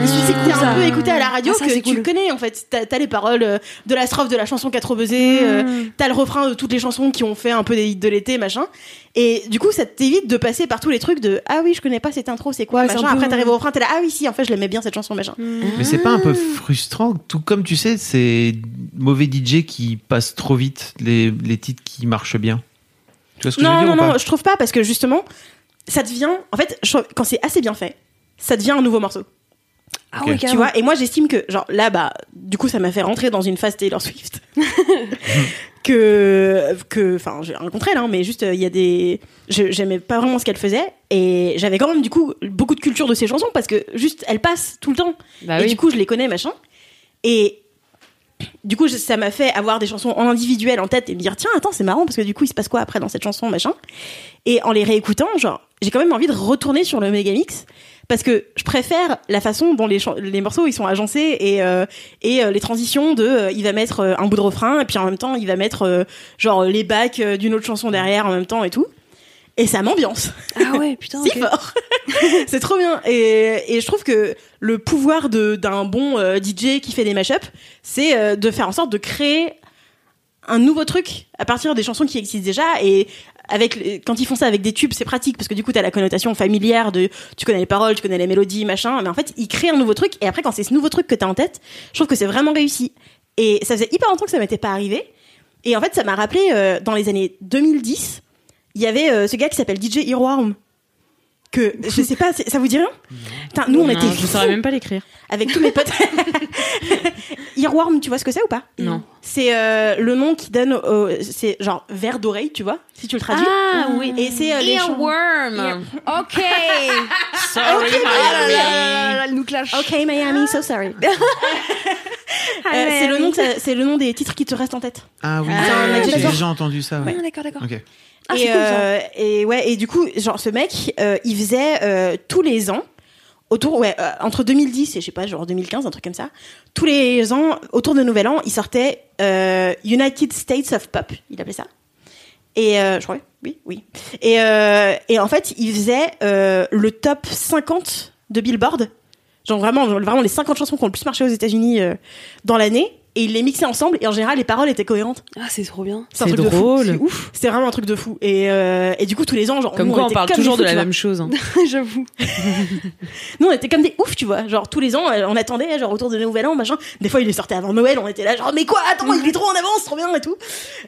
Speaker 5: Il suffit que t'aies un
Speaker 2: ça.
Speaker 5: peu écouté à la radio
Speaker 2: Ah, ça,
Speaker 5: que
Speaker 2: c'est
Speaker 5: tu
Speaker 2: cool.
Speaker 5: connais en fait. T'as t'as les paroles euh, de la strophe de la chanson 4 baisers, euh,
Speaker 2: Hmm.
Speaker 5: t'as le refrain de toutes les chansons qui ont fait un peu des hits de l'été, machin. Et du coup, ça t'évite de passer par tous les trucs de ah oui, je connais pas cette intro, c'est quoi,
Speaker 2: Ouais, Hmm. c'est
Speaker 5: machin.
Speaker 2: un peu-
Speaker 5: Après, t'arrives au refrain, t'es là ah oui, si, en fait, je l'aimais bien cette chanson, machin.
Speaker 4: Mais c'est pas un peu frustrant, tout comme tu sais, ces mauvais DJ qui passent trop vite les, les titres qui marchent bien. Tu vois ce que je veux
Speaker 5: Non,
Speaker 4: dire
Speaker 5: non,
Speaker 4: ou
Speaker 5: non,
Speaker 4: pas
Speaker 5: je trouve pas parce que justement, ça devient en fait, je trouve- quand c'est assez bien fait, ça devient un nouveau morceau.
Speaker 2: Ah
Speaker 4: Ok.
Speaker 2: ouais,
Speaker 4: Tu
Speaker 5: Tu
Speaker 2: carrément.
Speaker 5: vois, et moi j'estime que, genre là, bah, du coup, ça m'a fait rentrer dans une phase Taylor Swift. que, que, enfin, j'ai rien contre elle, hein, mais juste, euh, il y a des. je- J'aimais pas vraiment ce qu'elle faisait, et j'avais quand même, du coup, beaucoup de culture de ses chansons, parce que juste, elle passe tout le temps.
Speaker 3: Bah
Speaker 5: et du coup, je les connais, machin. Et. Du coup, je- ça m'a fait avoir des chansons en individuel en tête et me dire tiens attends c'est marrant parce que du coup il se passe quoi après dans cette chanson machin et en les réécoutant genre j'ai quand même envie de retourner sur le Megamix parce que je préfère la façon dont les, chan- les morceaux ils sont agencés et euh, et euh, les transitions de euh, il va mettre euh, un bout de refrain et puis en même temps il va mettre euh, genre les bacs euh, d'une autre chanson derrière en même temps et tout et ça m'ambiance.
Speaker 2: Ah ouais, putain.
Speaker 5: si fort. c'est trop bien. Et, et je trouve que le pouvoir de- d'un bon euh, DJ qui fait des mashups, c'est euh, de faire en sorte de créer un nouveau truc à partir des chansons qui existent déjà et avec les- quand ils font ça avec des tubes c'est pratique parce que du coup t'as la connotation familière de tu connais les paroles tu connais les mélodies machin mais en fait ils créent un nouveau truc et après quand c'est ce nouveau truc que t'as en tête je trouve que c'est vraiment réussi et ça faisait hyper longtemps que ça m'était pas arrivé et en fait ça m'a rappelé euh, dans les années 2010 il y avait euh, ce gars qui s'appelle DJ Earworm que je sais pas c'est- ça vous dit rien Putain, nous on
Speaker 3: Non,
Speaker 5: était
Speaker 3: Je
Speaker 5: fous
Speaker 3: saurais même pas l'écrire.
Speaker 5: avec tous mes potes. Earworm, tu vois ce que c'est ou pas
Speaker 3: Non.
Speaker 5: C'est euh, le nom qui donne, au- c'est genre verre d'oreille, tu vois, si tu le traduis.
Speaker 3: Ah oui.
Speaker 5: Et c'est euh, les chants-
Speaker 3: Earworm.
Speaker 8: Ok.
Speaker 3: Sorry,
Speaker 2: elle nous clash.
Speaker 5: Ok Miami, so sorry. Euh, c'est le nom, que ça- c'est le nom des titres qui te restent en tête.
Speaker 4: Ah oui,
Speaker 5: Ah,
Speaker 4: j'ai
Speaker 5: d'accord.
Speaker 4: déjà entendu ça. ouais.
Speaker 2: D'accord, d'accord.
Speaker 4: Ok.
Speaker 2: Ah,
Speaker 5: et,
Speaker 2: c'est cool, ça.
Speaker 5: euh, et ouais, et du coup, genre ce mec, euh, il faisait euh, tous les ans. Autour, ouais, euh, entre 2010 et je sais pas, genre 2015, un truc comme ça. Tous les ans, autour de Nouvel An, il sortait euh, United States of Pop, il appelait ça. Et euh, je crois, oui, oui. Et, euh, et en fait, il faisait euh, le top 50 de Billboard. Genre vraiment, genre vraiment les 50 chansons qui ont le plus marché aux États-Unis euh, dans l'année. Et il les mixait ensemble. Et en général, les paroles étaient cohérentes.
Speaker 2: Ah, c'est trop bien.
Speaker 5: un
Speaker 3: C'est
Speaker 5: truc de fou.
Speaker 3: drôle.
Speaker 5: C'est ouf. C'est vraiment un truc de fou. Et, euh, et du coup, tous les ans, genre,
Speaker 3: Comme
Speaker 5: nous,
Speaker 3: quoi, on
Speaker 5: était
Speaker 3: parle
Speaker 5: comme
Speaker 3: toujours
Speaker 5: des
Speaker 3: de la
Speaker 5: fous, tu
Speaker 3: même chose. hein.
Speaker 2: J'avoue.
Speaker 5: vois. Nous, on était comme des oufs, tu vois. Genre, tous les ans, euh, on attendait, genre, autour de Nouvel An, machin. Des fois, il les sortait avant Noël, on était là, genre, mais quoi,
Speaker 4: Mm.
Speaker 5: attends, il est trop en avance, trop bien et tout.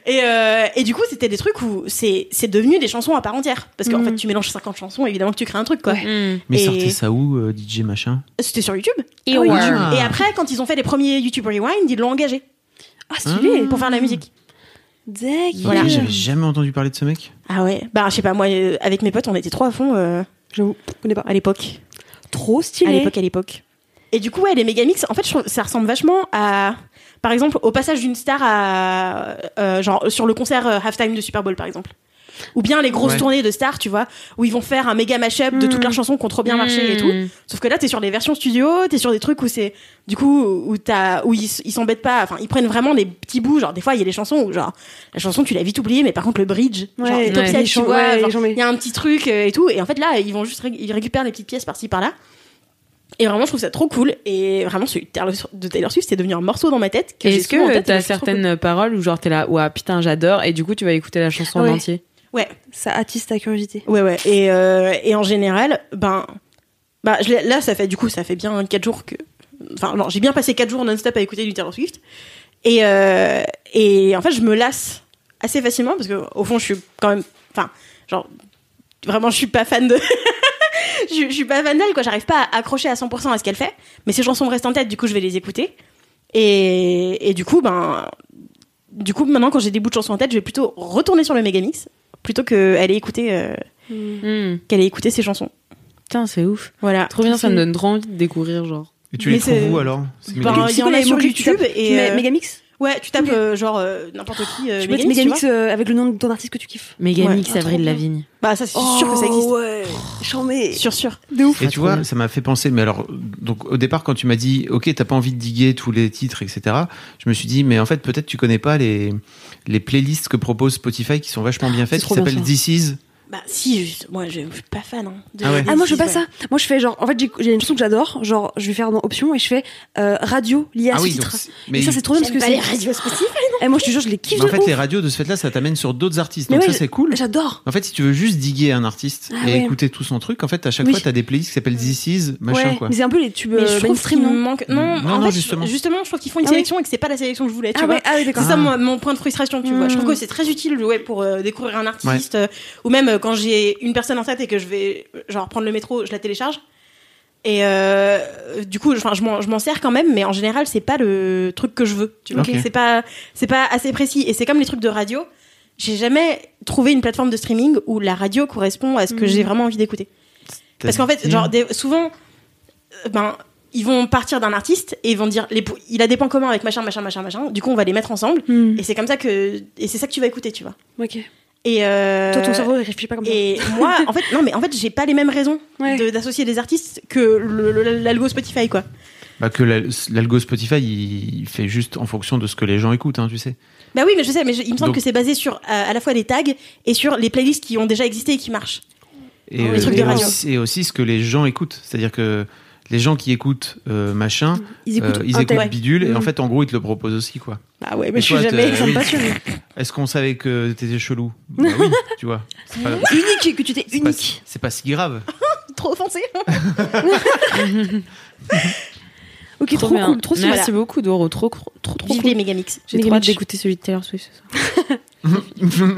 Speaker 5: Et, euh, et du coup, c'était des trucs où c'est c'est devenu des chansons à part entière. Parce qu'en fait, tu mélanges 50 chansons, évidemment que tu crées un truc, quoi.
Speaker 4: Mm. Mais
Speaker 5: Et-
Speaker 4: sortez ça où, euh, DJ machin
Speaker 5: C'était sur YouTube.
Speaker 4: Ah oui, Earworm.
Speaker 5: Et après, quand ils ont fait les premiers YouTube Rewind, ils l'ont engagé
Speaker 2: Ah, stylé.
Speaker 4: Mm.
Speaker 5: pour faire de la musique.
Speaker 2: D'accord.
Speaker 4: Ok,
Speaker 5: euh,
Speaker 4: J'avais jamais entendu parler de ce mec.
Speaker 5: Ah ouais. Bah, je sais pas, moi, euh, avec mes potes, on était trop à fond euh,
Speaker 2: J'avoue, je connais pas.
Speaker 5: à l'époque.
Speaker 2: Trop stylé.
Speaker 5: À l'époque, à l'époque. Et du coup, ouais, les Megamix, en fait, je trouve que ça ressemble vachement à, par exemple, au passage d'une star à, euh, genre, sur le concert euh, halftime de Super Bowl, par exemple. Ou bien les grosses
Speaker 4: Ouais.
Speaker 5: tournées de stars, tu vois, où ils vont faire un méga mashup de toutes leurs
Speaker 2: Hmm.
Speaker 5: chansons qui ont trop bien marché et tout. Sauf que là, t'es sur les versions studio, t'es sur des trucs où c'est, du coup, où t'as, où ils s- ils s'embêtent pas, enfin, ils prennent vraiment les petits bouts. Genre, des fois, il y a des chansons où, genre, la chanson, tu l'as vite oubliée, mais par contre, le bridge, genre,
Speaker 2: Ouais,
Speaker 5: top
Speaker 2: ouais.
Speaker 5: set,
Speaker 2: Les
Speaker 5: tu
Speaker 2: chants-
Speaker 5: vois,
Speaker 2: ouais, les
Speaker 5: genre,
Speaker 2: chants-
Speaker 5: il y a un petit truc euh, et tout. Et en fait, là, ils vont juste, ré- ils récupèrent les petites pièces par-ci, par-là. Et vraiment, je trouve ça trop cool. Et vraiment, celui de Taylor- de Taylor Swift, c'est devenu un morceau dans ma tête. Que
Speaker 3: Et
Speaker 5: j'ai
Speaker 3: Est-ce
Speaker 5: souvent en
Speaker 3: que
Speaker 5: tête,
Speaker 3: t'as
Speaker 5: mais c'est trop
Speaker 3: certaines paroles où genre t'es là, ouah putain j'adore, et du coup tu vas écouter la chanson
Speaker 2: Ouais.
Speaker 3: en entier
Speaker 5: cool. Ouais,
Speaker 2: Ça attise ta curiosité.
Speaker 5: ouais, ouais. Et, euh, et en général, ben, bah, je l'ai- là, ça fait du coup, ça fait bien 4 jours que. Enfin, non, j'ai bien passé 4 jours non-stop à écouter du Taylor Swift. Et, euh, et en fait, je me lasse assez facilement parce que, au fond, je suis quand même. Enfin, genre, vraiment, je suis pas fan de. je, je suis pas fan d'elle, quoi. J'arrive pas à accrocher à 100% à ce qu'elle fait. Mais ces chansons me restent en tête, du coup, je vais les écouter. Et, et du coup, ben. Du coup, maintenant, quand j'ai des bouts de chansons en tête, je vais plutôt retourner sur le Megamix plutôt que aller écouter, euh,
Speaker 3: Hmm.
Speaker 5: qu'aller écouter ces chansons.
Speaker 3: Putain c'est ouf.
Speaker 5: Voilà.
Speaker 3: Trop bien, ça me donne trop envie de découvrir genre.
Speaker 4: Et tu
Speaker 5: Mais
Speaker 4: les
Speaker 5: c'est-
Speaker 4: trouves où alors C'est
Speaker 5: Bah,
Speaker 4: Megamix.
Speaker 5: il y en a sur YouTube et.
Speaker 2: Mais
Speaker 5: euh,
Speaker 2: Megamix
Speaker 5: Ouais, tu tapes
Speaker 2: Ok.
Speaker 5: euh, genre euh, n'importe qui. euh,
Speaker 2: Tu peux
Speaker 5: Megamix,
Speaker 2: mettre
Speaker 5: tu
Speaker 2: Megamix
Speaker 5: vois.
Speaker 2: euh, avec le nom de ton artiste que tu kiffes.
Speaker 3: Megamix
Speaker 2: Ouais.
Speaker 3: Avril
Speaker 2: Ah, trop
Speaker 3: Lavigne.
Speaker 5: Bah, ça, c'est sûr que ça existe.
Speaker 2: Oh, Ouais. J'en mets.
Speaker 5: Sûr, sûr.
Speaker 2: De ouf.
Speaker 4: Et tu vois, ça m'a fait penser, mais alors, donc au départ, quand tu m'as dit, ok, t'as pas envie de diguer tous les titres, etc., je me suis dit, mais en fait, peut-être tu connais pas les, les playlists que propose Spotify qui sont vachement bien faites,
Speaker 3: trop
Speaker 4: qui
Speaker 3: bien
Speaker 4: s'appellent
Speaker 3: ça.
Speaker 4: This Is.
Speaker 5: Bah, si, je- moi, je je suis pas fan. hein, de-
Speaker 4: Ah ouais.
Speaker 5: des
Speaker 2: Ah moi je fais
Speaker 5: filles,
Speaker 2: pas ça. Moi je fais genre en fait j'ai- j'ai une chanson que j'adore, genre je vais faire dans option et je fais euh, radio liée à ce
Speaker 4: Ah donc,
Speaker 2: titre.
Speaker 4: c'est-
Speaker 2: Et
Speaker 4: mais,
Speaker 2: ça c'est trop bien parce que
Speaker 5: pas les
Speaker 2: c'est
Speaker 5: radios spécifiques.
Speaker 2: et moi je te jure je les kiffe
Speaker 4: mais en
Speaker 2: de
Speaker 4: fait,
Speaker 2: ouf.
Speaker 4: les radios, de ce fait-là, ça t'amène sur d'autres artistes.
Speaker 2: Mais
Speaker 4: donc
Speaker 2: ouais,
Speaker 4: ça, c'est cool.
Speaker 2: J'adore.
Speaker 4: En fait, si tu veux juste diguer un artiste
Speaker 2: Ah
Speaker 4: et
Speaker 2: ouais.
Speaker 4: écouter tout son truc, en fait, à chaque
Speaker 2: Oui.
Speaker 4: fois, t'as des playlists qui s'appellent This Is, machin,
Speaker 2: Ouais,
Speaker 4: quoi.
Speaker 2: mais c'est un peu les tubes
Speaker 5: Mais je
Speaker 2: euh,
Speaker 5: trouve qu'il
Speaker 2: mainstream
Speaker 5: me
Speaker 2: non
Speaker 5: manque. Non,
Speaker 4: Non,
Speaker 5: en
Speaker 4: non,
Speaker 5: fait,
Speaker 4: justement.
Speaker 5: je- je trouve qu'ils font une
Speaker 2: Ah oui.
Speaker 5: sélection et que c'est pas la sélection que je voulais, tu
Speaker 2: Ah
Speaker 5: vois.
Speaker 2: ouais, ah ouais, d'accord.
Speaker 5: C'est ça mon, mon point de frustration, tu vois. Je trouve
Speaker 2: Mm.
Speaker 5: que c'est très utile ouais, pour euh, découvrir un artiste euh, ou même euh, quand j'ai une personne en tête et que je vais euh, genre prendre le métro, je la télécharge. Et euh, euh, du coup, enfin, je m'en je m'en sers quand même, mais en général, c'est pas le truc que je veux. Tu vois,
Speaker 4: Ok.
Speaker 5: c'est pas c'est pas assez précis. Et c'est comme les trucs de radio. J'ai jamais trouvé une plateforme de streaming où la radio correspond à ce que j'ai
Speaker 2: Hmm.
Speaker 5: vraiment envie d'écouter. Parce qu'en fait, genre, des- souvent, euh, ben, ils vont partir d'un artiste et ils vont dire, les pou- il a des points communs avec machin, machin, machin, machin. Du coup, on va les mettre ensemble.
Speaker 2: Hmm.
Speaker 5: Et c'est comme ça que, et c'est ça que tu vas écouter, tu vois.
Speaker 2: Ok.
Speaker 5: Et euh,
Speaker 2: Toi ton cerveau il réfléchit pas comme ça.
Speaker 5: Et moi, en fait, non, mais en fait, j'ai pas les mêmes raisons
Speaker 2: Ouais.
Speaker 5: de- d'associer des artistes que le- le- l'algo Spotify, quoi.
Speaker 4: Bah, que l'al- l'algo Spotify, il il fait juste en fonction de ce que les gens écoutent, hein, tu sais.
Speaker 5: Bah oui, mais je sais, mais je- il me semble
Speaker 4: Donc-
Speaker 5: que c'est basé sur euh, à la fois les tags et sur les playlists qui ont déjà existé et qui marchent.
Speaker 4: Et,
Speaker 5: Les trucs de
Speaker 4: et
Speaker 5: radio.
Speaker 4: aussi, et aussi ce que les gens écoutent. C'est-à-dire que les gens qui écoutent euh, machin,
Speaker 2: Ils écoutent
Speaker 4: euh, ils
Speaker 2: un
Speaker 4: écoutent
Speaker 2: tel.
Speaker 4: bidule, et en
Speaker 2: Mm.
Speaker 4: fait, en gros, ils te le proposent aussi, quoi.
Speaker 2: Ah ouais, mais
Speaker 4: Et
Speaker 2: je suis
Speaker 4: toi,
Speaker 2: jamais,
Speaker 4: t'es-
Speaker 2: ils sont
Speaker 4: oui.
Speaker 2: pas sûrs.
Speaker 4: Est-ce qu'on savait que t'étais chelou Bah oui, tu vois. C'est pas,
Speaker 2: Mmh. Unique, que tu t'es
Speaker 4: c'est pas-
Speaker 2: unique.
Speaker 4: c'est pas si grave.
Speaker 5: Trop offensé. hein.
Speaker 2: Ok, trop,
Speaker 3: Trop bien.
Speaker 2: cool, trop
Speaker 3: Merci
Speaker 2: sympa.
Speaker 3: beaucoup, Doro. Trop, trop, trop, trop
Speaker 5: Vive
Speaker 3: cool.
Speaker 5: les Megamix.
Speaker 3: J'ai trop hâte d'écouter celui de Taylor Swift ce soir.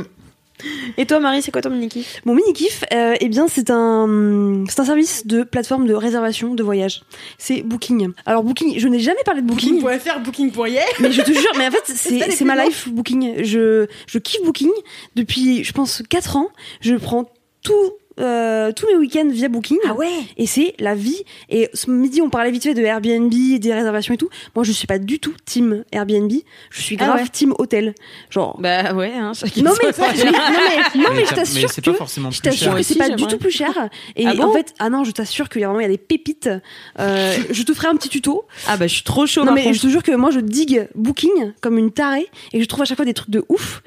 Speaker 3: Et toi, Marie, c'est quoi ton mini kiff
Speaker 2: Mon mini kiff, eh bien, c'est un, c'est un service de plateforme de réservation de voyage. C'est Booking. Alors Booking, je n'ai jamais parlé de Booking.
Speaker 5: Booking.fr, Booking.yeah.
Speaker 2: Mais je te jure, mais en fait, c'est
Speaker 5: ça les
Speaker 2: c'est
Speaker 5: plus
Speaker 2: ma
Speaker 5: longs.
Speaker 2: life Booking. Je, je kiffe Booking depuis, je pense, 4 ans. Je prends tout, euh, tous mes week-ends via Booking.
Speaker 5: Ah ouais.
Speaker 2: Et c'est la vie. Et ce midi, on parlait vite fait de Airbnb, des réservations et tout. Moi, je suis pas du tout team Airbnb. Je suis
Speaker 3: Ah
Speaker 2: grave
Speaker 3: ouais.
Speaker 2: team hôtel. Genre.
Speaker 3: Bah ouais, hein, chacun
Speaker 2: non, mais,
Speaker 3: son truc.
Speaker 2: mais- non, mais, non, mais je
Speaker 4: ça-
Speaker 2: t'assure
Speaker 4: c'est
Speaker 2: que.
Speaker 4: pas forcément
Speaker 2: Je
Speaker 4: plus
Speaker 2: t'assure
Speaker 4: cher.
Speaker 2: que c'est
Speaker 3: Aussi,
Speaker 2: pas du
Speaker 3: j'aimerais.
Speaker 2: tout plus cher. Et
Speaker 3: Ah bon
Speaker 2: en fait, ah non, je t'assure qu'il y a vraiment il y a des pépites. Euh, je te ferai un petit tuto.
Speaker 3: Ah bah je suis trop chaud.
Speaker 2: Non,
Speaker 3: par
Speaker 2: mais
Speaker 3: contre.
Speaker 2: je te jure que moi, je digue Booking comme une tarée et je trouve à chaque fois des trucs de ouf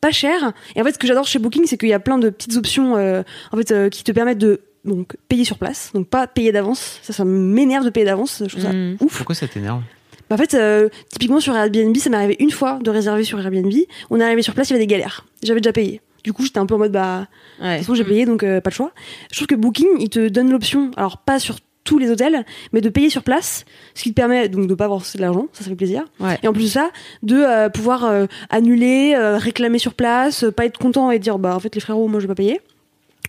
Speaker 2: pas cher et en fait ce que j'adore chez Booking c'est qu'il y a plein de petites options euh, en fait euh, qui te permettent de donc payer sur place donc pas payer d'avance ça ça m'énerve de payer d'avance je trouve ça
Speaker 3: Mm.
Speaker 2: ouf
Speaker 4: Pourquoi ça t'énerve
Speaker 2: Bah, en fait euh, typiquement sur Airbnb ça m'est arrivé une fois de réserver sur Airbnb on est arrivé sur place il y avait des galères j'avais déjà payé du coup j'étais un peu en mode bah de
Speaker 3: Ouais.
Speaker 2: toute façon, j'ai payé, donc euh, pas de choix. Je trouve que Booking, il te donne l'option, alors pas sur tous les hôtels, mais de payer sur place, ce qui te permet donc de pas avoir de l'argent, ça, ça fait plaisir.
Speaker 3: Ouais.
Speaker 2: Et en plus de ça, de euh, pouvoir euh, annuler, euh, réclamer sur place, euh, pas être content et dire bah en fait les frérots, moi je vais pas payer.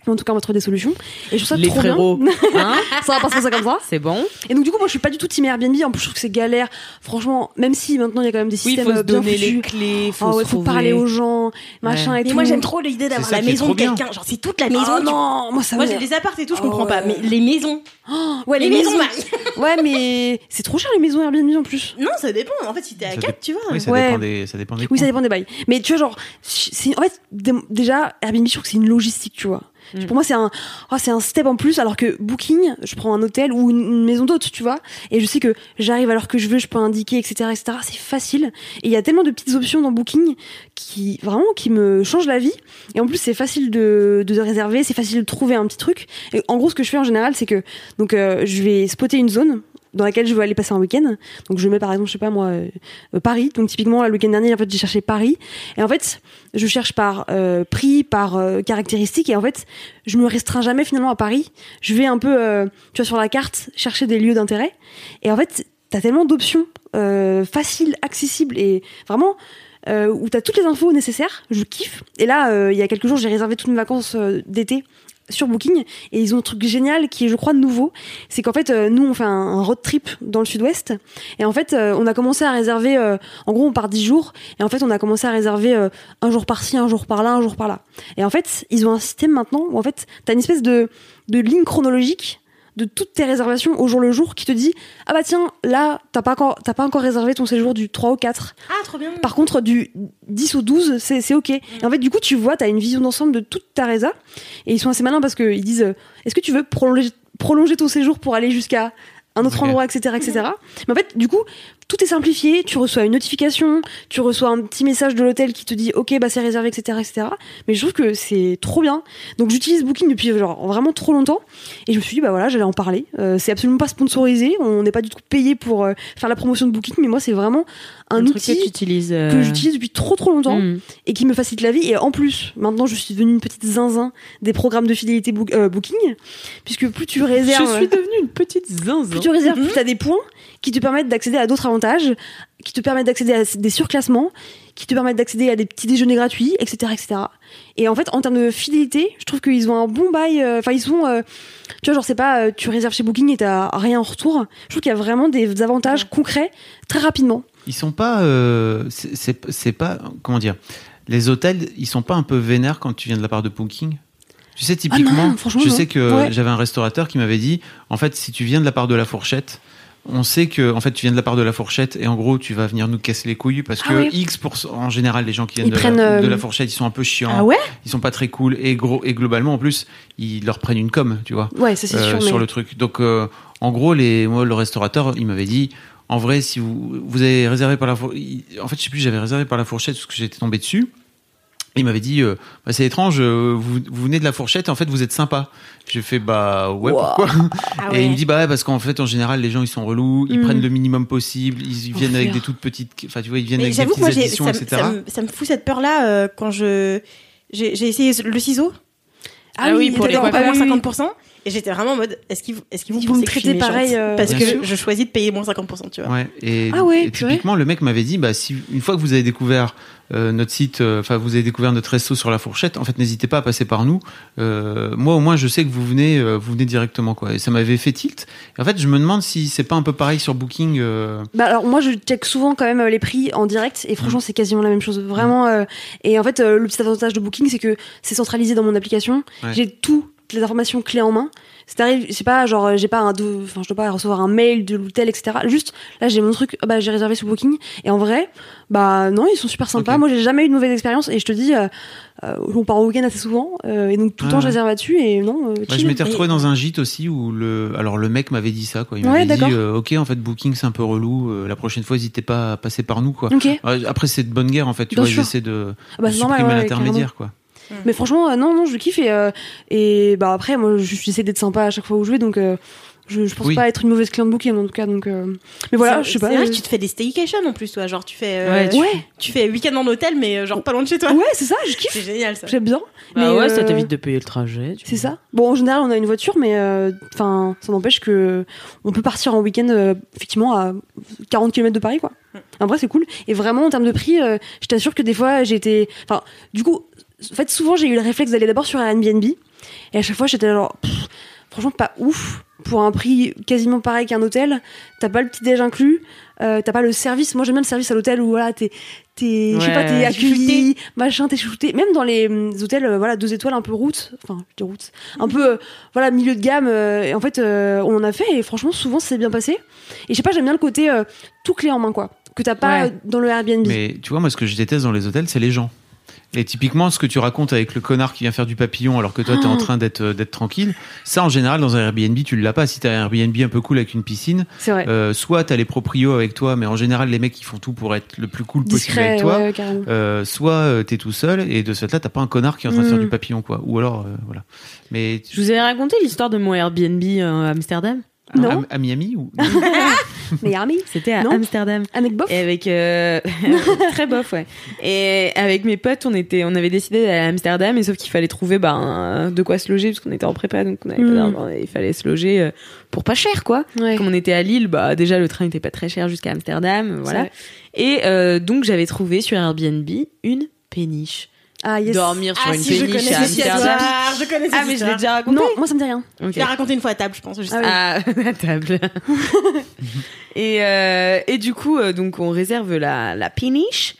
Speaker 2: En tout cas, on va trouver des solutions. Et je trouve ça
Speaker 3: Les
Speaker 2: trop
Speaker 3: frérots.
Speaker 2: bien.
Speaker 3: Hein
Speaker 2: ça va pas se passer comme ça.
Speaker 3: c'est bon.
Speaker 2: Et donc du coup, moi je suis pas du tout team Airbnb. En plus, je trouve que c'est galère. Franchement, même si maintenant il y a quand même des
Speaker 3: Oui,
Speaker 2: systèmes
Speaker 3: faut se
Speaker 2: euh, bien
Speaker 3: donner les
Speaker 2: foutus.
Speaker 3: clés, faut
Speaker 2: Ah
Speaker 3: se
Speaker 2: ouais, faut
Speaker 3: trouver.
Speaker 2: parler aux gens, machin et
Speaker 5: Mais
Speaker 2: tout.
Speaker 5: moi j'aime trop l'idée d'avoir
Speaker 4: C'est ça
Speaker 5: la
Speaker 4: qui est
Speaker 5: maison
Speaker 4: trop
Speaker 5: de
Speaker 4: bien.
Speaker 5: quelqu'un. Genre c'est toute la maison.
Speaker 2: Ah
Speaker 5: tu-
Speaker 2: non, moi ça
Speaker 5: Moi
Speaker 2: me-
Speaker 5: j'ai des apparts et tout, je
Speaker 2: Ah
Speaker 5: comprends pas.
Speaker 2: ouais.
Speaker 5: Mais les maisons.
Speaker 2: Ouais,
Speaker 5: les maisons,
Speaker 2: Marie.
Speaker 5: Marie.
Speaker 2: Ouais, mais c'est trop cher les maisons Airbnb en plus.
Speaker 5: Non, ça dépend. En fait, si t'es à
Speaker 4: Ça
Speaker 5: 4, tu vois.
Speaker 4: Oui, ça
Speaker 2: Ouais.
Speaker 4: dépend des. Ça dépend des
Speaker 2: Oui, ça
Speaker 4: coûts.
Speaker 2: dépend des bails. Mais tu vois, genre, c'est en fait dé- déjà Airbnb, je trouve que c'est une logistique, tu vois.
Speaker 3: Mm.
Speaker 2: Pour moi, c'est un, oh, c'est un step en plus, alors que Booking, je prends un hôtel ou une, une maison d'hôte, tu vois. Et je sais que j'arrive alors que je veux, je peux indiquer, etc., etc. C'est facile. Et il y a tellement de petites options dans Booking qui, vraiment, qui me changent la vie. Et en plus, c'est facile de, de réserver, c'est facile de trouver un petit truc. Et en gros, ce que je fais en général, c'est que, donc, euh, je vais spotter une zone dans laquelle je veux aller passer un week-end. Donc je mets par exemple, je sais pas moi, euh, euh, Paris. Donc typiquement, là, le week-end dernier, en fait, j'ai cherché Paris. Et en fait, je cherche par euh, prix, par euh, caractéristiques. Et en fait, je me restreins jamais finalement à Paris. Je vais un peu, euh, tu vois, sur la carte, chercher des lieux d'intérêt. Et en fait, t'as tellement d'options euh, faciles, accessibles et vraiment euh, où t'as toutes les infos nécessaires. Je kiffe. Et là, euh, il y a quelques jours, j'ai réservé toutes mes vacances euh, d'été sur Booking et ils ont un truc génial qui est je crois nouveau c'est qu'en fait euh, nous on fait un, un road trip dans le sud-ouest et en fait euh, on a commencé à réserver euh, en gros on part 10 jours et en fait on a commencé à réserver euh, un jour par-ci un jour par-là un jour par-là et en fait ils ont un système maintenant où en fait t'as une espèce de, de ligne chronologique de toutes tes réservations au jour le jour qui te dit ah bah tiens là t'as pas encore t'as pas encore réservé ton séjour du 3 au 4
Speaker 5: Ah, trop bien. Mm.
Speaker 2: par contre, du 10 au 12, c'est c'est OK. Et en fait, du coup, tu vois, tu as une vision d'ensemble de toute ta résa. Et ils sont assez malins parce qu'ils disent euh, est-ce que tu veux prolonger, prolonger ton séjour pour aller jusqu'à un autre
Speaker 4: Ok.
Speaker 2: endroit, etc., etc. Mais en fait, du coup, tout est simplifié. Tu reçois une notification, tu reçois un petit message de l'hôtel qui te dit OK, bah c'est réservé, etc., etc. Mais je trouve que c'est trop bien. Donc j'utilise Booking depuis genre vraiment trop longtemps. Et je me suis dit bah voilà, j'allais en parler. Euh, c'est absolument pas sponsorisé. On n'est pas du tout payé pour euh, faire la promotion de Booking. Mais moi, c'est vraiment un,
Speaker 3: truc
Speaker 2: outil
Speaker 3: que tu utilises. euh,
Speaker 2: que j'utilise depuis trop trop longtemps
Speaker 3: mm.
Speaker 2: et qui me facilite la vie. Et en plus, maintenant, je suis devenue une petite zinzin des programmes de fidélité book- euh, Booking, puisque plus tu réserves,
Speaker 3: Je suis devenue une petite zinzin. Mm.
Speaker 2: plus tu réserves, plus t'as des points qui te permettent d'accéder à d'autres avantages, qui te permettent d'accéder à des surclassements, qui te permettent d'accéder à des petits déjeuners gratuits, etc., etc. Et en fait, en termes de fidélité, je trouve qu'ils ont un bon bail. euh, Enfin, ils sont, euh, tu vois, genre c'est pas, euh, tu réserves chez Booking et t'as rien en retour. Je trouve qu'il y a vraiment des avantages concrets très rapidement.
Speaker 4: Ils sont pas. euh, c'est- c'est c'est pas. Comment dire Les hôtels, ils sont pas un peu vénères quand tu viens de la part de Booking Tu sais,
Speaker 2: Ah
Speaker 4: typiquement,
Speaker 2: non, franchement,
Speaker 4: je
Speaker 2: non.
Speaker 4: sais que
Speaker 2: Ouais.
Speaker 4: j'avais un restaurateur qui m'avait dit en fait, si tu viens de la part de la fourchette, on sait que en fait tu viens de la part de la fourchette et en gros tu vas venir nous casser les couilles parce
Speaker 2: Ah
Speaker 4: que
Speaker 2: ouais.
Speaker 4: X pour en général les gens qui viennent
Speaker 2: Ils
Speaker 4: de,
Speaker 2: prennent,
Speaker 4: la,
Speaker 2: euh,
Speaker 4: de la fourchette ils sont un peu chiants,
Speaker 5: Ah ouais
Speaker 4: ils sont pas très cool et gros et globalement en plus ils leur prennent une com, tu vois,
Speaker 2: Ouais, ça c'est
Speaker 4: euh,
Speaker 2: sûr.
Speaker 4: sur
Speaker 2: mais-
Speaker 4: le truc. Donc euh, en gros les moi le restaurateur il m'avait dit en vrai si vous vous avez réservé par la four- il- en fait je sais plus j'avais réservé par la fourchette parce que j'étais tombé dessus. Il m'avait dit, euh, Bah, c'est étrange, euh, vous, vous venez de la fourchette, en fait, vous êtes sympa. J'ai fait, bah ouais,
Speaker 2: Wow.
Speaker 4: pourquoi
Speaker 5: Ah
Speaker 4: et il
Speaker 5: ouais.
Speaker 4: me dit bah ouais parce qu'en fait en général les gens ils sont relous, ils
Speaker 2: Mm.
Speaker 4: prennent le minimum possible, ils, ils viennent avec
Speaker 2: Enfer.
Speaker 4: des toutes petites, enfin tu vois ils viennent
Speaker 5: Mais
Speaker 4: avec des
Speaker 5: j'avoue que moi,
Speaker 4: petites
Speaker 5: j'ai-
Speaker 4: additions
Speaker 5: ça, me-
Speaker 4: etc.
Speaker 5: ça, me- ça me fout cette peur-là euh, quand je j'ai j'ai essayé le ciseau.
Speaker 1: Ah oui, pour
Speaker 5: Ils
Speaker 1: les
Speaker 5: étaient en
Speaker 1: coiffeurs.
Speaker 5: pas
Speaker 2: Oui, oui, oui.
Speaker 5: 50%. Et j'étais vraiment en mode, est-ce qu'ils est-ce qu'ils vont
Speaker 2: Ils vont me
Speaker 5: penser que je suis
Speaker 2: traiter pareil,
Speaker 5: méchante
Speaker 2: euh,
Speaker 5: Parce
Speaker 4: Bien
Speaker 5: que
Speaker 4: sûr.
Speaker 5: je choisis de payer moins 50%, tu vois.
Speaker 4: Ouais, et,
Speaker 2: Ah ouais,
Speaker 4: et
Speaker 2: purée.
Speaker 4: typiquement le mec m'avait dit bah si une fois que vous avez découvert euh, notre site, euh, enfin vous avez découvert notre resto sur la fourchette, en fait n'hésitez pas à passer par nous. Euh, moi au moins je sais que vous venez, euh, vous venez directement quoi. Et ça m'avait fait tilt. Et en fait je me demande si c'est pas un peu pareil sur Booking. euh,
Speaker 2: Bah alors moi je check souvent quand même euh, les prix en direct et
Speaker 4: Mm.
Speaker 2: franchement c'est quasiment la même chose vraiment euh, et en fait euh, le petit avantage de Booking c'est que c'est centralisé dans mon application
Speaker 4: Ouais.
Speaker 2: j'ai toutes les informations clés en main c'est arrivé c'est pas genre euh, j'ai pas un dou- enfin je dois pas recevoir un mail de l'hôtel etc juste là j'ai mon truc ah bah j'ai réservé sur Booking et en vrai bah non ils sont super sympas
Speaker 4: Ok.
Speaker 2: moi j'ai jamais eu de mauvaise expérience et je te dis euh, euh, on part au week-end assez souvent euh, et donc tout
Speaker 4: Ah
Speaker 2: le temps
Speaker 4: ouais.
Speaker 2: je réserve là-dessus et non euh,
Speaker 4: Bah, je
Speaker 2: chill.
Speaker 4: m'étais retrouvé dans un gîte aussi où le alors le mec m'avait dit ça quoi. Il
Speaker 2: Ouais,
Speaker 4: m'avait
Speaker 2: d'accord.
Speaker 4: dit euh, ok en fait Booking c'est un peu relou. euh, la prochaine fois n'hésitez pas à passer par nous quoi.
Speaker 2: ok
Speaker 4: Ouais, Après, c'est de bonne guerre, en fait. Tu
Speaker 2: Bien
Speaker 4: vois, ils
Speaker 2: sûr.
Speaker 4: essaient de,
Speaker 2: Ah bah
Speaker 4: de
Speaker 2: c'est
Speaker 4: supprimer
Speaker 2: normal ouais, ouais, carrément.
Speaker 4: l'intermédiaire, quoi.
Speaker 5: Mm.
Speaker 2: Mais franchement, euh, non, non, je kiffe et, euh, et bah après, moi, je- j'essaie d'être sympa à chaque fois où je vais, donc euh, je, je pense
Speaker 4: Oui.
Speaker 2: pas être une mauvaise cliente booking en tout cas. Donc, euh, mais voilà, je sais pas.
Speaker 5: C'est vrai que
Speaker 2: euh,
Speaker 5: tu te fais des staycations en plus, toi. Genre, tu fais, euh,
Speaker 3: Ouais,
Speaker 5: tu,
Speaker 2: ouais,
Speaker 5: tu fais week-end en hôtel, mais euh, genre pas loin de chez toi.
Speaker 2: ouais, c'est ça, je kiffe,
Speaker 5: C'est génial ça.
Speaker 2: j'aime bien.
Speaker 3: Bah
Speaker 2: mais,
Speaker 3: ouais, ça
Speaker 2: euh,
Speaker 3: t'évite de payer le trajet. tu
Speaker 2: C'est
Speaker 3: vois.
Speaker 2: ça. Bon, en général, on a une voiture, mais euh, enfin, ça n'empêche que on peut partir en week-end euh, effectivement à 40 km de Paris, quoi. En vrai, c'est cool. Et vraiment, en termes de prix, euh, je t'assure que des fois, j'ai été, enfin, du coup, en fait, souvent, j'ai eu le réflexe d'aller d'abord sur Airbnb, et à chaque fois, j'étais genre, pff, franchement, pas ouf. Pour un prix quasiment pareil qu'un hôtel, t'as pas le petit déj inclus, euh, t'as pas le service. Moi, j'aime bien le service à l'hôtel où voilà, t'es, t'es, je sais pas,
Speaker 3: Ouais.
Speaker 2: t'es accueilli, machin, t'es chouchouté. Même dans les hum, hôtels, euh, voilà, deux étoiles, un peu route, enfin, je dis route, un peu euh, voilà milieu de gamme euh, et en fait euh, on en a fait et franchement souvent c'est bien passé et je sais pas j'aime bien le côté euh, tout clé en main quoi que t'as pas
Speaker 3: Ouais.
Speaker 2: euh, dans le Airbnb
Speaker 4: Mais tu vois, moi, ce que je déteste dans les hôtels, c'est les gens. Et typiquement, ce que tu racontes avec le connard qui vient faire du papillon alors que toi,
Speaker 3: Ah.
Speaker 4: t'es en train d'être euh, d'être tranquille, ça, en général, dans un Airbnb, tu l'as pas. Si t'as un Airbnb un peu cool avec une piscine,
Speaker 2: c'est vrai
Speaker 4: euh, soit t'as les proprios avec toi, mais en général, les mecs, ils font tout pour être le plus cool possible
Speaker 2: discret
Speaker 4: avec toi.
Speaker 2: ouais, ouais, carrément
Speaker 4: Euh, soit euh, t'es tout seul et de ce fait-là, t'as pas un connard qui est en train de
Speaker 2: Mm.
Speaker 4: faire du papillon, quoi. Ou alors, euh, voilà. Mais
Speaker 3: Je vous ai raconté l'histoire de mon Airbnb euh, à Amsterdam. Ah,
Speaker 2: Non.
Speaker 4: à, à Miami ou
Speaker 2: mais Army
Speaker 3: C'était à
Speaker 2: Non.
Speaker 3: Amsterdam.
Speaker 2: avec bof
Speaker 3: Et avec euh, très bof, ouais. Et avec mes potes, on était, on avait décidé d'aller à Amsterdam, et sauf qu'il fallait trouver ben, de quoi se loger parce qu'on était en prépa, donc on avait pas
Speaker 2: Mm.
Speaker 3: d'argent, et il fallait se loger euh, pour pas cher, quoi.
Speaker 2: ouais.
Speaker 3: Comme on était à Lille, bah déjà le train n'était pas très cher jusqu'à Amsterdam, euh, voilà.
Speaker 2: vrai.
Speaker 3: Et euh, donc j'avais trouvé sur Airbnb une péniche.
Speaker 2: ah yes
Speaker 3: Dormir sur
Speaker 5: Ah
Speaker 3: une
Speaker 5: si, je
Speaker 3: péniche
Speaker 5: connais
Speaker 3: à
Speaker 5: cette histoire.
Speaker 3: Amsterdam.
Speaker 5: Je connais cette
Speaker 3: Ah mais je l'ai
Speaker 5: histoire.
Speaker 3: déjà raconté.
Speaker 2: non moi ça me dit rien
Speaker 3: Ok.
Speaker 5: Je l'ai raconté une fois à table, je pense. je sais.
Speaker 3: Ah, à table. et, euh, et du coup, euh, donc on réserve la, la péniche.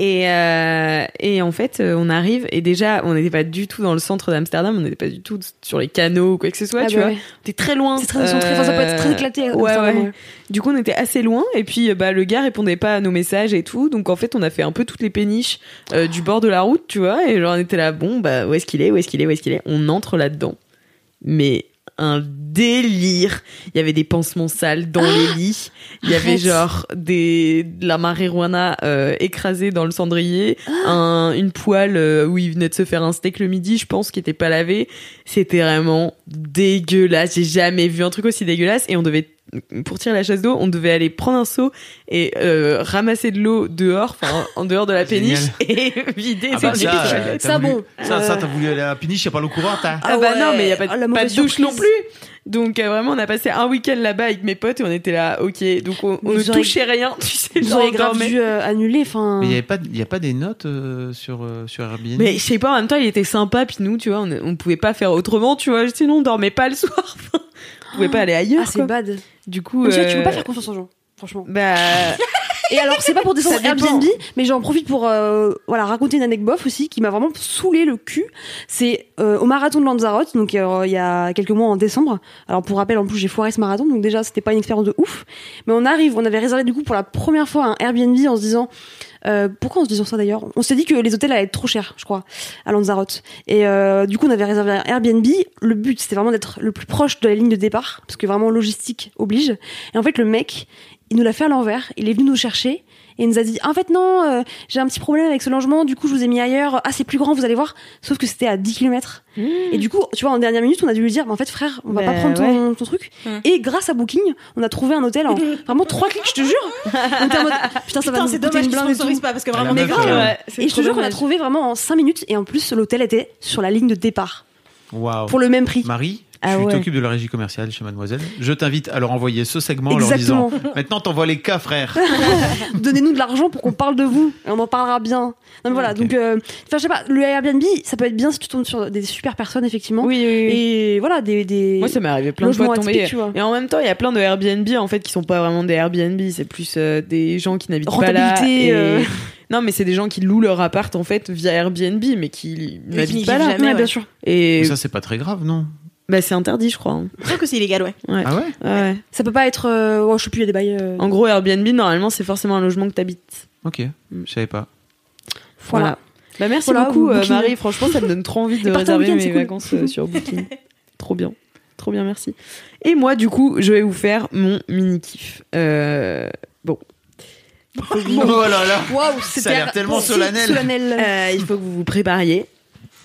Speaker 3: Et, euh, et en fait, euh, on arrive et déjà, on n'était pas du tout dans le centre d'Amsterdam, on n'était pas du tout sur les canaux ou quoi que ce soit,
Speaker 2: Ah
Speaker 3: tu
Speaker 2: bah
Speaker 3: vois.
Speaker 2: ouais.
Speaker 3: T'es très loin.
Speaker 2: c'est très, ils sont très, enfin, ça peut être très
Speaker 3: Euh,
Speaker 2: éclaté
Speaker 3: ouais,
Speaker 2: Amsterdam,
Speaker 3: ouais. Du coup, on était assez loin et puis euh, bah le gars répondait pas à nos messages et tout. Donc en fait, on a fait un peu toutes les péniches euh, du bord de la route, tu vois. Et genre on était là, bon bah où est-ce qu'il est, où est-ce qu'il est, où est-ce qu'il est. On entre là-dedans, mais un délire. Il y avait des pansements sales dans les lits. Il y avait
Speaker 2: Ah, Arrête.
Speaker 3: genre des de la marijuana euh, écrasée dans le cendrier,
Speaker 2: Ah.
Speaker 3: un, une poêle euh, où il venait de se faire un steak le midi, je pense, qui était pas lavé. C'était vraiment dégueulasse. J'ai jamais vu un truc aussi dégueulasse. Et on devait pour tirer la chasse d'eau, on devait aller prendre un seau et euh, ramasser de l'eau dehors, enfin en dehors de la péniche et vider.
Speaker 4: Ah bah
Speaker 3: cette
Speaker 4: ça,
Speaker 3: péniche.
Speaker 4: euh, t'as
Speaker 2: Ça,
Speaker 4: voulu-
Speaker 2: bon,
Speaker 4: Ça, ça,
Speaker 2: euh,
Speaker 4: t'as voulu aller à Péniche, y a pas l'eau courante, hein.
Speaker 3: Ah,
Speaker 2: Ah
Speaker 3: bah
Speaker 2: ouais.
Speaker 3: non, mais il n'y a pas,
Speaker 2: Ah, la
Speaker 3: pas de
Speaker 2: mauvaise
Speaker 3: douche non
Speaker 2: surprise.
Speaker 3: plus. Donc euh, vraiment, on a passé un week-end là-bas avec mes potes et on était là, ok. Donc on, on
Speaker 2: Mais
Speaker 3: ne
Speaker 2: vous auriez-
Speaker 3: touchait rien, tu sais,
Speaker 2: Ils
Speaker 3: genre
Speaker 2: auraient
Speaker 3: on
Speaker 2: grave
Speaker 3: dormait.
Speaker 2: dû euh, annuler enfin
Speaker 4: Mais il n'y pas, y a pas des notes euh, sur, euh, sur Airbnb
Speaker 3: Hein. Mais je sais pas, en même temps, il était sympa, puis nous, tu vois, on, on pouvait pas faire autrement, tu vois, sinon on dormait pas le soir. Enfin, on pouvait pas aller
Speaker 2: ah
Speaker 3: ailleurs,
Speaker 2: c'est
Speaker 3: quoi.
Speaker 2: bad
Speaker 3: Du coup.
Speaker 2: Donc, tu vois, tu peux
Speaker 3: euh,
Speaker 2: pas faire confiance aux gens franchement
Speaker 3: Bah.
Speaker 2: Et alors, c'est pas pour descendre
Speaker 3: Ça dépend.
Speaker 2: Airbnb, mais j'en profite pour euh, voilà raconter une anecdote bof aussi qui m'a vraiment saoulé le cul. C'est euh, au marathon de Lanzarote, donc euh, il y a quelques mois en décembre. Alors pour rappel, en plus j'ai foiré ce marathon, donc déjà c'était pas une expérience de ouf. Mais on arrive, on avait réservé du coup pour la première fois un Airbnb en se disant. euh, pourquoi on se disant ça d'ailleurs On s'est dit que les hôtels allaient être trop chers, je crois, à Lanzarote. Et euh, du coup, on avait réservé un Airbnb. Le but, c'était vraiment d'être le plus proche de la ligne de départ, parce que vraiment logistique oblige. Et en fait, le mec, il nous l'a fait à l'envers. Il est venu nous chercher et il nous a dit En fait, non, euh, j'ai un petit problème avec ce logement, du coup, je vous ai mis ailleurs. Ah, c'est plus grand, vous allez voir. Sauf que c'était à 10 km.
Speaker 5: Mmh.
Speaker 2: Et du coup, tu vois, en dernière minute, on a dû lui dire Mais En fait, frère, on va
Speaker 5: Bah
Speaker 2: pas prendre ton, ton truc. Et grâce à Booking, on a trouvé un hôtel en vraiment 3 clics, je te jure. On était en mode, Putain, ça va
Speaker 5: Putain,
Speaker 2: nous
Speaker 5: c'est
Speaker 2: coûter
Speaker 5: dommage qu'ils
Speaker 2: une blinde et tout. Ah,
Speaker 5: sponsorisent pas parce que vraiment, hein.
Speaker 4: la
Speaker 5: mais
Speaker 4: meuf,
Speaker 5: grave.
Speaker 4: euh,
Speaker 2: Et je te jure, on l'a trouvé vraiment en 5 minutes. Et en plus, l'hôtel était sur la ligne de départ.
Speaker 4: Waouh.
Speaker 2: Pour le même prix.
Speaker 4: Marie,
Speaker 2: Ah
Speaker 4: tu
Speaker 2: ouais.
Speaker 4: t'occupes de la régie commerciale chez Mademoiselle. Je t'invite à leur envoyer ce segment en
Speaker 2: Exactement.
Speaker 4: leur disant Maintenant, t'envoies les cas, frère.
Speaker 2: Donnez-nous de l'argent pour qu'on parle de vous. Et on en parlera bien. Non, mais voilà.
Speaker 4: ok.
Speaker 2: Donc, euh, enfin, je sais pas, le Airbnb, ça peut être bien si tu tombes sur des super personnes, effectivement.
Speaker 3: Oui, oui, oui.
Speaker 2: Et voilà, des. des...
Speaker 3: Moi, ça m'est arrivé plein de
Speaker 2: Logement
Speaker 3: fois de tomber.
Speaker 2: atypique, tu vois.
Speaker 3: Et en même temps, il y a plein de Airbnb en fait qui sont pas vraiment des Airbnb, c'est plus euh, des gens qui n'habitent pas là.
Speaker 2: Rentabilité,
Speaker 3: et-
Speaker 2: euh.
Speaker 3: Non, mais c'est des gens qui louent leur appart en fait via Airbnb, mais qui
Speaker 5: n'y
Speaker 3: n'habitent pas
Speaker 5: vivent
Speaker 3: là.
Speaker 5: jamais,
Speaker 2: Ouais,
Speaker 5: ouais.
Speaker 2: bien sûr.
Speaker 3: Et
Speaker 4: Mais ça, c'est pas très grave, non
Speaker 3: bah, c'est interdit, je crois. hein.
Speaker 5: Je trouve que c'est illégal, ouais.
Speaker 4: Ah ouais
Speaker 3: Ouais.
Speaker 2: Ça peut pas être. euh, oh, je sais plus, il y a des bails. euh,
Speaker 3: En gros, Airbnb normalement, c'est forcément un logement que t'habites.
Speaker 4: Ok,
Speaker 3: Mm.
Speaker 4: je savais pas.
Speaker 2: Voilà.
Speaker 3: Voilà. Bah merci
Speaker 2: Voilà,
Speaker 3: beaucoup
Speaker 2: vous
Speaker 3: euh,
Speaker 2: booking.
Speaker 3: Marie. Franchement, ça me donne trop envie de
Speaker 2: Et partez en
Speaker 3: réserver
Speaker 2: week-end,
Speaker 3: mes
Speaker 2: c'est cool.
Speaker 3: vacances euh, sur Booking. trop bien, trop bien, merci. Et moi, du coup, je vais vous faire mon mini kiff. Euh,
Speaker 4: Oh là là
Speaker 2: Waouh,
Speaker 4: Ça a l'air tellement solennel.
Speaker 3: Euh, il faut que vous vous prépariez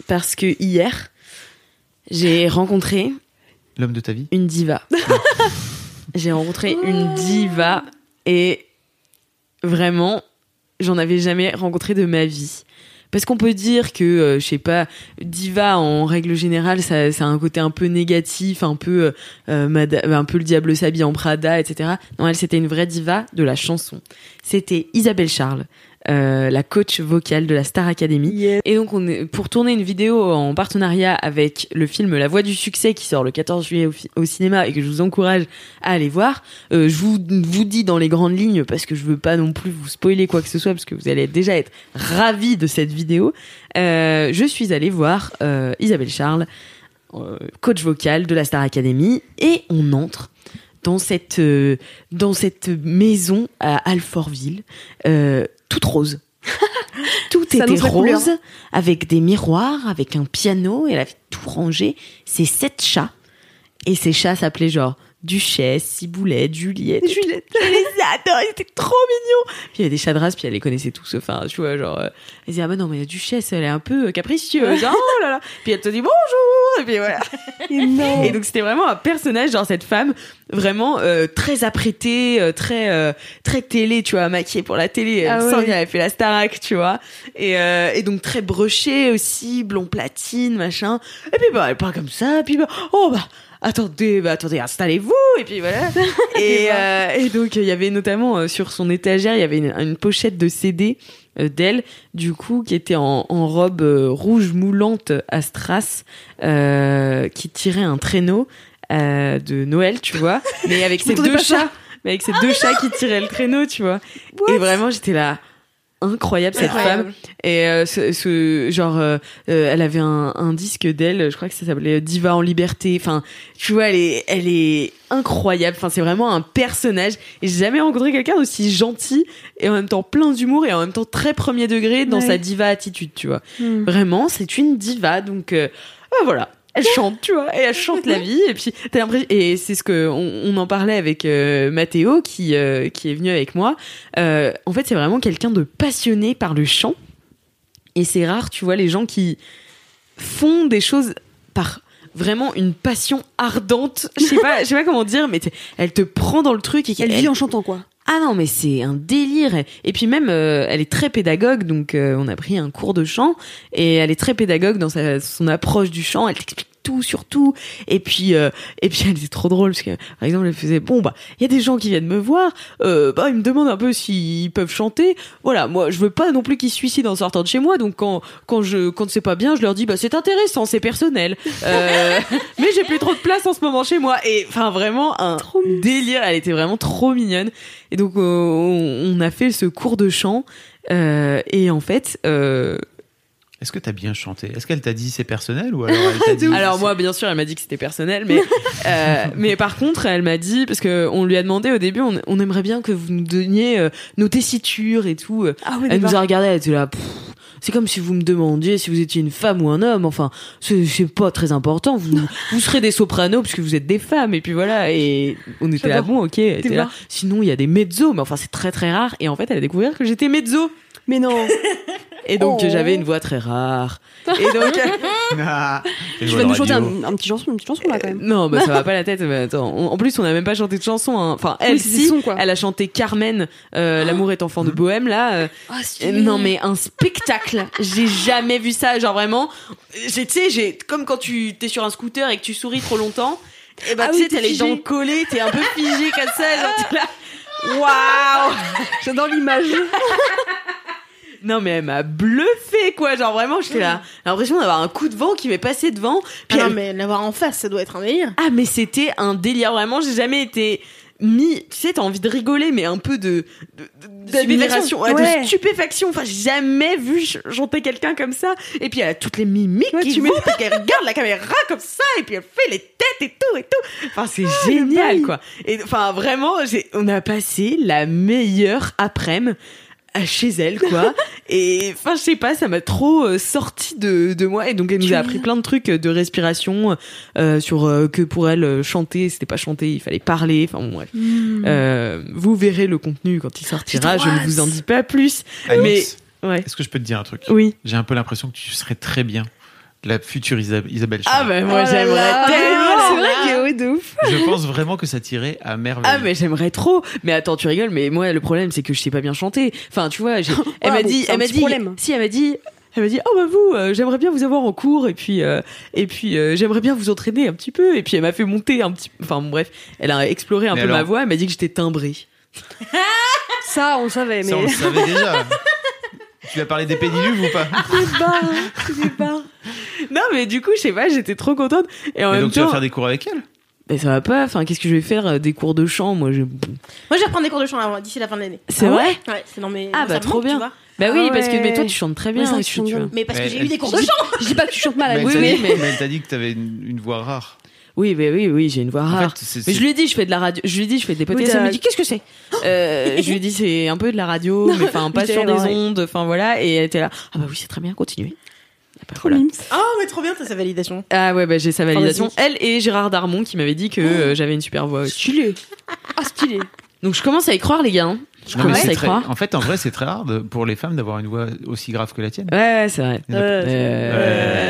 Speaker 3: parce que hier, j'ai rencontré
Speaker 4: L'homme de ta vie
Speaker 3: une diva. j'ai rencontré une diva et vraiment, j'en avais jamais rencontré de ma vie. Parce qu'on peut dire que, euh, je sais pas, diva en règle générale, ça, ça a un côté un peu négatif, un peu, euh, euh, mada- un peu le diable s'habille en Prada, etc. Non, elle, c'était une vraie diva de la chanson. C'était Isabelle Charles, euh, la coach vocale de la Star Academy. Et donc, on est, pour tourner une vidéo en partenariat avec le film La Voix du Succès qui sort le 14 juillet au, fi- au cinéma et que je vous encourage à aller voir, euh, je vous, vous dis dans les grandes lignes parce que je veux pas non plus vous spoiler quoi que ce soit parce que vous allez déjà être ravis de cette vidéo. Euh, je suis allée voir euh, Isabelle Charles, euh, coach vocale de la Star Academy, et on entre dans cette, euh, dans cette maison à Alfortville, euh, toute rose. Tout
Speaker 2: Ça
Speaker 3: était
Speaker 2: annonce la couleur.
Speaker 3: rose, avec des miroirs, avec un piano, et elle avait tout rangé. C'est sept chats. Et ces chats s'appelaient genre Duchesse, Ciboulette, Juliette. Juliette. Je les adore, ils étaient trop mignons. Puis il y avait des chats de race, puis elle les connaissait tous. Enfin, tu vois, genre, euh, elle disait, ah bah non, mais la Duchesse, elle est un peu capricieuse. hein, oh là là. Puis elle te dit bonjour, et puis voilà. Et donc c'était vraiment un personnage, genre cette femme, vraiment euh, très apprêtée, euh, très euh, très télé, tu vois, maquillée pour la télé. Elle
Speaker 2: Ah
Speaker 3: me
Speaker 2: ouais.
Speaker 3: semble qu'elle avait fait la Starac, tu vois. Et, euh, et donc très brochée aussi, blond platine, machin. Et puis bah elle parle comme ça, puis bah oh bah attendez, bah attendez, installez-vous. Et puis voilà. et, euh, et donc il y avait notamment euh, sur son étagère, il y avait une, une pochette de CD euh, d'elle, du coup, qui était en, en robe euh, rouge moulante à strass, euh, qui tirait un traîneau euh, de Noël, tu vois, mais avec ses
Speaker 2: m'attendais
Speaker 3: deux
Speaker 2: pas à ça.
Speaker 3: chats, mais avec ses deux chats qui tiraient le traîneau, tu vois. Et vraiment, j'étais là. Incroyable cette
Speaker 5: Incroyable.
Speaker 3: femme et euh, ce, ce- genre euh, euh, elle avait un, un disque d'elle je crois que ça s'appelait Diva en liberté enfin tu vois elle est elle est incroyable enfin c'est vraiment un personnage et j'ai jamais rencontré quelqu'un d'aussi gentil et en même temps plein d'humour et en même temps très premier degré dans
Speaker 2: Ouais.
Speaker 3: sa diva attitude, tu vois. Vraiment, c'est une diva, donc euh, bah voilà. Elle chante, tu vois, et elle chante la vie, et puis t'as l'impression, et c'est ce que on, on en parlait avec euh, Mathéo qui euh, qui est venu avec moi. Euh, en fait, c'est vraiment quelqu'un de passionné par le chant, et c'est rare, tu vois, les gens qui font des choses par vraiment une passion ardente. Je sais pas, je sais pas comment dire, mais t'es- elle te prend dans le truc et
Speaker 2: Elle vit en chantant, quoi.
Speaker 3: ah non, mais c'est un délire. Et puis même, euh, elle est très pédagogue, donc euh, on a pris un cours de chant, et elle est très pédagogue dans sa, son approche du chant. Elle t'explique tout sur tout. Et puis, euh, et puis elle était trop drôle parce que, par exemple, elle faisait bon bah, il y a des gens qui viennent me voir, euh, bah ils me demandent un peu s'ils peuvent chanter. Voilà, moi je veux pas non plus qu'ils se suicident en sortant de chez moi, donc quand quand je quand c'est pas bien, je leur dis bah c'est intéressant, c'est personnel. Euh, mais j'ai plus trop de place en ce moment chez moi. Et enfin vraiment un délire. Elle était vraiment trop mignonne. Et donc euh, on on a fait ce cours de chant. Euh, et en fait, euh,
Speaker 4: Est-ce que t'as bien chanté Est-ce qu'elle t'a dit c'est personnel ou alors elle t'a dit
Speaker 3: alors moi, bien sûr, elle m'a dit que c'était personnel, mais euh, mais par contre, elle m'a dit parce que on lui a demandé au début, on, on aimerait bien que vous nous donniez euh, nos tessitures et tout. euh.
Speaker 2: Ah oui,
Speaker 3: elle nous a regardé, elle était là. Pff, c'est comme si vous me demandiez si vous étiez une femme ou un homme. Enfin, c'est c'est pas très important. Vous, vous serez des sopranos parce que vous êtes des femmes. Et puis voilà. Et on était là, bon, ok. elle était là. Sinon, il y a des mezzos, mais enfin, c'est très très rare. Et en fait, elle a découvert que j'étais mezzo.
Speaker 2: Mais non.
Speaker 3: Et donc,
Speaker 2: Oh.
Speaker 3: j'avais une voix très rare. euh, Et donc,
Speaker 4: Ah, les
Speaker 2: Tu
Speaker 4: voix
Speaker 2: vas
Speaker 4: de
Speaker 2: nous chanter
Speaker 4: radio.
Speaker 2: un, un petit chanson, une petite chanson là quand même.
Speaker 3: Non, bah ça va pas la tête. Mais attends, on- en plus on n'a même pas chanté de chanson. hein. Enfin, elle
Speaker 2: Oui, c'est des
Speaker 3: si,
Speaker 2: sons, quoi.
Speaker 3: elle a chanté Carmen, euh, l'amour est enfant de Bohème là. euh,
Speaker 2: Ah, si.
Speaker 3: euh, non mais un spectacle. J'ai jamais vu ça. Genre vraiment, j'ai- tu sais, j'ai comme quand tu t'es sur un scooter et que tu souris trop longtemps. Et bah
Speaker 2: Ah
Speaker 3: tu sais,
Speaker 2: oui,
Speaker 3: t'as
Speaker 2: t'es
Speaker 3: les
Speaker 2: figé.
Speaker 3: dents collées, t'es un peu figé comme ça. Genre t'es là. Waouh
Speaker 2: J'adore l'image.
Speaker 3: Non mais elle m'a bluffé quoi. Genre vraiment, j'étais là. J'ai L'impression d'avoir un coup de vent qui m'est passé devant. Puis
Speaker 5: Ah
Speaker 3: elle
Speaker 5: non, mais l'avoir en face, ça doit être un délire.
Speaker 3: Ah, mais c'était un délire. Vraiment, j'ai jamais été mis. Tu sais, t'as envie de rigoler, mais un peu de. de- de-
Speaker 2: stupéfaction.
Speaker 3: d'admiration, ouais,
Speaker 2: Ouais.
Speaker 3: de stupéfaction. Enfin, j'ai jamais vu ch- chanter quelqu'un comme ça. Et puis, elle a toutes les mimiques
Speaker 2: Ouais,
Speaker 3: qui
Speaker 2: tu
Speaker 3: vont,
Speaker 2: mets-
Speaker 3: puis qu'elle regarde la caméra comme ça, et puis elle fait les têtes et tout, et tout. Enfin, c'est
Speaker 2: Ah,
Speaker 3: génial, quoi. Et enfin, vraiment, j'ai- on a passé la meilleure après-midi à chez elle, quoi. et enfin, je sais pas, ça m'a trop euh, sorti de, de moi. Et donc, elle nous a appris plein de trucs euh, de respiration, euh, sur euh, que pour elle, euh, chanter, c'était pas chanter, il fallait parler. Enfin, bon, bref.
Speaker 2: Hmm.
Speaker 3: Euh, vous verrez le contenu quand il sortira, je ne vous en dis pas plus.
Speaker 4: Alix,
Speaker 3: Ouais.
Speaker 4: Est-ce que je peux te dire un truc
Speaker 3: Oui.
Speaker 4: J'ai un peu l'impression que tu serais très bien la future Isa- Isabelle
Speaker 3: Ah,
Speaker 4: Charles.
Speaker 3: bah, moi, j'aimerais
Speaker 2: Ah, C'est
Speaker 3: tellement.
Speaker 2: vrai que ouais,
Speaker 4: Ah,
Speaker 2: de ouf.
Speaker 4: Je pense vraiment que ça tirait à merveille.
Speaker 3: Ah mais j'aimerais trop. Mais attends, tu rigoles. Mais moi, le problème, c'est que je sais pas bien chanter. Enfin, tu vois, j'ai- elle
Speaker 2: Ah
Speaker 3: m'a
Speaker 2: bon,
Speaker 3: dit,
Speaker 2: c'est un
Speaker 3: elle m'a
Speaker 2: petit
Speaker 3: dit,
Speaker 2: problème.
Speaker 3: si elle m'a dit. Elle m'a dit oh bah vous euh, j'aimerais bien vous avoir en cours et puis euh, et puis euh, j'aimerais bien vous entraîner un petit peu et puis elle m'a fait monter un petit enfin bon, bref elle a exploré un
Speaker 4: Mais
Speaker 3: peu ma
Speaker 4: alors
Speaker 3: voix elle m'a dit que j'étais timbrée
Speaker 2: Ça, on le savait, mais.
Speaker 4: Ça, on le savait déjà. tu as parlé des pédiluves ou pas
Speaker 3: non mais du coup je sais pas j'étais trop contente et en
Speaker 4: Mais
Speaker 3: même
Speaker 4: Donc tu
Speaker 3: temps
Speaker 4: vas faire des cours avec elle
Speaker 3: mais Ben, ça va pas enfin qu'est-ce que je vais faire euh, des cours de chant moi je...
Speaker 5: Moi, je vais reprendre des cours de chant avant- d'ici la fin de l'année.
Speaker 3: C'est
Speaker 5: Ah
Speaker 3: vrai
Speaker 5: ouais Ouais, c'est non, mais.
Speaker 3: Ah,
Speaker 5: ça
Speaker 3: bah,
Speaker 5: me
Speaker 3: trop
Speaker 5: manque, tu
Speaker 3: bien.
Speaker 5: vois. Ah
Speaker 3: bah oui parce que
Speaker 2: ouais.
Speaker 3: mais toi tu chantes très bien
Speaker 2: Ouais, ça,
Speaker 3: et
Speaker 2: je
Speaker 3: puis
Speaker 2: chante
Speaker 3: tu
Speaker 2: bien.
Speaker 3: vois.
Speaker 5: Mais parce
Speaker 4: Mais
Speaker 5: que j'ai
Speaker 4: elle-
Speaker 5: eu des cours de chant.
Speaker 2: Je dis pas que tu chantes mal à
Speaker 4: mais,
Speaker 2: la
Speaker 4: elle t'a
Speaker 3: oui,
Speaker 4: dit-
Speaker 3: mais-
Speaker 4: mais elle t'a dit que tu avais une, une voix rare.
Speaker 3: oui bah oui oui j'ai une voix
Speaker 4: En
Speaker 3: rare
Speaker 4: fait, c'est-
Speaker 3: mais
Speaker 4: c'est-
Speaker 3: je lui ai dit je fais de la radio je lui ai dit je fais des podcasts
Speaker 2: t'as-
Speaker 3: elle me dit qu'est-ce que c'est Euh, je lui ai dit c'est un peu de la radio mais enfin pas
Speaker 2: t'es
Speaker 3: sur des
Speaker 2: vrai.
Speaker 3: ondes enfin voilà et elle était là ah bah oui c'est très bien continuez Ah bah,
Speaker 2: Trop
Speaker 3: voilà.
Speaker 2: mimes.
Speaker 5: Oh, mais trop bien, t'as sa validation.
Speaker 3: Ah ouais bah j'ai sa validation.
Speaker 2: Fantastique.
Speaker 3: Elle et Gérard Darmon qui m'avait dit que euh, j'avais une super voix. aussi.
Speaker 2: Stylé. Ah, stylé.
Speaker 3: Donc je commence à y croire les gars. hein.
Speaker 4: Non,
Speaker 3: Je
Speaker 4: mais
Speaker 3: commence
Speaker 4: c'est
Speaker 3: à y
Speaker 4: très-
Speaker 3: croire.
Speaker 4: En fait, en vrai, c'est très rare de- pour les femmes d'avoir une voix aussi grave que la tienne.
Speaker 3: Ouais ouais c'est vrai.
Speaker 4: Il y en a
Speaker 3: Euh,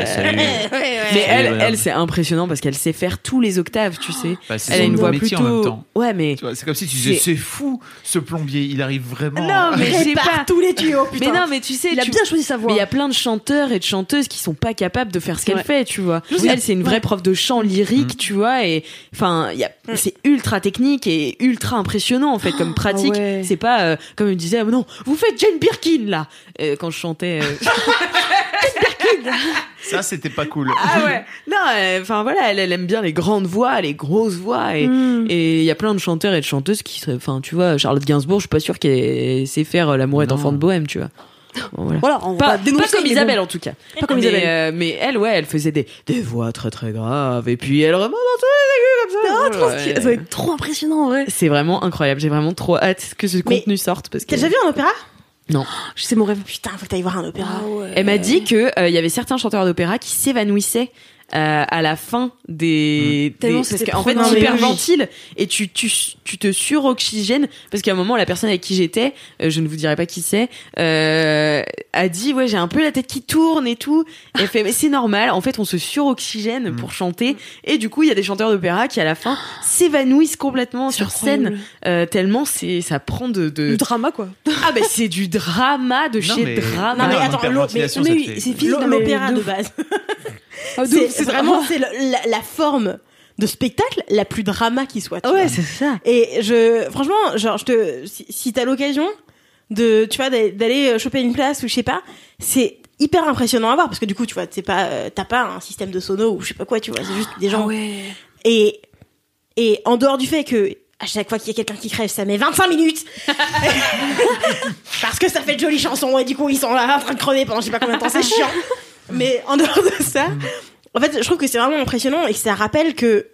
Speaker 4: Ouais, salut.
Speaker 5: Ouais, ouais.
Speaker 3: Mais elle,
Speaker 4: madame.
Speaker 3: elle c'est impressionnant parce qu'elle sait faire tous les octaves, tu sais.
Speaker 4: Bah, c'est
Speaker 3: Elle a
Speaker 4: son
Speaker 3: une voix
Speaker 4: métier
Speaker 3: plutôt.
Speaker 4: en même temps.
Speaker 3: Ouais, mais.
Speaker 4: Tu vois, C'est comme si tu disais,
Speaker 3: C'est-
Speaker 4: c'est fou ce plombier, il arrive vraiment.
Speaker 3: Non, mais je sais pas.
Speaker 5: tous les duos, putain.
Speaker 3: Mais non, mais tu sais,
Speaker 2: Il a
Speaker 3: tu-
Speaker 2: bien choisi sa voix.
Speaker 3: mais il y a plein de chanteurs et de chanteuses qui sont pas capables de faire ce qu'elle
Speaker 2: Ouais.
Speaker 3: fait, tu vois. Elle, c'est une vraie prof de chant lyrique, tu vois, et enfin, il y a, c'est ultra technique et ultra impressionnant en fait comme pratique.
Speaker 2: Ah ouais.
Speaker 3: C'est pas euh, comme il me disait, Ah, non, vous faites Jane Birkin là Euh, quand je chantais. euh,
Speaker 4: Ça, c'était pas cool.
Speaker 3: Ah ouais. Non, euh, enfin voilà, elle, elle aime bien les grandes voix, les grosses voix et
Speaker 2: Mm.
Speaker 3: et il y a plein de chanteurs et de chanteuses qui seraient enfin tu vois Charlotte Gainsbourg, je suis pas sûre qu'elle sait faire euh, l'amour est
Speaker 4: Non.
Speaker 3: enfant de bohème, tu vois. Bon, voilà.
Speaker 2: Voilà, on va
Speaker 3: Pas,
Speaker 2: dénoncer,
Speaker 3: pas comme
Speaker 2: mais bon.
Speaker 3: Isabelle en tout cas.
Speaker 2: Pas comme
Speaker 3: mais,
Speaker 2: Isabelle.
Speaker 3: euh, mais elle, ouais, elle faisait des, des voix très très graves et puis elle remonte Bah, dans tous les aigus
Speaker 2: Ah,
Speaker 3: comme ça.
Speaker 2: trop
Speaker 3: Ouais.
Speaker 2: stylé. Ça va être trop impressionnant en vrai.
Speaker 3: C'est vraiment incroyable. J'ai vraiment trop hâte que ce
Speaker 5: Mais-
Speaker 3: contenu sorte parce que
Speaker 5: T'as déjà vu un opéra
Speaker 2: C'est mon rêve.
Speaker 5: Putain, faut que t'ailles voir un opéra.
Speaker 3: elle m'a dit que euh, il y avait certains chanteurs d'opéra qui s'évanouissaient. euh, à la fin des, des-
Speaker 2: Tellement
Speaker 3: parce
Speaker 2: c'était
Speaker 3: qu'en
Speaker 2: trop
Speaker 3: fait
Speaker 2: dans
Speaker 3: tu
Speaker 2: les
Speaker 3: hyperventiles et tu tu tu te suroxygènes parce qu'à un moment la personne avec qui j'étais euh, je ne vous dirai pas qui c'est euh, a dit ouais j'ai un peu la tête qui tourne et tout et elle fait mais c'est normal en fait on se suroxygène pour chanter et du coup il y a des chanteurs d'opéra qui à la fin s'évanouissent complètement sur scène euh, tellement c'est ça prend de, de...
Speaker 2: Du drama quoi.
Speaker 3: ah ben c'est du drama de
Speaker 4: Non,
Speaker 3: chez
Speaker 4: mais-
Speaker 3: drama
Speaker 4: Non, mais
Speaker 5: attends, l'autre, mais-
Speaker 4: l'hyperventilation,
Speaker 5: mais
Speaker 4: ça
Speaker 5: oui,
Speaker 4: fait-
Speaker 5: L'o- L'opéra de base.
Speaker 2: Ah, d'où
Speaker 5: C'est
Speaker 2: c'est
Speaker 5: vraiment c'est le- la, la forme de spectacle la plus drama qui soit. tu vois.
Speaker 3: Ouais, c'est ça.
Speaker 5: Et je, franchement, genre, je te, si, si t'as l'occasion de, tu vois, d'a- d'aller euh, choper une place ou je sais pas, c'est hyper impressionnant à voir parce que du coup, tu vois, t'es pas, euh, t'as pas un système de sono ou je sais pas quoi, tu vois, c'est juste des gens. Et et en dehors du fait que à chaque fois qu'il y a quelqu'un qui crève, ça met 25 minutes parce que ça fait de jolies chansons et du coup ils sont là en train de crever pendant je sais pas combien de temps, c'est chiant. Mais en dehors de ça, en fait, je trouve que c'est vraiment impressionnant et que ça rappelle que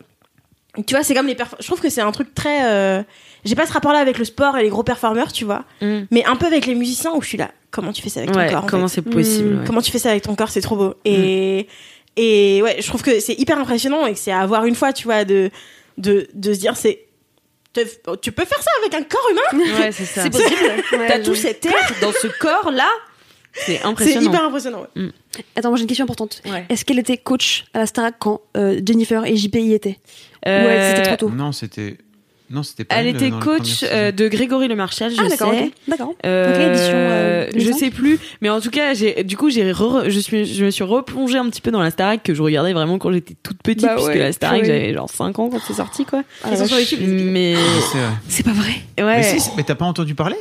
Speaker 5: tu vois, c'est comme les perfor- je trouve que c'est un truc très euh, j'ai pas ce rapport là avec le sport et les gros performeurs, tu vois,
Speaker 3: Mm.
Speaker 5: mais un peu avec les musiciens où je suis là, comment tu fais ça avec ton
Speaker 3: Ouais,
Speaker 5: corps en
Speaker 3: comment
Speaker 5: fait Mm.
Speaker 3: c'est possible ouais. Mm.
Speaker 5: Comment tu fais ça avec ton corps, c'est trop beau. Et et ouais, je trouve que c'est hyper impressionnant et que c'est à avoir une fois, tu vois, de de, de se dire c'est te- tu peux faire ça avec un corps humain
Speaker 3: Ouais, c'est ça.
Speaker 2: C'est possible.
Speaker 3: T'as tout cet air dans ce corps-là. C'est
Speaker 5: C'est
Speaker 3: impressionnant.
Speaker 5: hyper impressionnant. ouais.
Speaker 2: Mm. Attends, moi j'ai une question importante.
Speaker 3: Ouais.
Speaker 2: Est-ce qu'elle était coach à la Starac quand euh, Jennifer et JP y étaient Ou elle,
Speaker 3: Euh,
Speaker 2: c'était trop tôt
Speaker 4: Non, c'était. Non, c'était pas
Speaker 3: Elle
Speaker 4: elle,
Speaker 3: était
Speaker 4: dans la
Speaker 3: coach
Speaker 4: première
Speaker 3: euh,
Speaker 4: saison.
Speaker 3: de Grégory Le Marchal, je
Speaker 2: Ah,
Speaker 3: sais.
Speaker 2: d'accord, ok. D'accord.
Speaker 3: Euh,
Speaker 2: Donc, édition, euh,
Speaker 3: je
Speaker 2: 2005.
Speaker 3: sais plus, mais en tout cas, j'ai du coup, j'ai re- je suis je me suis replongée un petit peu dans la Starac que je regardais vraiment quand j'étais toute petite
Speaker 2: Bah
Speaker 3: puisque
Speaker 2: ouais, Ah,
Speaker 3: la Starac,
Speaker 2: purée.
Speaker 3: j'avais genre 5 ans quand c'est sorti quoi.
Speaker 2: Ils sont sur
Speaker 3: YouTube. Ah, Mais
Speaker 4: Ah, C'est vrai.
Speaker 2: C'est pas vrai.
Speaker 4: Mais
Speaker 3: ouais.
Speaker 4: si, c'est- Mais t'as pas entendu parler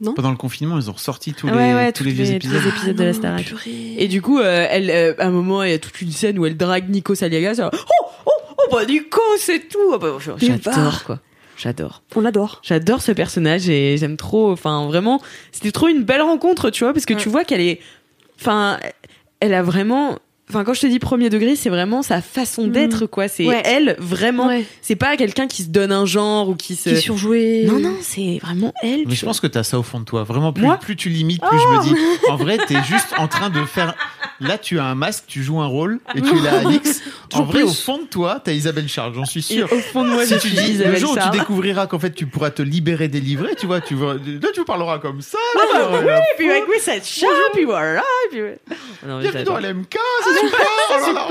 Speaker 2: Non.
Speaker 4: Pendant le confinement, ils ont ressorti tous les,
Speaker 3: Ah Ouais, ouais,
Speaker 4: tous les vieux épisodes. Ah
Speaker 3: tous les épisodes
Speaker 2: Ah,
Speaker 3: de la Starac. Et du coup, euh, elle, euh, à un moment, il y a toute une scène où elle drague Nico Saliaga. ça, oh, oh, oh, bah Nico, c'est tout.
Speaker 5: Oh,
Speaker 3: Ah bah, je- J'adore,
Speaker 2: Bâtard.
Speaker 3: quoi. J'adore.
Speaker 2: On l'adore.
Speaker 3: J'adore ce personnage et j'aime trop. Enfin, vraiment, c'était trop une belle rencontre, tu vois, parce que tu vois qu'elle est. Enfin, elle a vraiment. Enfin, quand je te dis premier degré, c'est vraiment sa façon d'être, quoi. C'est
Speaker 2: Mm. Ouais.
Speaker 3: elle, vraiment.
Speaker 2: Ouais.
Speaker 3: C'est pas quelqu'un qui se donne un genre ou qui se.
Speaker 2: Qui surjouait.
Speaker 3: Non, non, c'est vraiment
Speaker 4: Mais
Speaker 3: elle. tu
Speaker 4: je
Speaker 3: vois.
Speaker 4: pense que t'as ça au fond de toi. Vraiment, plus,
Speaker 3: Moi Oh
Speaker 4: plus tu limites, plus je me dis. En vrai, t'es juste en train de faire. Là, tu as un masque, tu joues un rôle et tu es la Alix. En
Speaker 3: Toujours
Speaker 4: vrai,
Speaker 3: plus.
Speaker 4: au fond de toi, t'as Isabelle Charles, j'en suis
Speaker 3: Et
Speaker 4: sûr.
Speaker 3: au fond de moi,
Speaker 4: Si
Speaker 3: je
Speaker 4: tu
Speaker 3: suis
Speaker 4: dis le
Speaker 3: Isabelle
Speaker 4: jour où tu
Speaker 3: Sarr.
Speaker 4: découvriras qu'en fait tu pourras te libérer, délivrer, tu vois, tu vois, là tu parleras comme ça. là, voilà.
Speaker 3: Et puis avec Ah, bah, oui, cette chat, puis voilà, et puis. ouais. Non, mais
Speaker 4: Bienvenue
Speaker 3: j'adore.
Speaker 4: dans l'MK, c'est super. oh là là.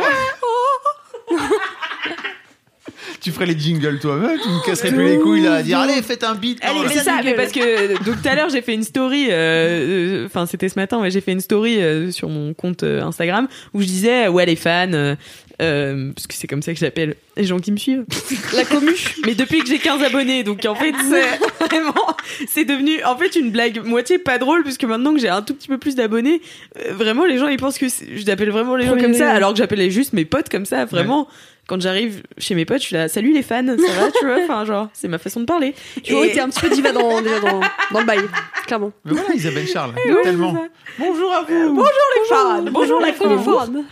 Speaker 4: Tu ferais les jingles toi-même, tu me casserais plus les couilles là, à dire allez faites un beat.
Speaker 3: Allez,
Speaker 4: non,
Speaker 3: mais c'est ça, mais parce que euh, donc tout à l'heure j'ai fait une story, euh, euh, enfin c'était ce matin, mais j'ai fait une story euh, sur mon compte euh, Instagram où je disais ouais les fans, euh, euh, parce que c'est comme ça que j'appelle les gens qui me suivent, la commu. mais depuis que j'ai 15 abonnés, donc en fait c'est vraiment, c'est devenu en fait une blague moitié pas drôle, parce que maintenant que j'ai un tout petit peu plus d'abonnés, euh, vraiment les gens ils pensent que c'est- je t'appelle vraiment les gens
Speaker 2: Premier
Speaker 3: comme ça,
Speaker 2: degré.
Speaker 3: alors que j'appelais juste mes potes comme ça, vraiment. Quand j'arrive chez mes potes, je suis là, salut les fans, Euh, ça va, tu vois, enfin genre, c'est ma façon de parler.
Speaker 2: Tu aurais
Speaker 3: Et-
Speaker 2: été un petit peu diva dans, déjà dans, dans le bail, clairement.
Speaker 4: Mais voilà Isabelle Charles,
Speaker 3: Ouais,
Speaker 4: tellement.
Speaker 3: c'est ça.
Speaker 4: Bonjour à vous.
Speaker 3: Bonjour, bonjour la
Speaker 2: Premier
Speaker 3: France.
Speaker 2: forum.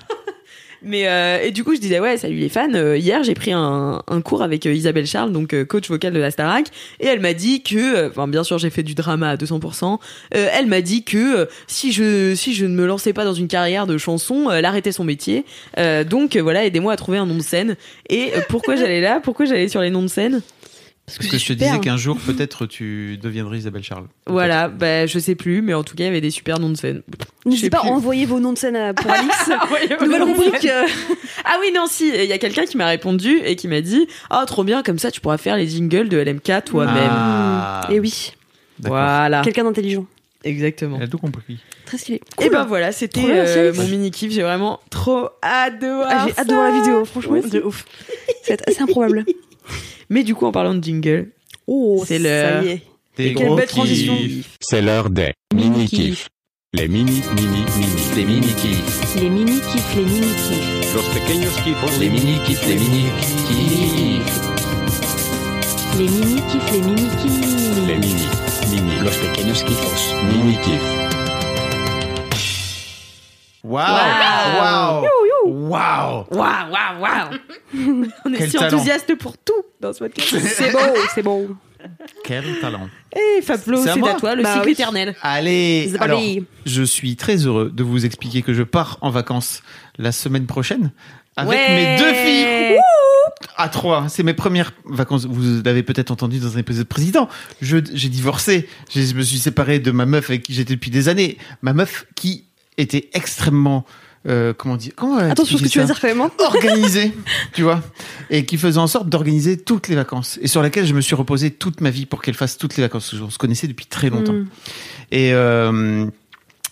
Speaker 3: Mais euh, et du coup je disais ouais salut les fans. Euh, hier j'ai pris un, un cours avec euh, Isabelle Charles donc euh, coach vocale de la Starac et elle m'a dit que euh, enfin bien sûr j'ai fait du drama à 200%. Euh, elle m'a dit que euh, si je si je ne me lançais pas dans une carrière de chanson euh, elle arrêtait son métier. Euh, donc euh, voilà aidez-moi à trouver un nom de scène et euh, pourquoi j'allais là pourquoi j'allais sur les noms de scène
Speaker 4: Parce que je te disais
Speaker 3: hein.
Speaker 4: qu'un jour peut-être tu deviendrais Isabelle Charles.
Speaker 3: voilà bah je sais plus mais en tout cas il y avait des super noms de scène.
Speaker 2: N'hésitez pas à
Speaker 3: plus.
Speaker 2: envoyer vos noms de scène à- pour Alix.
Speaker 3: Nouvelle
Speaker 2: Nouvelle rubrique. euh,
Speaker 3: Ah oui, non, si, il y a quelqu'un qui m'a répondu et qui m'a dit Ah, trop bien, comme ça tu pourras faire les jingles de LMK toi-même.
Speaker 4: Ah.
Speaker 2: Et oui,
Speaker 4: D'accord.
Speaker 3: voilà,
Speaker 2: quelqu'un d'intelligent.
Speaker 3: exactement.
Speaker 4: Elle a tout compris.
Speaker 2: Très stylé.
Speaker 3: Et ben voilà, c'était
Speaker 2: Trop bien,
Speaker 3: euh,
Speaker 2: Cyrix.
Speaker 3: mon mini-kiff, j'ai vraiment trop adoré.
Speaker 2: Ah, J'ai hâte de voir la vidéo, franchement.
Speaker 3: de ouf.
Speaker 2: C'est assez improbable.
Speaker 3: Mais du coup, en parlant de jingle,
Speaker 2: Oh,
Speaker 3: C'est ça le- y
Speaker 4: Des
Speaker 3: quelle
Speaker 4: gros
Speaker 3: belle transition.
Speaker 4: kiffs.
Speaker 7: C'est l'heure des mini-kiffs. Les mini, mini, mini, les mini-kiffs.
Speaker 8: Les mini kiffs, les mini kiffs.
Speaker 7: Los pequeños kiffos, les mini-kiffs, les mini-kiffs.
Speaker 8: Les mini kiffs, les mini
Speaker 7: Les
Speaker 8: kiffs.
Speaker 7: mini, mini, los pequeños kiffos, mini-kiffs.
Speaker 4: Waouh. Waouh. Waouh.
Speaker 3: Ah. waouh, waouh, waouh On est
Speaker 4: Quel
Speaker 3: si
Speaker 4: talent.
Speaker 3: enthousiaste pour tout dans ce podcast.
Speaker 2: C'est beau, c'est beau.
Speaker 4: Quel talent.
Speaker 3: Et Fablo,
Speaker 4: C'est à
Speaker 3: Eh, c'est
Speaker 4: moi
Speaker 3: à toi, le
Speaker 2: Bah
Speaker 3: cycle
Speaker 2: oui.
Speaker 3: éternel.
Speaker 4: Allez.
Speaker 2: C'est pas
Speaker 4: Alors,
Speaker 2: lui.
Speaker 4: je suis très heureux de vous expliquer que je pars en vacances la semaine prochaine avec
Speaker 3: Ouais.
Speaker 4: mes deux filles. à trois. hein. C'est mes premières vacances. Vous l'avez peut-être entendu dans un épisode président. Je- J'ai divorcé. Je je me suis séparé de ma meuf avec qui j'étais depuis des années. Ma meuf qui était extrêmement. euh, comment dire comment
Speaker 2: Attends, je pense que tu vas
Speaker 4: expliquer ça
Speaker 2: dire quand même. hein.
Speaker 4: organisée, tu vois, et qui faisait en sorte d'organiser toutes les vacances et sur laquelle je me suis reposé
Speaker 3: Mm.
Speaker 4: toute ma vie pour qu'elle fasse toutes les vacances. On se connaissait depuis très longtemps.
Speaker 2: Mm.
Speaker 4: Et, euh,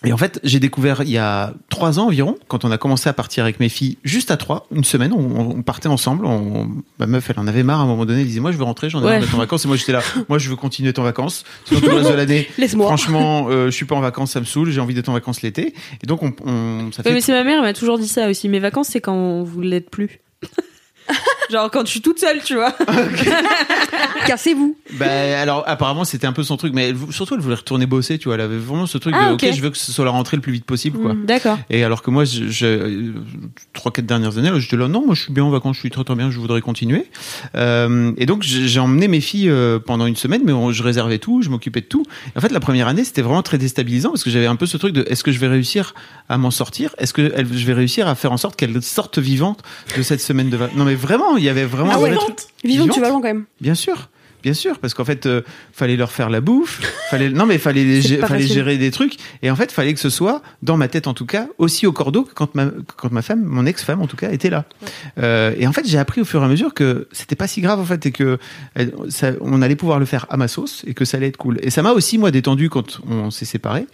Speaker 4: Et en fait, j'ai découvert il y a trois ans environ, quand on a commencé à partir avec mes filles, juste à trois, une semaine, on, on partait ensemble. On, ma meuf, elle en avait marre à un moment donné. Elle disait, moi, je veux rentrer, j'en ai marre
Speaker 3: Ouais.
Speaker 4: d'être en vacances. Et moi, j'étais là, moi, je veux continuer d'être en vacances. Sinon, tout le reste de l'année,
Speaker 2: Laisse-moi.
Speaker 4: franchement, euh, je suis pas en vacances, ça me saoule. J'ai envie d'être en vacances l'été. Et donc, on, on- ça
Speaker 3: Ouais,
Speaker 4: fait
Speaker 3: mais c'est ma mère, elle m'a toujours dit ça aussi. Mes vacances, c'est quand vous l'êtes plus. Genre quand je suis toute seule, tu vois.
Speaker 2: Cassez-vous.
Speaker 4: Bah, alors apparemment c'était un peu son truc, mais elle vou- surtout elle voulait retourner bosser, tu vois, elle avait vraiment ce truc
Speaker 3: Ah,
Speaker 4: de
Speaker 3: ok. Hmm,
Speaker 4: ok je veux que ce soit la rentrée le plus vite possible quoi.
Speaker 3: Mm, D'accord.
Speaker 4: Et alors que moi, je, je- euh, trois quatre dernières années, j'étais là non, moi je suis bien en vacances, je suis très très bien, je voudrais continuer. Euh, et donc j'ai j'ai emmené mes filles euh, pendant une semaine, mais on- je réservais tout, je m'occupais de tout. En fait, la première année c'était vraiment très déstabilisant parce que j'avais un peu ce truc de est-ce que je vais réussir à m'en sortir, est-ce que elle- je vais réussir à faire en sorte qu'elle sorte vivante de cette semaine de vacances. Non mais vraiment, il y avait vraiment un vrai truc.
Speaker 2: Ah Vivante, tu
Speaker 4: Vivante.
Speaker 2: vas loin quand même.
Speaker 4: Bien sûr, bien sûr, parce qu'en fait, euh, fallait leur faire la bouffe, fallait non mais fallait
Speaker 2: C'est
Speaker 4: gé-
Speaker 2: pas
Speaker 4: fallait
Speaker 2: facile.
Speaker 4: gérer des trucs, et en fait, fallait que ce soit dans ma tête en tout cas aussi au cordeau que quand ma quand ma femme, mon ex-femme en tout cas, était là. Euh, et en fait, j'ai appris au fur et à mesure que c'était pas si grave en fait et que elle- ça- on allait pouvoir le faire à ma sauce et que ça allait être cool. Et ça m'a aussi moi détendu quand on s'est séparés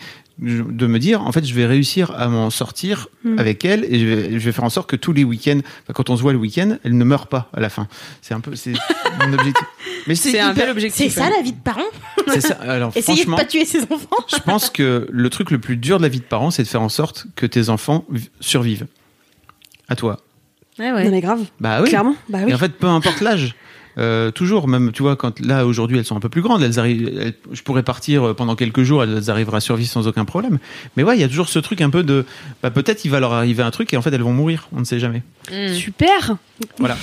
Speaker 4: je- de me dire en fait je vais réussir à m'en sortir
Speaker 3: Mm.
Speaker 4: avec elle et je vais, je vais faire en sorte que tous les week-ends enfin, quand on se voit le week-end elle ne meurt pas à la fin c'est un peu c'est mon objectif mais c'est
Speaker 3: C'est un
Speaker 4: hyper-
Speaker 3: bel objectif.
Speaker 5: C'est ça la vie de parent
Speaker 4: c'est ça alors
Speaker 5: Essayer de
Speaker 4: franchement
Speaker 5: pas tuer ses enfants
Speaker 4: je pense que le truc le plus dur de la vie de parent c'est de faire en sorte que tes enfants vi- survivent à toi
Speaker 3: Ouais,
Speaker 2: Non,
Speaker 3: ouais.
Speaker 2: mais grave.
Speaker 4: bah oui
Speaker 2: Clairement. Bah oui.
Speaker 4: et en fait, peu importe l'âge. euh, toujours, même tu vois, quand là aujourd'hui elles sont un peu plus grandes, elles arrivent. elles- je pourrais partir euh, pendant quelques jours, elles arriveront à survivre sans aucun problème. Mais ouais, il y a toujours ce truc un peu de, bah peut-être il va leur arriver un truc et en fait elles vont mourir, on ne sait jamais.
Speaker 3: Hmm.
Speaker 2: Super.
Speaker 4: Voilà.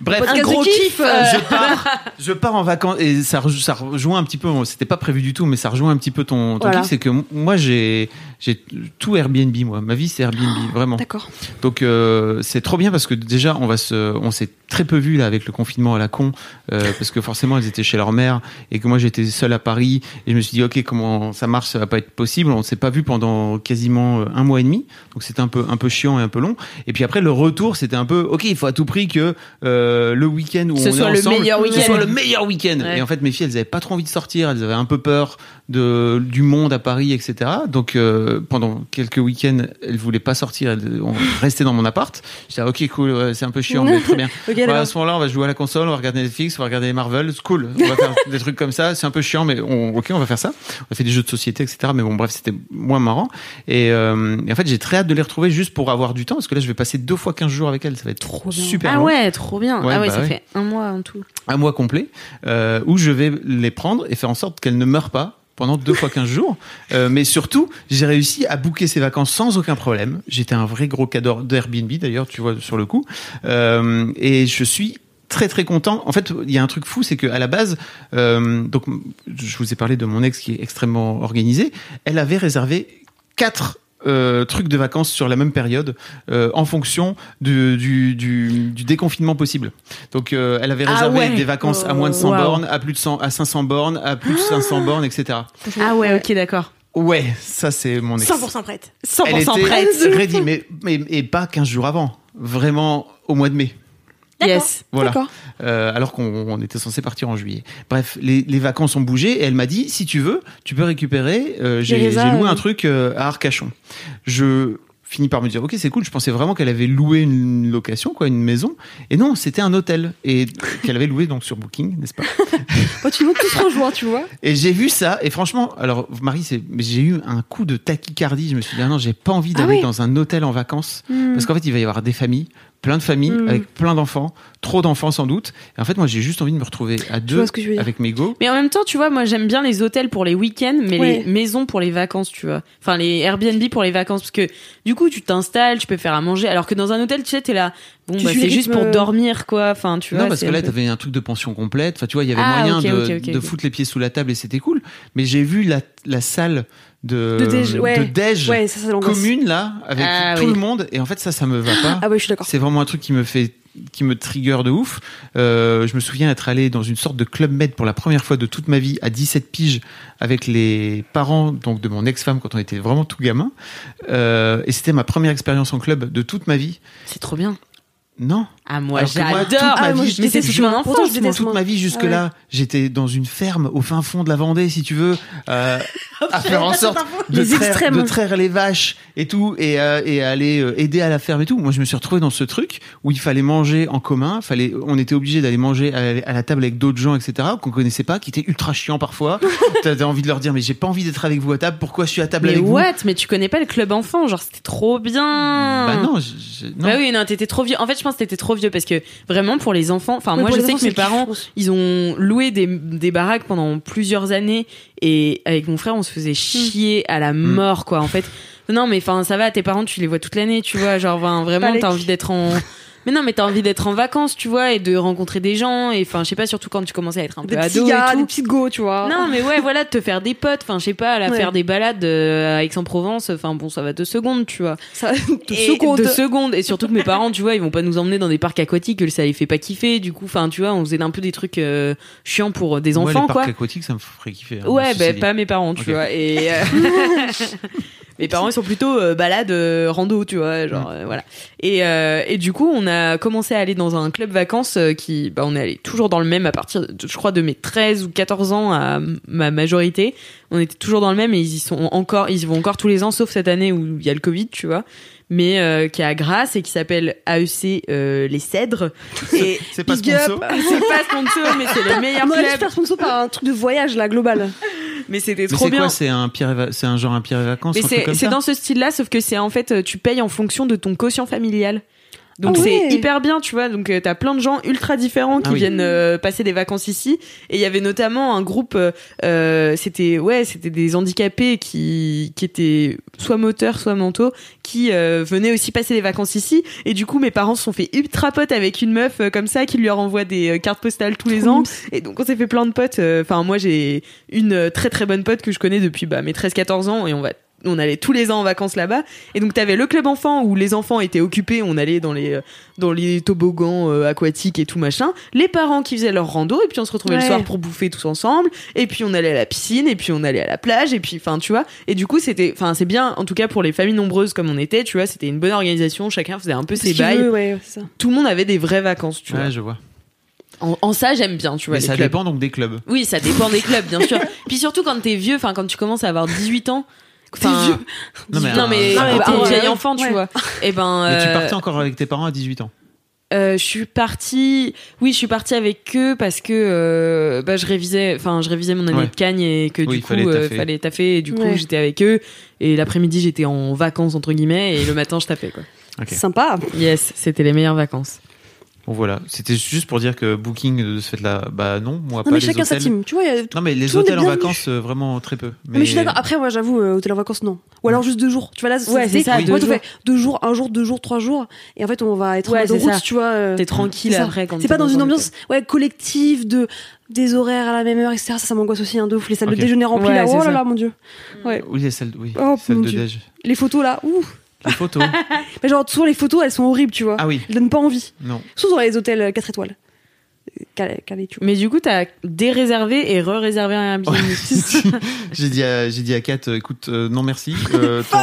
Speaker 4: Bref,
Speaker 2: Podcast de kiff. euh,
Speaker 4: je pars, je pars en vacances et ça, re- ça rejoint un petit peu. C'était pas prévu du tout, mais ça rejoint un petit peu ton, ton
Speaker 2: Voilà.
Speaker 4: kiff, c'est que m- moi j'ai, j'ai tout Airbnb moi. Ma vie c'est Airbnb vraiment.
Speaker 2: D'accord.
Speaker 4: Donc euh, c'est trop bien parce que déjà on va se, on s'est très peu vu là avec le confinement à la con euh, parce que forcément elles étaient chez leur mère et que moi j'étais seul à Paris et je me suis dit ok comment ça marche ça va pas être possible on s'est pas vu pendant quasiment euh, un mois et demi donc c'était un peu un peu chiant et un peu long et puis après le retour c'était un peu ok il faut à tout prix que euh, le week-end où
Speaker 3: Ce
Speaker 4: on
Speaker 3: soit
Speaker 4: est
Speaker 3: le
Speaker 4: ensemble,
Speaker 3: meilleur
Speaker 4: ce
Speaker 3: week-end.
Speaker 4: soit le meilleur week-end
Speaker 3: Ouais.
Speaker 4: et en fait mes filles elles avaient pas trop envie de sortir elles avaient un peu peur de du monde à Paris etc donc euh, pendant quelques week-ends elles voulaient pas sortir elles ont resté dans mon appart j'étais ah, ok cool ouais, c'est un peu chiant mais très bien
Speaker 2: Ok,
Speaker 4: Ouais, à
Speaker 2: d'accord.
Speaker 4: ce moment-là, on va jouer à la console, on va regarder Netflix, on va regarder les Marvel, c'est cool. On va faire des trucs comme ça, c'est un peu chiant, mais on, ok, on va faire ça. On a fait des jeux de société, etc. Mais bon, bref, c'était moins marrant. Et, euh, et en fait, j'ai très hâte de les retrouver juste pour avoir du temps, parce que là, je vais passer deux fois 15 jours avec elles, ça va être trop super
Speaker 3: Ah
Speaker 2: hein.
Speaker 4: long,
Speaker 3: ouais, trop bien.
Speaker 4: Ouais,
Speaker 3: ah ouais,
Speaker 4: bah
Speaker 3: ça
Speaker 4: ouais.
Speaker 3: fait un mois en tout.
Speaker 4: un mois complet, euh, où je vais les prendre et faire en sorte qu'elles ne meurent pas pendant deux fois 15 jours. Euh, mais surtout, j'ai réussi à booker ces vacances sans aucun problème. J'étais un vrai gros cadre d'Airbnb d'ailleurs, tu vois, sur le coup. Euh, et je suis très très content. En fait, il y a un truc fou, c'est que à la base, euh, donc je vous ai parlé de mon ex qui est extrêmement organisée. Elle avait réservé quatre euh, trucs de vacances sur la même période euh, en fonction du, Euh, du, du, du déconfinement possible. Donc euh, elle avait
Speaker 3: Ah
Speaker 4: réservé
Speaker 3: ouais.
Speaker 4: des vacances à moins de 100
Speaker 3: Waouh.
Speaker 4: bornes, à plus de 100, à 500 bornes, à plus de 500 bornes, etc.
Speaker 3: Ah ouais, ok, d'accord.
Speaker 4: Ouais, ça c'est mon ex.
Speaker 5: 100% prête.
Speaker 3: 100%
Speaker 4: Elle était
Speaker 3: prête.
Speaker 4: ready, mais, mais et pas 15 jours avant. Vraiment au mois de mai.
Speaker 3: Yes.
Speaker 4: Voilà.
Speaker 2: D'accord.
Speaker 4: Euh, alors qu'on on était censé partir en juillet. Bref, les, les vacances ont bougé et elle m'a dit si tu veux, tu peux récupérer. euh, j'ai
Speaker 5: Les réserves,
Speaker 4: j'ai loué un
Speaker 5: oui.
Speaker 4: truc euh, à Arcachon. Je finis par me dire ok c'est cool. Je pensais vraiment qu'elle avait loué une location quoi, une maison. Et non, c'était un hôtel et qu'elle avait loué donc sur Booking, n'est-ce pas
Speaker 2: Oh, tu nous tous rejoints, tu vois.
Speaker 4: Et j'ai vu ça et franchement, alors Marie, c'est, mais j'ai eu un coup de tachycardie. Je me suis dit ah non, j'ai pas envie
Speaker 2: Ah
Speaker 4: d'aller
Speaker 2: oui. Hmm.
Speaker 4: dans un hôtel en vacances parce qu'en fait il va y avoir des familles, plein de familles
Speaker 2: Mm.
Speaker 4: avec plein d'enfants, trop d'enfants sans doute. Et en fait moi j'ai juste envie de me retrouver à
Speaker 2: Tu
Speaker 4: deux
Speaker 2: vois ce que je veux dire.
Speaker 4: avec mes go.
Speaker 3: Mais en même temps, tu vois, moi j'aime bien les hôtels pour les week-ends, mais
Speaker 2: Ouais.
Speaker 3: les maisons pour les vacances, tu vois. Enfin, les Airbnb pour les vacances, parce que du coup, tu t'installes, tu peux faire à manger, alors que dans un hôtel, tu sais, t'es là. Bon,
Speaker 2: Tu
Speaker 3: bah,
Speaker 2: suis
Speaker 3: c'est
Speaker 2: le
Speaker 3: juste
Speaker 2: rythme.
Speaker 3: pour dormir, quoi. Enfin, tu vois.
Speaker 4: non parce
Speaker 3: c'est
Speaker 4: que
Speaker 3: un
Speaker 4: là
Speaker 3: peu-
Speaker 4: t'avais un truc de pension complète. Enfin tu vois il y avait
Speaker 3: Ah,
Speaker 4: moyen
Speaker 3: ok,
Speaker 4: de,
Speaker 3: ok, ok,
Speaker 4: de
Speaker 3: ok.
Speaker 4: foutre les pieds sous la table et c'était cool. Mais j'ai vu la, la salle de
Speaker 2: De déj, ouais.
Speaker 4: Euh, de déj
Speaker 2: Ouais, ça, ça l'angoisse.
Speaker 4: commune là avec
Speaker 3: Ah,
Speaker 4: tout
Speaker 3: oui.
Speaker 4: le monde et en fait ça ça me va pas.
Speaker 2: Ah ouais, je suis d'accord.
Speaker 4: C'est vraiment un truc qui me fait qui me trigger de ouf. Euh, je me souviens être allé dans une sorte de club med pour la première fois de toute ma vie à 17 piges avec les parents donc de mon ex-femme quand on était vraiment tout gamin. Euh, et c'était ma première expérience en club de toute ma vie.
Speaker 3: C'est trop bien.
Speaker 4: Non.
Speaker 3: Ah, moi,
Speaker 4: Alors que moi,
Speaker 3: j'adore.
Speaker 4: toute ma
Speaker 3: Ah, moi,
Speaker 4: vie,
Speaker 3: je mais c'est
Speaker 4: j'étais-
Speaker 3: toute mon enfance.
Speaker 4: Pourtant,
Speaker 3: moi. Ah
Speaker 4: toute ma vie jusque-là, j'étais dans une ferme au fin fond de la Vendée, si tu veux, euh, à faire en sorte de
Speaker 3: Les
Speaker 4: traire,
Speaker 3: extrêmes.
Speaker 4: de traire les vaches et tout, et, euh, et aller euh, aider à la ferme et tout. Moi, je me suis retrouvé dans ce truc où il fallait manger en commun, fallait, on était obligé d'aller manger à, à la table avec d'autres gens, etc., qu'on connaissait pas, qui étaient ultra chiants parfois. T'avais envie de leur dire, mais j'ai pas envie d'être avec vous à table. Pourquoi je suis à table
Speaker 3: Mais
Speaker 4: avec vous
Speaker 3: what Mais tu connais pas le club enfant, genre c'était trop bien.
Speaker 4: Bah non, je- je- non.
Speaker 3: Bah oui, non, t'étais trop vieux. En fait, je pense que t'étais trop vieux parce que vraiment pour les enfants. Enfin,
Speaker 2: Ouais,
Speaker 3: moi,
Speaker 2: pour
Speaker 3: je
Speaker 2: les
Speaker 3: sais
Speaker 2: enfants,
Speaker 3: que mes
Speaker 2: c'est
Speaker 3: parents,
Speaker 2: kiffant.
Speaker 3: ils ont loué des, des baraques pendant plusieurs années et avec mon frère, on se
Speaker 2: Hmm.
Speaker 3: faisait chier à la mort, quoi. En fait, non, mais enfin, ça va. Tes parents, tu les vois toute l'année, tu vois. Genre, ben, vraiment,
Speaker 2: Alec.
Speaker 3: t'as envie d'être en. Mais non, mais t'as envie d'être en vacances, tu vois, et de rencontrer des gens. Et enfin, je sais pas, surtout quand tu commences à être un
Speaker 2: Des
Speaker 3: peu Bah, ado
Speaker 2: petits
Speaker 3: et
Speaker 2: gars,
Speaker 3: tout.
Speaker 2: des petites go, tu vois.
Speaker 3: Non, mais ouais, voilà, de te faire des potes, enfin, je sais pas, la
Speaker 2: Ouais.
Speaker 3: faire des balades euh, à Aix-en-Provence, enfin, bon, ça va deux secondes, tu vois.
Speaker 2: ça, te
Speaker 3: Et-
Speaker 2: seconde.
Speaker 3: Deux secondes. Et surtout que mes parents, tu vois, ils vont pas nous emmener dans des parcs aquatiques, que ça les fait pas kiffer, du coup, enfin, tu vois, on faisait un peu des trucs euh, chiants pour euh, des
Speaker 4: Moi, les
Speaker 3: enfants,
Speaker 4: parcs
Speaker 3: quoi.
Speaker 4: aquatiques, ça me ferait kiffer. hein,
Speaker 3: Ouais,
Speaker 4: ceci
Speaker 3: ben,
Speaker 4: dit.
Speaker 3: pas mes parents, tu
Speaker 4: Ok.
Speaker 3: vois. Et. euh, Mes parents, ils sont plutôt euh, balades, euh, rando, tu vois,
Speaker 4: Mm.
Speaker 3: genre, euh, voilà. Et, euh, et du coup, on a commencé à aller dans un club vacances euh, qui, bah, on est allé toujours dans le même à partir, de, je crois, de mes 13 ou 14 ans à ma majorité. On était toujours dans le même et ils y sont encore, ils y vont encore tous les ans, sauf cette année où il y a le Covid, tu vois. Mais euh, qui est à Grasse et qui s'appelle AEC euh, Les Cèdres. Et
Speaker 4: C'est pas
Speaker 3: big up,
Speaker 4: sponsor.
Speaker 3: c'est pas sponsor, mais c'est le meilleur
Speaker 2: On aurait dû
Speaker 3: club.
Speaker 2: faire sponsor par un truc de voyage là global.
Speaker 3: Mais c'était
Speaker 4: Mais
Speaker 3: trop
Speaker 4: c'est
Speaker 3: bien.
Speaker 4: quoi C'est un Pierre et Va- c'est un genre un Pierre et vacances.
Speaker 3: Mais
Speaker 4: un truc
Speaker 3: c'est
Speaker 4: comme
Speaker 3: c'est
Speaker 4: ça
Speaker 3: dans ce style-là, sauf que c'est en fait, euh, tu payes en fonction de ton quotient familial. Donc
Speaker 2: Ah
Speaker 3: c'est
Speaker 2: ouais.
Speaker 3: hyper bien, tu vois. Donc euh, t'as plein de gens ultra différents qui
Speaker 4: Ah oui.
Speaker 3: viennent euh, passer des vacances ici. Et il y avait notamment un groupe, euh, euh, c'était ouais, c'était des handicapés qui qui étaient soit moteurs, soit mentaux, qui euh, venaient aussi passer des vacances ici. Et du coup, mes parents se sont fait ultra potes avec une meuf euh, comme ça qui lui renvoie des euh, cartes postales tous les ans. Et donc on s'est fait plein de potes. Euh, Enfin moi j'ai une euh, très très bonne pote que je connais depuis bah, mes 13-14 ans et on va on allait tous les ans en vacances là-bas et donc t'avais le club enfant où les enfants étaient occupés on allait dans les euh, dans les toboggans euh, aquatiques et tout machin les parents qui faisaient leur rando et puis on se retrouvait le
Speaker 2: Ouais.
Speaker 3: soir pour bouffer tous ensemble et puis on allait à la piscine et puis on allait à la plage et puis enfin tu vois et du coup c'était enfin c'est bien en tout cas pour les familles nombreuses comme on était tu vois c'était une bonne organisation chacun faisait un peu ses
Speaker 2: Ce qu'il
Speaker 3: bails
Speaker 2: veut, ouais, c'est ça.
Speaker 3: tout le monde avait des vraies vacances tu
Speaker 4: Ouais,
Speaker 3: vois
Speaker 4: je vois.
Speaker 3: en, en ça j'aime bien tu vois
Speaker 4: Mais
Speaker 3: les
Speaker 4: ça
Speaker 3: clubs.
Speaker 4: dépend donc des clubs.
Speaker 3: Oui, ça dépend des clubs, bien sûr. Puis surtout quand t'es vieux, enfin quand tu commences à avoir 18 ans. enfin,
Speaker 2: vieux.
Speaker 4: Non, mais euh,
Speaker 3: non
Speaker 4: un-
Speaker 3: mais,
Speaker 4: Non, mais
Speaker 3: un
Speaker 2: t'es-
Speaker 3: vieil
Speaker 2: ouais.
Speaker 3: enfant, tu
Speaker 2: Ouais.
Speaker 3: vois. Et ben,
Speaker 4: Mais tu
Speaker 3: euh,
Speaker 4: partais encore avec tes parents à 18 ans.
Speaker 3: euh, je suis partie. Oui, je suis partie avec eux parce que euh, bah, je révisais, enfin je révisais mon année
Speaker 4: Ouais.
Speaker 3: de cagne et que
Speaker 4: Oui,
Speaker 3: du coup
Speaker 4: fallait
Speaker 3: euh,
Speaker 4: taffer.
Speaker 3: fallait taffer. Et du coup
Speaker 2: Ouais.
Speaker 3: j'étais avec eux et l'après-midi j'étais en vacances entre guillemets et le matin je tapais quoi.
Speaker 4: Ok.
Speaker 2: Sympa.
Speaker 3: Yes, c'était les meilleures vacances.
Speaker 4: Bon voilà, c'était juste pour dire que Booking de ce fait-là, bah non, moi
Speaker 2: Non
Speaker 4: pas
Speaker 2: mais
Speaker 4: les
Speaker 2: chacun sa
Speaker 4: hôtels.
Speaker 2: team. Tu vois, il y a-
Speaker 4: Non mais les
Speaker 2: Tout le monde
Speaker 4: hôtels
Speaker 2: est
Speaker 4: en
Speaker 2: bienvenu.
Speaker 4: vacances euh, vraiment très peu. Mais,
Speaker 2: Ah, Mais je suis d'accord. Après, moi, j'avoue, euh, hôtel en vacances, non. Ou alors juste deux jours. Tu vois, là,
Speaker 3: Ouais,
Speaker 2: c'était-
Speaker 3: c'est ça,
Speaker 2: Moi,
Speaker 3: deux
Speaker 2: tout
Speaker 3: jours.
Speaker 2: fait deux jours, un jour, deux jours, trois jours. Et en fait, on va être
Speaker 3: Ouais,
Speaker 2: en mode
Speaker 3: c'est
Speaker 2: route,
Speaker 3: ça.
Speaker 2: tu vois. euh,
Speaker 3: T'es tranquille
Speaker 2: c'est ça.
Speaker 3: après quand
Speaker 2: C'est pas
Speaker 3: t'es
Speaker 2: dans une
Speaker 3: un
Speaker 2: ambiance ouais, collective de des horaires à la même heure, etc. Ça, ça m'angoisse aussi un de ouf. Les salles
Speaker 4: Ok.
Speaker 2: de déjeuner remplies
Speaker 3: Ouais,
Speaker 2: là.
Speaker 3: c'est
Speaker 2: Oh
Speaker 3: ça.
Speaker 2: là là, mon dieu.
Speaker 4: Oui, les salles, oui,
Speaker 2: Oh,
Speaker 4: salles
Speaker 2: mon
Speaker 4: de
Speaker 2: Dieu.
Speaker 4: déj.
Speaker 2: Les photos là. Ouh.
Speaker 4: Les photos.
Speaker 2: Mais genre, souvent, les photos, elles sont horribles, tu vois.
Speaker 4: ah oui,
Speaker 2: Elles donnent pas envie.
Speaker 4: non.
Speaker 2: Surtout dans les hôtels 4 étoiles. Euh, Calais, Calais, tu vois.
Speaker 3: Mais du coup t'as déréservé et re-réservé un Airbnb.
Speaker 4: j'ai dit à, j'ai dit à Kat, euh, écoute, euh, non merci. euh, ton-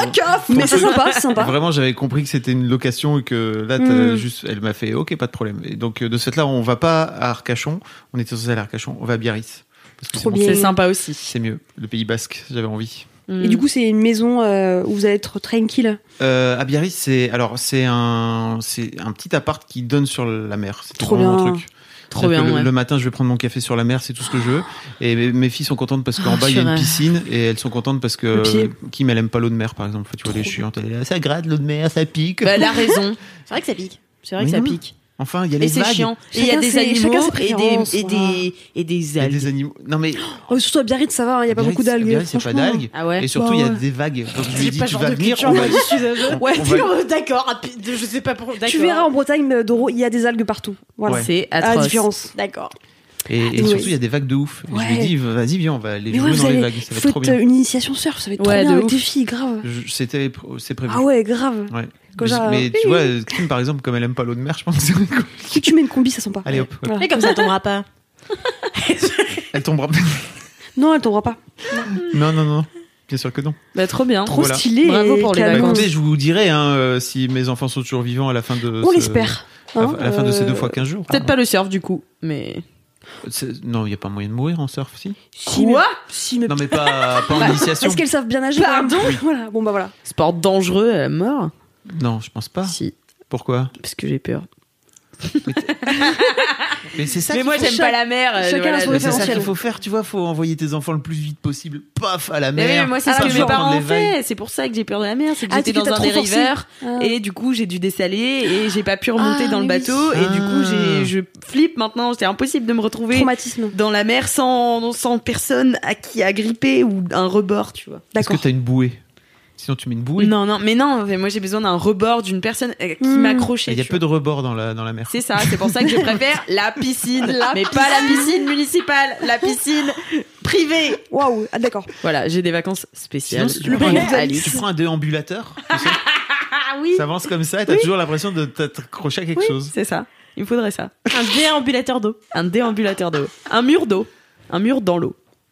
Speaker 2: Mais c'est
Speaker 4: truc-
Speaker 2: sympa, c'est sympa.
Speaker 4: Vraiment, j'avais compris que c'était une location et que là, t'as
Speaker 2: Mm.
Speaker 4: juste, elle m'a fait, ok, pas de problème. Et donc, euh, de ce fait-là, on va pas à Arcachon. On était censé aller à Arcachon. On va à Biarritz. Parce que
Speaker 2: Trop
Speaker 4: c'est-
Speaker 2: bien.
Speaker 3: C'est sympa aussi. Mm.
Speaker 4: C'est mieux. Le Pays Basque, j'avais envie.
Speaker 2: Et du coup, c'est une maison euh, où vous allez être tranquille.
Speaker 4: Euh, à Biarritz, c'est alors c'est un c'est un petit appart qui donne sur la mer. C'est
Speaker 2: Trop
Speaker 4: vraiment
Speaker 2: bien.
Speaker 4: Mon truc.
Speaker 3: Trop
Speaker 4: C'est-à-dire
Speaker 3: bien,
Speaker 4: que Le,
Speaker 3: ouais.
Speaker 4: le matin, je vais prendre mon café sur la mer, c'est tout ce que je veux. Et mes, mes filles sont contentes parce qu'en
Speaker 3: Ah,
Speaker 4: bas il y a
Speaker 3: sur
Speaker 4: une
Speaker 3: la-
Speaker 4: piscine et elles sont contentes parce que
Speaker 2: Le pied.
Speaker 4: Kim elle aime pas l'eau de mer par exemple. Tu vois les chiantes, elle est là, Ah, ça gratte l'eau de mer, ça pique.
Speaker 3: Bah, elle a raison.
Speaker 5: C'est vrai que ça pique.
Speaker 3: C'est vrai
Speaker 4: Mais
Speaker 3: que ça
Speaker 4: non.
Speaker 3: pique.
Speaker 4: Enfin, il y a les
Speaker 3: Et c'est
Speaker 4: vagues.
Speaker 3: chiant. Et il y a
Speaker 2: Chacun
Speaker 3: des
Speaker 2: ses- chacun
Speaker 3: animaux
Speaker 2: ses
Speaker 3: et
Speaker 2: préférences,
Speaker 3: des, et des, et des
Speaker 4: Il y a
Speaker 3: algues.
Speaker 4: des animaux. Non mais
Speaker 2: Oh, surtout à Biarritz, ça va, il n'y a pas
Speaker 4: Biarritz,
Speaker 2: beaucoup d'algues.
Speaker 4: Biarritz, il y a pas
Speaker 2: franchement. Bah
Speaker 4: d'algues.
Speaker 3: Ah ouais
Speaker 4: Et surtout, il y a
Speaker 2: ouais.
Speaker 4: des vagues. Donc je lui
Speaker 5: J'ai
Speaker 4: dis,
Speaker 5: pas
Speaker 4: tu
Speaker 5: genre
Speaker 4: vas
Speaker 5: de
Speaker 4: venir.
Speaker 5: culture,
Speaker 4: on
Speaker 5: moi,
Speaker 4: va-
Speaker 5: je suis désolée.
Speaker 4: on-
Speaker 5: Ouais,
Speaker 4: on va-
Speaker 5: puis, euh, d'accord, ah, puis, je sais pas pourquoi.
Speaker 2: Tu
Speaker 5: d'accord.
Speaker 2: verras en Bretagne, euh, Doro, il y a des algues partout. Voilà.
Speaker 4: Ouais.
Speaker 3: C'est
Speaker 2: À
Speaker 3: atroce.
Speaker 2: la différence.
Speaker 5: D'accord.
Speaker 4: Et, et
Speaker 2: Ouais.
Speaker 4: surtout, il y a des vagues de ouf. Et Je lui
Speaker 2: Ouais.
Speaker 4: dis, vas-y, viens, on va aller
Speaker 2: Mais
Speaker 4: jouer
Speaker 2: ouais,
Speaker 4: dans
Speaker 2: vous
Speaker 4: les
Speaker 2: allez. euh,
Speaker 4: vagues. Ça va être
Speaker 2: Faut
Speaker 4: trop
Speaker 2: être
Speaker 4: bien.
Speaker 2: une initiation surf, ça va être trop
Speaker 3: Ouais, de
Speaker 2: bien avec
Speaker 3: ouf.
Speaker 2: des filles, grave.
Speaker 4: Je- C'était, pr- c'est prévu.
Speaker 2: Ah ouais, grave.
Speaker 4: Ouais.
Speaker 2: Quand
Speaker 4: Mais,
Speaker 2: j'ai-
Speaker 4: mais tu vois, euh, Kim, par exemple, comme elle aime pas l'eau de mer, je pense que c'est cool.
Speaker 2: Si tu mets une combi, ça sent pas.
Speaker 4: Allez, hop.
Speaker 2: Voilà.
Speaker 5: Mais comme ça, tombera pas.
Speaker 4: Elle tombera.
Speaker 2: Non, elle tombera pas.
Speaker 4: non, non, non. Bien sûr que non.
Speaker 3: Bah, trop bien.
Speaker 2: Trop
Speaker 4: Voilà.
Speaker 2: stylé.
Speaker 3: Bravo
Speaker 2: et
Speaker 3: pour les
Speaker 4: Bah,
Speaker 2: canon.
Speaker 3: vacances.
Speaker 4: écoutez, je vous dirai hein, euh, si mes enfants sont toujours vivants à la fin de.
Speaker 2: On
Speaker 4: ce-
Speaker 2: l'espère.
Speaker 4: À,
Speaker 2: hein,
Speaker 4: à la fin de ces
Speaker 2: euh,
Speaker 4: deux fois 15 jours.
Speaker 3: Peut-être pas le surf du coup, mais.
Speaker 4: C'est- Non, il n'y a pas moyen de mourir en surf, si.
Speaker 2: Si, mais-
Speaker 3: Quoi
Speaker 2: si, mais- Bah,
Speaker 4: Non, mais pas, pas en initiation.
Speaker 2: Est-ce qu'elles savent bien nager
Speaker 3: Pardon
Speaker 2: quand même Voilà, bon bah voilà.
Speaker 3: Sport dangereux
Speaker 2: euh,
Speaker 3: à la mort
Speaker 4: Non, je pense pas.
Speaker 3: Si,
Speaker 4: Pourquoi
Speaker 3: parce que j'ai peur.
Speaker 4: Mais c'est ça.
Speaker 3: Mais
Speaker 4: qu'il
Speaker 3: moi
Speaker 4: faut-
Speaker 3: j'aime
Speaker 2: chaque-
Speaker 3: pas la mer. euh,
Speaker 2: chacun
Speaker 3: voilà,
Speaker 2: a son
Speaker 4: Mais
Speaker 3: donc-
Speaker 4: c'est ça
Speaker 2: référentiel.
Speaker 4: qu'il faut faire, tu vois, faut envoyer tes enfants le plus vite possible, paf, à la mer.
Speaker 3: Mais Eh oui, mais moi c'est ce
Speaker 4: Pas
Speaker 3: que mes
Speaker 4: besoin de
Speaker 3: parents
Speaker 4: Ah, prendre
Speaker 3: ont
Speaker 4: les vagues.
Speaker 3: fait. C'est pour ça que j'ai peur de la mer. C'est que
Speaker 2: Ah,
Speaker 3: j'étais
Speaker 2: c'est que
Speaker 3: dans
Speaker 2: t'as
Speaker 3: un
Speaker 2: trop forcé.
Speaker 3: dériveur
Speaker 2: Ah.
Speaker 3: et du coup j'ai dû dessaler et j'ai pas pu remonter
Speaker 2: Ah,
Speaker 3: dans le
Speaker 2: mais oui.
Speaker 3: bateau et du coup
Speaker 4: Ah.
Speaker 3: j'ai je flippe maintenant. C'est impossible de me retrouver
Speaker 2: Traumatisme.
Speaker 3: dans la mer sans sans personne à qui agripper ou un rebord, tu vois.
Speaker 4: Est-ce que t'as une bouée Sinon, tu mets une bouée.
Speaker 3: Non non, mais non. mais moi j'ai besoin d'un rebord d'une personne euh, qui
Speaker 2: Hmm.
Speaker 3: m'accrochait.
Speaker 4: Il y a
Speaker 3: tu
Speaker 4: peu de rebords dans la, dans la mer.
Speaker 3: C'est ça, c'est pour ça que je préfère la piscine. mais pas la piscine municipale, la piscine privée.
Speaker 2: Waouh, ah, d'accord.
Speaker 3: Voilà, j'ai des vacances
Speaker 4: Sinon,
Speaker 3: spéciales.
Speaker 4: si tu, prends
Speaker 2: bain
Speaker 4: un,
Speaker 2: est valide.
Speaker 4: tu prends un déambulateur, tu sais,
Speaker 3: Ah oui,
Speaker 4: ça avance comme ça et t'as toujours l'impression de t'accrocher à quelque chose.
Speaker 3: c'est ça. Il me faudrait ça.
Speaker 5: Un déambulateur d'eau.
Speaker 3: Un déambulateur d'eau. Un mur d'eau. Un mur dans l'eau.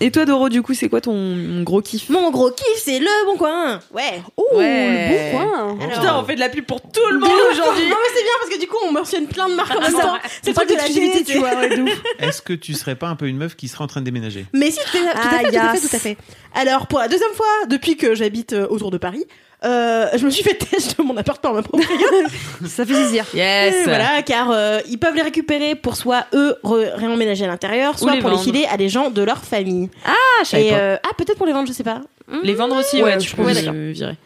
Speaker 3: Et toi, Doro, du coup, c'est quoi ton gros kiff
Speaker 5: Mon gros kiff, c'est le bon coin. Ouais.
Speaker 2: Ouh,
Speaker 3: Ouais.
Speaker 2: le bon coin.
Speaker 5: Alors-
Speaker 3: Putain, on fait de la pub pour tout le monde aujourd'hui.
Speaker 5: Non mais c'est bien parce que du coup on mentionne plein de
Speaker 3: Ah,
Speaker 5: marques en même temps. C'est pas
Speaker 2: pas
Speaker 5: de la
Speaker 2: d'utilité,
Speaker 5: qualité, tu vois.
Speaker 2: ouais, de ouf.
Speaker 4: Est-ce que tu serais pas un peu une meuf qui serait en train de déménager
Speaker 5: Mais si, tout à, tout à
Speaker 2: Ah,
Speaker 5: fait, tout à fait,
Speaker 2: yes.
Speaker 5: tout à fait. Alors pour la deuxième fois depuis que j'habite euh, autour de Paris, euh, je me suis fait test de mon appartement à ma proprio.
Speaker 2: Ça fait plaisir.
Speaker 3: Yes.
Speaker 5: Voilà, car euh, ils peuvent les récupérer pour soit eux re- réemménager à l'intérieur, soit
Speaker 3: les
Speaker 5: pour
Speaker 3: vendre.
Speaker 5: les filer à des gens de leur famille.
Speaker 3: Ah, je savais
Speaker 5: Et,
Speaker 3: pas.
Speaker 5: euh, ah peut-être pour les vendre, je sais pas.
Speaker 3: Les vendre aussi, ouais,
Speaker 5: ouais,
Speaker 3: tu
Speaker 5: je
Speaker 3: peux
Speaker 5: pense.
Speaker 3: me virer.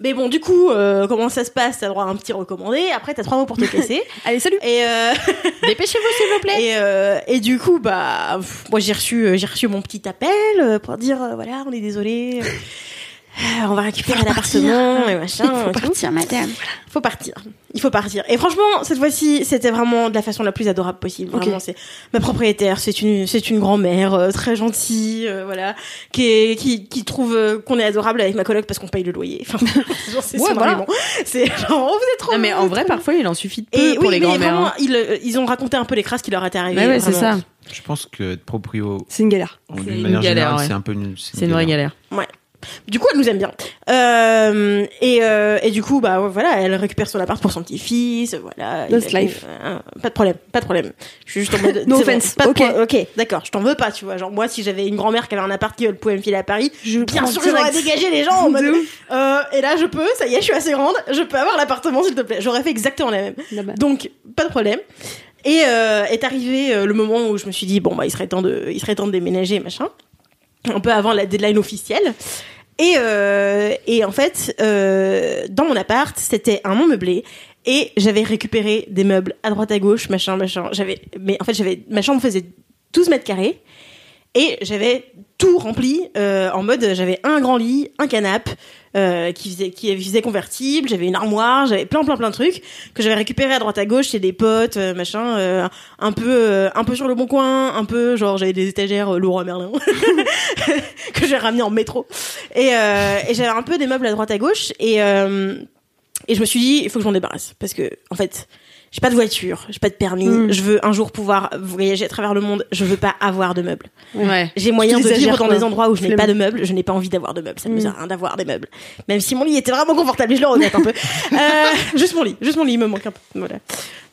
Speaker 5: Mais bon, du coup, euh, comment ça se passe T'as droit à un petit recommandé. Après, t'as trois mots pour te casser.
Speaker 2: Allez, salut.
Speaker 5: et euh,
Speaker 3: Dépêchez-vous, s'il vous
Speaker 5: Et, euh, et du coup, bah, pff, moi j'ai reçu, euh, j'ai reçu mon petit appel euh, pour dire, euh, voilà, on est désolé, euh, on va récupérer l'appartement et machin. et tout.
Speaker 2: madame.
Speaker 5: Faut partir. Il faut partir. Et franchement, cette fois-ci, c'était vraiment de la façon la plus adorable possible.
Speaker 2: Ok.
Speaker 5: Vraiment, c'est ma propriétaire, c'est une, c'est une grand-mère euh, très gentille, euh, voilà, qui, est- qui, qui trouve euh, qu'on est adorable avec ma coloc parce qu'on paye le loyer. Enfin, genre, c'est
Speaker 3: Ouais,
Speaker 5: son
Speaker 3: voilà.
Speaker 5: argument. C'est genre, oh, vous êtes trop.
Speaker 3: Non, mais
Speaker 5: vous
Speaker 3: en
Speaker 5: êtes
Speaker 3: vrai,
Speaker 5: trop-
Speaker 3: parfois, il en suffit peu
Speaker 5: Et
Speaker 3: pour
Speaker 5: oui,
Speaker 3: les
Speaker 5: mais
Speaker 3: grands-mères.
Speaker 5: vraiment,
Speaker 3: hein.
Speaker 5: ils, euh, ils ont raconté un peu les crasses qui leur étaient arrivées.
Speaker 3: Ouais, ouais, c'est
Speaker 5: vraiment.
Speaker 3: ça.
Speaker 4: Je pense que être proprio,
Speaker 2: C'est une galère.
Speaker 4: en-
Speaker 3: C'est
Speaker 4: d'une
Speaker 3: une
Speaker 4: manière
Speaker 3: galère,
Speaker 4: générale,
Speaker 3: ouais.
Speaker 4: c'est un peu une.
Speaker 3: C'est une vraie galère.
Speaker 5: Du coup, elle nous aime bien. Euh, et, euh, et du coup, bah ouais, voilà, elle récupère son appart pour son petit-fils, voilà.
Speaker 2: That's
Speaker 5: Il a-
Speaker 2: life.
Speaker 5: euh, pas de problème, pas de problème. Je suis juste en mode.
Speaker 2: No
Speaker 5: c'est
Speaker 2: offense,
Speaker 5: pas de
Speaker 2: ok.
Speaker 5: pro- ok, d'accord, je t'en veux pas, tu vois. Genre, moi, si j'avais une grand-mère qui avait un appart qui elle pouvait me filer à Paris,
Speaker 2: Je
Speaker 5: bien
Speaker 2: prends
Speaker 5: sûr,
Speaker 2: direct.
Speaker 5: j'aurais dégagé les gens en mode.
Speaker 2: De ouf.
Speaker 5: euh, et là, je peux, ça y est, je suis assez grande, je peux avoir l'appartement, s'il te plaît. J'aurais fait exactement la même.
Speaker 2: Là-bas.
Speaker 5: Donc, pas de problème. Et euh, est arrivé euh, le moment où je me suis dit, bon, bah, il serait temps de, il serait temps de déménager, machin. Un peu avant la deadline officielle. Et, euh, et en fait, euh, dans mon appart, c'était un non meublé. Et j'avais récupéré des meubles à droite à gauche, machin, machin. J'avais, mais en fait, j'avais, ma chambre faisait 12 mètres carrés. Et j'avais tout rempli euh, en mode j'avais un grand lit, un canapé euh, qui faisait qui faisait convertible, j'avais une armoire, j'avais plein plein plein de trucs que j'avais récupéré à droite à gauche chez des potes euh, machin euh, un peu euh, un peu sur le bon coin, un peu genre j'avais des étagères euh, Leroy Merlin que j'ai ramené en métro et, euh, et j'avais un peu des meubles à droite à gauche et euh, et je me suis dit il faut que je m'en débarrasse parce que en fait j'ai pas de voiture, j'ai pas de permis,
Speaker 2: Mm.
Speaker 5: je veux un jour pouvoir voyager à travers le monde, je veux pas avoir de meubles.
Speaker 3: Ouais.
Speaker 5: J'ai moyen
Speaker 2: Tu
Speaker 5: de
Speaker 2: exagères,
Speaker 5: vivre dans
Speaker 2: quoi.
Speaker 5: des endroits où je n'ai
Speaker 2: Flemme.
Speaker 5: pas de meubles. Je n'ai pas envie d'avoir de meubles. Ça ne me
Speaker 2: Mm.
Speaker 5: sert à rien d'avoir des meubles. Même si mon lit était vraiment confortable, et je le regrette un peu. Euh, juste mon lit, juste mon lit, il me manque un peu. Voilà.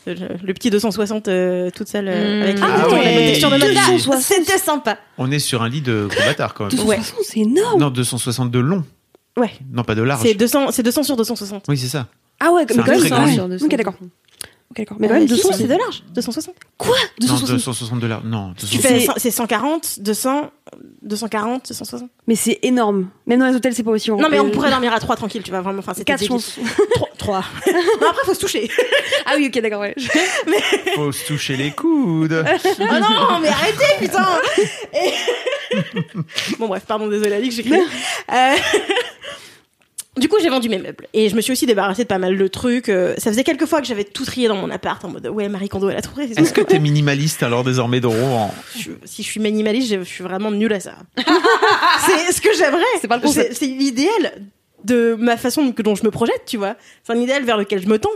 Speaker 5: Le, le petit 260 euh, toute seule euh,
Speaker 3: Mm.
Speaker 5: avec
Speaker 4: Ah
Speaker 5: boutons,
Speaker 4: oui.
Speaker 5: texture de matelas.
Speaker 2: 260.
Speaker 5: C'était sympa.
Speaker 4: On est sur un lit de gros bâtard quand même.
Speaker 2: 260, c'est énorme.
Speaker 4: Non, 260 de long.
Speaker 5: Ouais.
Speaker 4: Non, pas de large.
Speaker 5: C'est 200, c'est 200 sur 260.
Speaker 4: Oui, c'est ça.
Speaker 2: Ah ouais, mais
Speaker 4: C'est un
Speaker 2: quand même,
Speaker 4: très grand
Speaker 2: ouais.
Speaker 4: lit.
Speaker 2: Ok, d'accord. Ok, d'accord. Mais quand même, 200, c'est
Speaker 5: de large. 260.
Speaker 2: quoi
Speaker 4: Non,
Speaker 2: 260
Speaker 4: 260 dollars. Non, 260.
Speaker 5: Tu fais cent- c'est 140, 200, 240, 260.
Speaker 2: Mais c'est énorme. Même dans les hôtels, c'est pas aussi. Euh,
Speaker 5: Non mais on pourrait dormir à 3 tranquille, tu vois vraiment. Enfin, c'était
Speaker 2: 4
Speaker 5: débile.
Speaker 2: chances.
Speaker 5: Trois- trois. Non, après, faut se toucher.
Speaker 2: Ah oui, ok, d'accord, ouais.
Speaker 4: Faut se toucher les coudes.
Speaker 5: Oh non, mais arrêtez, putain Et- Bon bref, pardon, désolé Alix, j'ai crié. Euh, Du coup, j'ai vendu mes meubles et je me suis aussi débarrassée de pas mal de trucs. Euh, Ça faisait quelques fois que j'avais tout trié dans mon appart en mode ouais, Marie Kondo, elle a trouvé.
Speaker 4: Est-ce que t'es minimaliste alors désormais de Rouen
Speaker 5: Je- si je suis minimaliste, je je suis vraiment nulle à ça. c'est ce que j'aimerais. C'est pas le concept. C'est l'idéal de ma façon que, dont je me projette, tu vois. C'est un idéal vers lequel je me tends.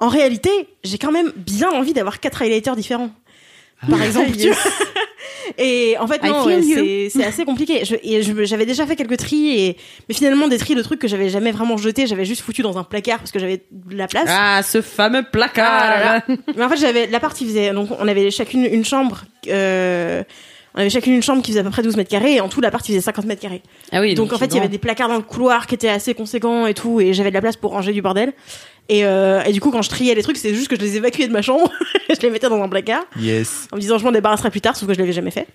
Speaker 5: En réalité, j'ai quand même bien envie d'avoir quatre highlighters différents. Par exemple, tu vois. Et en fait,
Speaker 2: I
Speaker 5: non,
Speaker 2: feel
Speaker 5: ouais,
Speaker 2: you.
Speaker 5: c'est- c'est assez compliqué. Je- et je- J'avais déjà fait quelques tris, et, mais finalement, des tris de trucs que j'avais jamais vraiment jetés, j'avais juste foutu dans un placard parce que j'avais de la place.
Speaker 3: Ah, ce fameux placard
Speaker 5: Ah là Mais en fait, j'avais la partie faisait donc on avait chacune une chambre. euh, on avait chacune une chambre qui faisait à peu près 12 mètres carrés et en tout la partie faisait 50 mètres carrés.
Speaker 3: Ah oui,
Speaker 5: donc en fait il y avait des placards dans le couloir qui étaient assez conséquents et tout et j'avais de la place pour ranger du bordel. Et, euh, et du coup quand je triais les trucs c'est juste que je les évacuais de ma chambre, je les mettais dans un placard
Speaker 4: Yes.
Speaker 5: en me disant je m'en débarrasserai plus tard, sauf que je l'avais jamais fait.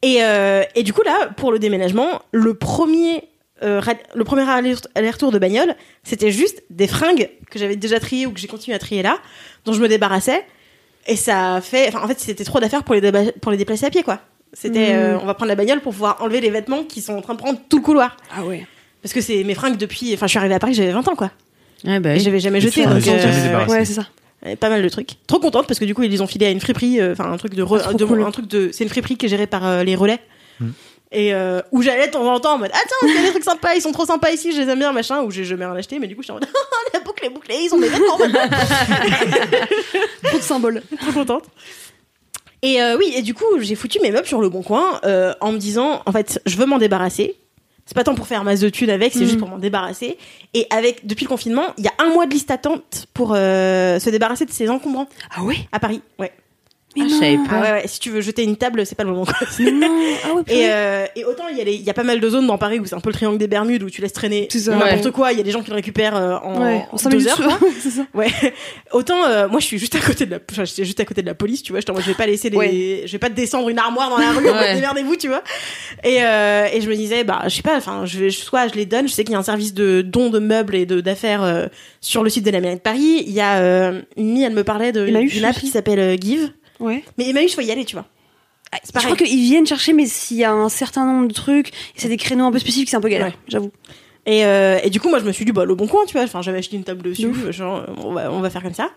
Speaker 5: Et, euh, et du coup là, pour le déménagement, le premier, euh, ra- le premier aller- aller-retour de bagnole, c'était juste des fringues que j'avais déjà triées ou que j'ai continué à trier là, dont je me débarrassais. Et ça a fait, enfin en fait c'était trop d'affaires pour les déba- pour les déplacer à pied quoi. C'était,
Speaker 3: Hmm.
Speaker 5: euh, on va prendre la bagnole pour pouvoir enlever les vêtements qui sont en train de prendre tout le couloir.
Speaker 2: Ah ouais.
Speaker 5: Parce que c'est mes fringues depuis, enfin je suis arrivée à Paris, j'avais 20 ans quoi. Et
Speaker 3: des...
Speaker 5: j'avais jamais
Speaker 4: bah Et tu
Speaker 5: jeté.
Speaker 4: en as
Speaker 5: Donc,
Speaker 4: jamais
Speaker 5: euh,
Speaker 4: débarrassé.
Speaker 2: Ouais, c'est ça.
Speaker 5: euh, pas mal de trucs. Trop contente parce que du coup ils les ont filés à une friperie, euh, enfin un truc de, re-
Speaker 4: Ah,
Speaker 2: trop
Speaker 5: de-
Speaker 2: cool.
Speaker 5: un truc de, c'est une friperie qui est gérée par euh, les relais. Et euh, où j'allais de temps en temps en mode attends il y a des trucs sympas ils sont trop sympas ici je les aime bien machin ou j'ai jamais rien acheté mais du coup j'étais en mode la boucle est bouclée ils ont des vêtements maintenant.
Speaker 2: Trop de symboles.
Speaker 5: trop contente et euh, oui et du coup j'ai foutu mes meubles sur le bon coin euh, en me disant en fait je veux m'en débarrasser c'est pas tant pour faire masse de thunes avec
Speaker 2: Mhm.
Speaker 5: c'est juste pour m'en débarrasser et avec depuis le confinement il y a un mois de liste attente pour euh, se débarrasser de ses encombrants
Speaker 2: Ah ouais
Speaker 5: à Paris ouais
Speaker 2: Mais
Speaker 3: je savais
Speaker 2: non.
Speaker 3: pas.
Speaker 5: Ah ouais, ouais, si tu veux jeter une table, c'est pas le moment. quoi.
Speaker 2: Mais non. Ah ouais,
Speaker 5: Et,
Speaker 2: purée.
Speaker 5: euh, et autant il y, a les- il y a pas mal de zones dans Paris où c'est un peu le triangle des Bermudes où tu laisses traîner
Speaker 2: C'est ça.
Speaker 5: n'importe
Speaker 3: Ouais.
Speaker 5: quoi, il y a des gens qui le récupèrent euh, en,
Speaker 2: Ouais,
Speaker 5: en
Speaker 2: on s'en
Speaker 5: deux heures. quoi.
Speaker 2: c'est ça.
Speaker 5: Ouais. Autant euh, moi je suis juste à côté de la, enfin, j'étais juste à côté de la police, tu vois. J'étais en mode, je vais pas laisser les,
Speaker 2: Ouais.
Speaker 5: je vais pas descendre une armoire dans la rue. en mode,
Speaker 3: Ouais.
Speaker 5: Démerdez-vous, tu vois. Et, euh, et je me disais bah je sais pas, enfin je vais soit je les donne. Je sais qu'il y a un service de don de meubles et de d'affaires euh, sur le site de la mairie de Paris. Il y a euh, Mimi, elle me parlait de-
Speaker 2: Emmaüs
Speaker 5: d'une app
Speaker 2: aussi.
Speaker 5: qui s'appelle euh, Give.
Speaker 2: Ouais.
Speaker 5: Mais Emmaüs, faut y aller, tu vois.
Speaker 2: Ah, Je crois qu'ils viennent chercher, mais s'il y a un certain nombre de trucs, et c'est des créneaux un peu spécifiques, c'est un peu galère,
Speaker 5: Ouais.
Speaker 2: j'avoue.
Speaker 5: Et, euh, et du coup, moi, je me suis dit, bah, le bon coin, tu vois. Enfin, j'avais acheté une table dessus, genre, euh, on va, on va faire comme ça.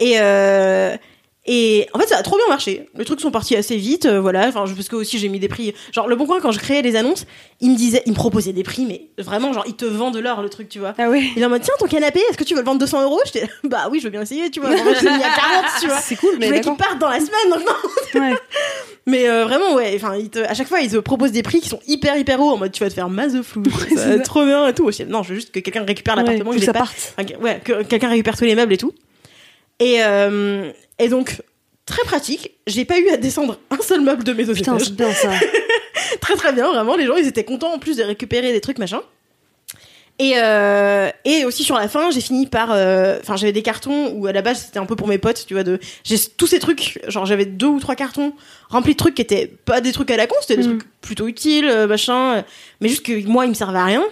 Speaker 5: Et, euh, et en fait, ça a trop bien marché. Les trucs sont partis assez vite, euh, voilà. Enfin, je- parce que aussi, j'ai mis des prix. Genre, le bon coin, quand je créais les annonces, il me disait, il me proposait des prix, mais vraiment, genre, il te vend de l'or, le truc, tu vois.
Speaker 2: Ah ouais.
Speaker 5: Il est en mode, tiens, ton canapé, est-ce que tu veux le vendre 200 euros J'étais, bah oui, je veux bien essayer, tu vois. En fait, je l'ai mis à 40, tu vois.
Speaker 2: C'est cool,
Speaker 5: Je
Speaker 2: mais
Speaker 5: voulais qu'il
Speaker 2: d'accord.
Speaker 5: parte dans la semaine, donc non.
Speaker 2: Ouais.
Speaker 5: Mais euh, vraiment, ouais, enfin, ils te- à chaque fois, ils te proposent des prix qui sont hyper, hyper hauts, en mode tu vas te faire masse de flou, ça va
Speaker 2: c'est
Speaker 5: être
Speaker 2: ça.
Speaker 5: trop bien et tout. Je dis, Non, je veux juste que quelqu'un récupère l'appartement,
Speaker 2: Ouais,
Speaker 5: que
Speaker 2: que
Speaker 5: j'ai
Speaker 2: ça
Speaker 5: pas.
Speaker 2: parte.
Speaker 5: Enfin, que- ouais, que quelqu'un récupère tous les meubles et tout. Et, euh, et donc, très pratique, j'ai pas eu à descendre un seul meuble de mes deux
Speaker 2: Putain,
Speaker 5: étages.
Speaker 2: c'est bien ça.
Speaker 5: Très, très bien, vraiment, les gens, ils étaient contents en plus de récupérer des trucs, machin. Et, euh, et aussi sur la fin, j'ai fini par, euh, enfin j'avais des cartons où à la base c'était un peu pour mes potes, tu vois, de j'ai tous ces trucs, genre j'avais deux ou trois cartons remplis de trucs qui étaient pas des trucs à la con, c'était des
Speaker 2: Mm.
Speaker 5: trucs plutôt utiles, euh, machin, euh, mais juste que moi ils me servaient à rien.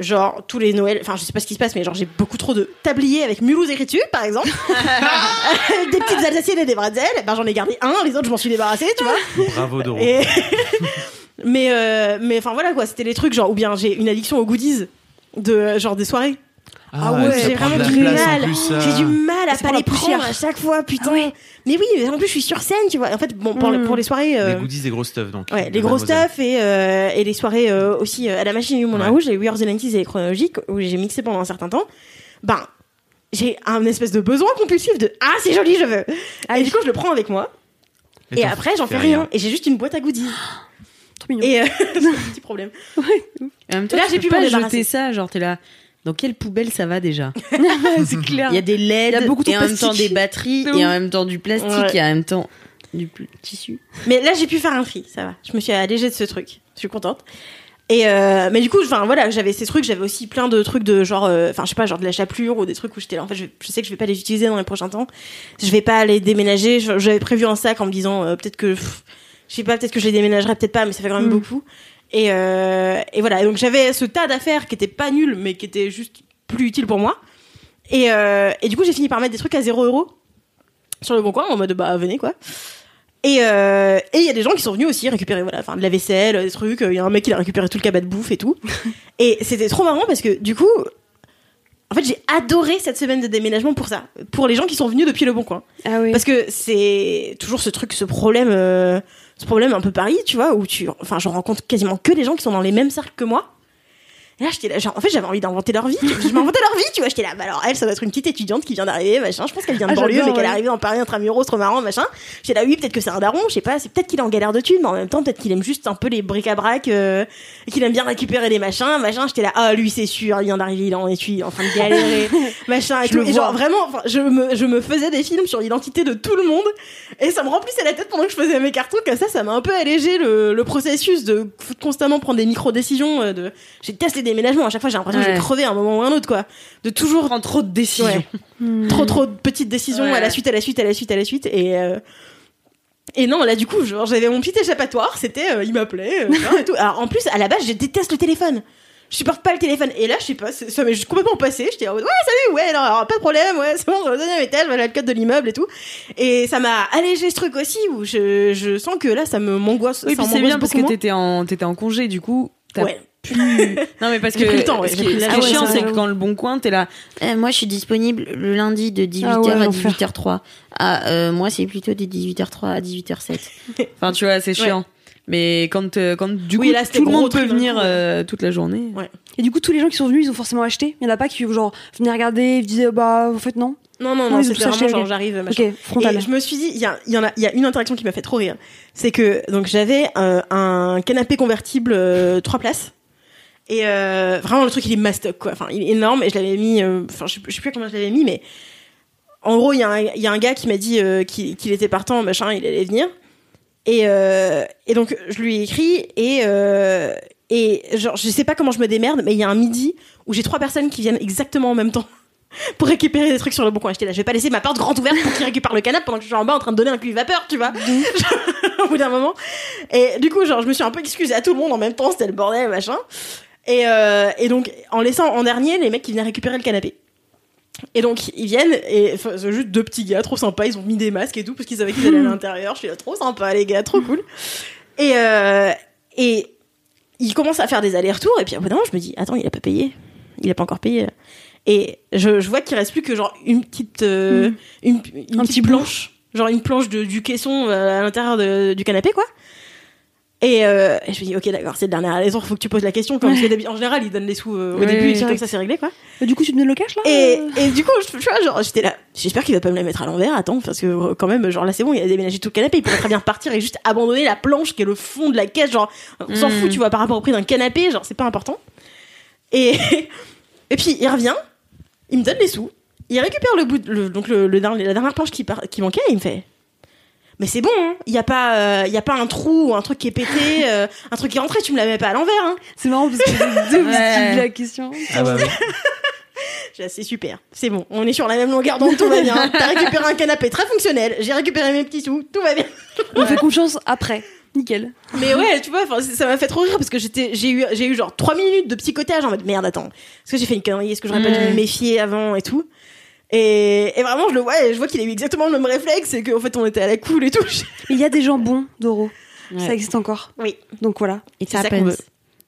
Speaker 5: Genre tous les Noëls, enfin je sais pas ce qui se passe, mais genre j'ai beaucoup trop de tabliers avec Mulhouse et Ritu par exemple, Avec des petites alsaciennes et des bretzels, ben j'en ai gardé un, les autres je m'en suis débarrassée, tu vois.
Speaker 4: Bravo de Rouen.
Speaker 5: Et- mais euh, mais enfin voilà quoi, c'était les trucs genre ou bien j'ai une addiction aux goodies de euh, genre des soirées.
Speaker 4: Ah,
Speaker 5: ouais,
Speaker 4: ça
Speaker 5: j'ai
Speaker 4: prend de
Speaker 5: vraiment
Speaker 4: la
Speaker 5: du
Speaker 4: place en
Speaker 5: mal.
Speaker 4: plus, ça.
Speaker 5: J'ai du mal à
Speaker 2: Ça
Speaker 5: pas
Speaker 2: prend
Speaker 5: les
Speaker 2: la poussière.
Speaker 5: prendre à chaque fois, putain. Mais oui, mais en plus je suis sur scène, tu vois. En fait, bon pour, le-
Speaker 2: Mm.
Speaker 5: pour les soirées euh,
Speaker 4: Les goodies, les gros stuff donc.
Speaker 5: Ouais, les
Speaker 4: De
Speaker 5: gros
Speaker 4: Mademoiselle.
Speaker 5: stuff et, euh, et les soirées euh, aussi euh, à la machine du Moulin
Speaker 4: Ouais.
Speaker 5: Rouge, les We Are the 90s et les chronologiques, où j'ai mixé pendant un certain temps, ben, j'ai un espèce de besoin compulsif de Ah, c'est joli, je veux
Speaker 2: Ah,
Speaker 5: Et du coup, je le prends avec moi, et,
Speaker 4: t'en
Speaker 5: après, j'en
Speaker 4: fais
Speaker 5: fais rien. Et j'ai juste une boîte à goodies.
Speaker 2: Trop mignon.
Speaker 5: Et euh, c'est un petit problème.
Speaker 3: En même temps,
Speaker 5: Là,
Speaker 3: tu
Speaker 5: j'ai
Speaker 3: peux
Speaker 5: pu m'en
Speaker 3: pas
Speaker 5: débarrasser.
Speaker 3: jeter ça, genre t'es là. Dans quelle poubelle ça va déjà
Speaker 2: c'est clair.
Speaker 3: Il y a des LED,
Speaker 2: Il y a beaucoup de
Speaker 3: et en même temps des
Speaker 2: plastique.
Speaker 3: batteries,
Speaker 2: De
Speaker 3: et en
Speaker 2: ouf.
Speaker 3: même temps du plastique,
Speaker 5: Ouais.
Speaker 3: et en même temps du pl- tissu.
Speaker 5: Mais là, j'ai pu faire un tri, ça va. Je me suis allégée de ce truc. Je suis contente. Et euh, mais du coup, enfin voilà, j'avais ces trucs, j'avais aussi plein de trucs de genre, euh, enfin je sais pas, genre de la chapelure ou des trucs où j'étais là. En fait, je, je sais que je vais pas les utiliser dans les prochains temps. Je vais pas les déménager. Je- J'avais prévu un sac en me disant euh, peut-être que pff, je sais pas, peut-être que je les déménagerai, peut-être pas, mais ça fait quand même beaucoup. Et, euh, et voilà. Et donc j'avais ce tas d'affaires qui étaient pas nulles, mais qui étaient juste plus utiles pour moi. Et, euh, et du coup, j'ai fini par mettre des trucs à 0 euros sur le bon coin en mode bah venez quoi. Et euh, et il y a des gens qui sont venus aussi récupérer voilà, enfin de la vaisselle, des trucs. Il y a un mec qui a récupéré tout le cabas de bouffe et tout. et c'était trop marrant parce que du coup, en fait, j'ai adoré cette semaine de déménagement pour ça, pour les gens qui sont venus depuis le bon coin.
Speaker 2: Ah oui.
Speaker 5: Parce que c'est toujours ce truc, ce problème, euh, ce problème un peu Paris, tu vois, où tu, enfin, je rencontre quasiment que des gens qui sont dans les mêmes cercles que moi. Et là, j'étais là, genre, en fait, j'avais envie d'inventer leur vie. tu vois, Je m'inventais leur vie, tu vois. J'étais là, bah alors elle, ça doit être une petite étudiante qui vient d'arriver, machin. Je pense qu'elle vient de
Speaker 2: Ah,
Speaker 5: banlieue,
Speaker 2: j'adore,
Speaker 5: mais qu'elle est
Speaker 2: ouais.
Speaker 5: arrivée dans Paris intramuros, trop marrant, machin. J'étais là, oui, peut-être que c'est un daron, je sais pas. C'est peut-être qu'il est en galère de thunes, mais en même temps, peut-être qu'il aime juste un peu les bric-à-brac, euh, et qu'il aime bien récupérer les machins, machin. J'étais là, ah, lui, c'est sûr, il vient d'arriver, il est en étui, il est en train de galérer, machin. Et,
Speaker 2: Je
Speaker 5: tout.
Speaker 2: le
Speaker 5: Et
Speaker 2: vois.
Speaker 5: genre, vraiment, enfin, je me, je me faisais des films sur l'identité de tout le monde et ça me remplissait la tête pendant que je faisais mes cartons. Comme ça, ça m'a un peu allégé le, le processus de constamment prendre des micro-décisions. euh, De... Je déteste les déménagements. À chaque fois, j'ai l'impression que je
Speaker 3: Ouais.
Speaker 5: vais crever à un moment ou à un autre, quoi. De toujours
Speaker 3: prend trop de décisions.
Speaker 5: Ouais. trop trop de petites décisions
Speaker 3: Ouais.
Speaker 5: à la suite à la suite à la suite à la suite et euh, et non là du coup genre j'avais mon petit échappatoire c'était euh, il m'appelait euh, hein, et tout. Alors, en plus à la base je déteste le téléphone je supporte pas le téléphone et là je sais pas c'est- ça m'est juste complètement passé j'étais en mode ouais salut ouais non, alors, pas de problème ouais c'est bon je vais au deuxième étage voilà le code de l'immeuble et tout et ça m'a allégé ce truc aussi où je, je sens que là ça me m'angoisse
Speaker 3: Oui,
Speaker 5: ça
Speaker 3: puis c'est
Speaker 5: m'angoisse
Speaker 3: bien parce
Speaker 5: beaucoup
Speaker 3: que
Speaker 5: moins.
Speaker 3: t'étais en, t'étais en congé, du coup. t'as
Speaker 5: ouais
Speaker 3: pu- Non, mais parce
Speaker 5: J'ai
Speaker 3: que.
Speaker 5: pris le temps, ouais,
Speaker 3: Ce
Speaker 5: j'ai
Speaker 3: qui
Speaker 5: pris
Speaker 3: ce
Speaker 5: la-
Speaker 3: qui est
Speaker 5: Ah ouais,
Speaker 3: chiant,
Speaker 5: ça,
Speaker 3: c'est que
Speaker 5: j'avoue.
Speaker 3: quand le bon coin, t'es là.
Speaker 8: Euh, moi, je suis disponible le lundi de 18h
Speaker 2: Ah ouais,
Speaker 8: à
Speaker 2: l'enfer.
Speaker 8: 18h03. Ah, euh, moi, c'est plutôt des 18h03 à 18h07.
Speaker 3: Enfin, tu vois, c'est
Speaker 5: Ouais.
Speaker 3: chiant. Mais quand, euh, quand du coup,
Speaker 5: Oui, là, c'était
Speaker 3: tout le
Speaker 5: gros
Speaker 3: monde
Speaker 5: truc
Speaker 3: peut
Speaker 5: d'un
Speaker 3: venir
Speaker 5: coup, ouais.
Speaker 3: euh, toute la journée.
Speaker 2: Et du coup, tous les gens qui sont venus, ils ont forcément acheté. Il y en a pas qui, genre, venaient regarder, ils disaient, bah, en fait, non.
Speaker 5: non non
Speaker 2: Non,
Speaker 5: non
Speaker 2: ils ont
Speaker 5: c'est
Speaker 2: tous acheté,
Speaker 5: vraiment genre
Speaker 2: ok.
Speaker 5: j'arrive machin.
Speaker 2: Ok, frontal.
Speaker 5: Et je me suis dit, il y, a- il y en a, il y a une interaction qui m'a fait trop rire. C'est que donc j'avais euh, un canapé convertible euh, trois places. Et euh, vraiment le truc il est mastoc quoi. Enfin il est énorme et je l'avais mis. euh, Enfin je, sais- je sais plus à combien je l'avais mis mais en gros il y, a un- il y a un gars qui m'a dit euh, qu'il qu'il était partant machin il allait venir. Et, euh, et donc je lui ai écrit et euh, et genre je sais pas comment je me démerde mais il y a un midi où j'ai trois personnes qui viennent exactement en même temps pour récupérer des trucs sur le bon coin. J'étais là, je vais pas laisser ma porte grande ouverte pour qu'ils récupèrent le canapé pendant que je suis en bas en train de donner un cul vapeur, tu vois. Au bout d'un moment. Et du coup, genre, je me suis un peu excusée à tout le monde en même temps, c'était le bordel, machin. Et, euh, et donc, en laissant en dernier les mecs qui venaient récupérer le canapé. Et donc, ils viennent, et enfin, c'est juste deux petits gars, trop sympas, ils ont mis des masques et tout, parce qu'ils savaient qu'ils allaient à l'intérieur. Je suis là, trop sympa, les gars, trop cool. Et, euh, et il commence à faire des allers-retours et puis au bout d'un moment je me dis attends il a pas payé il a pas encore payé et je, je vois qu'il reste plus que genre une petite euh, une, une
Speaker 2: Hmm. Un
Speaker 5: petite
Speaker 2: petit bout.
Speaker 5: planche genre une planche de, du caisson euh, à l'intérieur de- du canapé quoi et, euh, et je me dis ok d'accord c'est le dernier aller-retour faut que tu poses la question quoi, parce que d'habitude, en général ils donnent les sous euh, au
Speaker 2: Ouais,
Speaker 5: début
Speaker 2: ouais,
Speaker 5: et c'est
Speaker 2: direct.
Speaker 5: comme ça c'est réglé quoi
Speaker 2: Et du coup, tu te mets le cash, là euh
Speaker 5: et, et du coup, je, tu vois, genre, j'étais là. J'espère qu'il va pas me la mettre à l'envers. Attends, parce que euh, quand même, genre là, c'est bon, il a déménagé tout le canapé. Il pourrait très bien partir et juste abandonner la planche qui est le fond de la caisse. Genre, on s'en fout, tu vois, par rapport au prix d'un canapé. Genre, c'est pas important. Et, et puis, il revient. Il me donne les sous. Il récupère le bout, de- le- donc le, le dernier- la dernière planche qui, par- qui manquait. Et il me fait. Mais c'est bon, hein. il y a pas, euh, il y a pas un trou ou un truc qui est pété, euh, un truc qui est rentré. Tu me la mets pas à l'envers. Hein.
Speaker 2: C'est marrant parce que c'est deux de la question.
Speaker 4: Ah bah oui.
Speaker 5: J'ai dit, C'est super, c'est bon, on est sur la même longueur d'onde, tout va bien. T'as récupéré un canapé très fonctionnel, j'ai récupéré mes petits sous, tout va bien.
Speaker 2: On fait confiance après. Nickel.
Speaker 5: Mais ouais, tu vois, enfin, c'est- ça m'a fait trop rire parce que j'étais, j'ai eu, j'ai eu genre trois minutes de psychotage en mode merde, attends, est-ce que j'ai fait une connerie, est-ce que j'aurais pas
Speaker 2: Mm.
Speaker 5: dû me méfier avant et tout. Et, et vraiment, je le vois, et je vois qu'il a eu exactement le même réflexe et qu'en fait on était à la cool et tout.
Speaker 2: Mais il y a des gens bons, Doro.
Speaker 3: Ouais.
Speaker 2: Ça existe encore.
Speaker 5: Oui,
Speaker 2: Donc voilà.
Speaker 5: it's
Speaker 3: ça qu'on veut.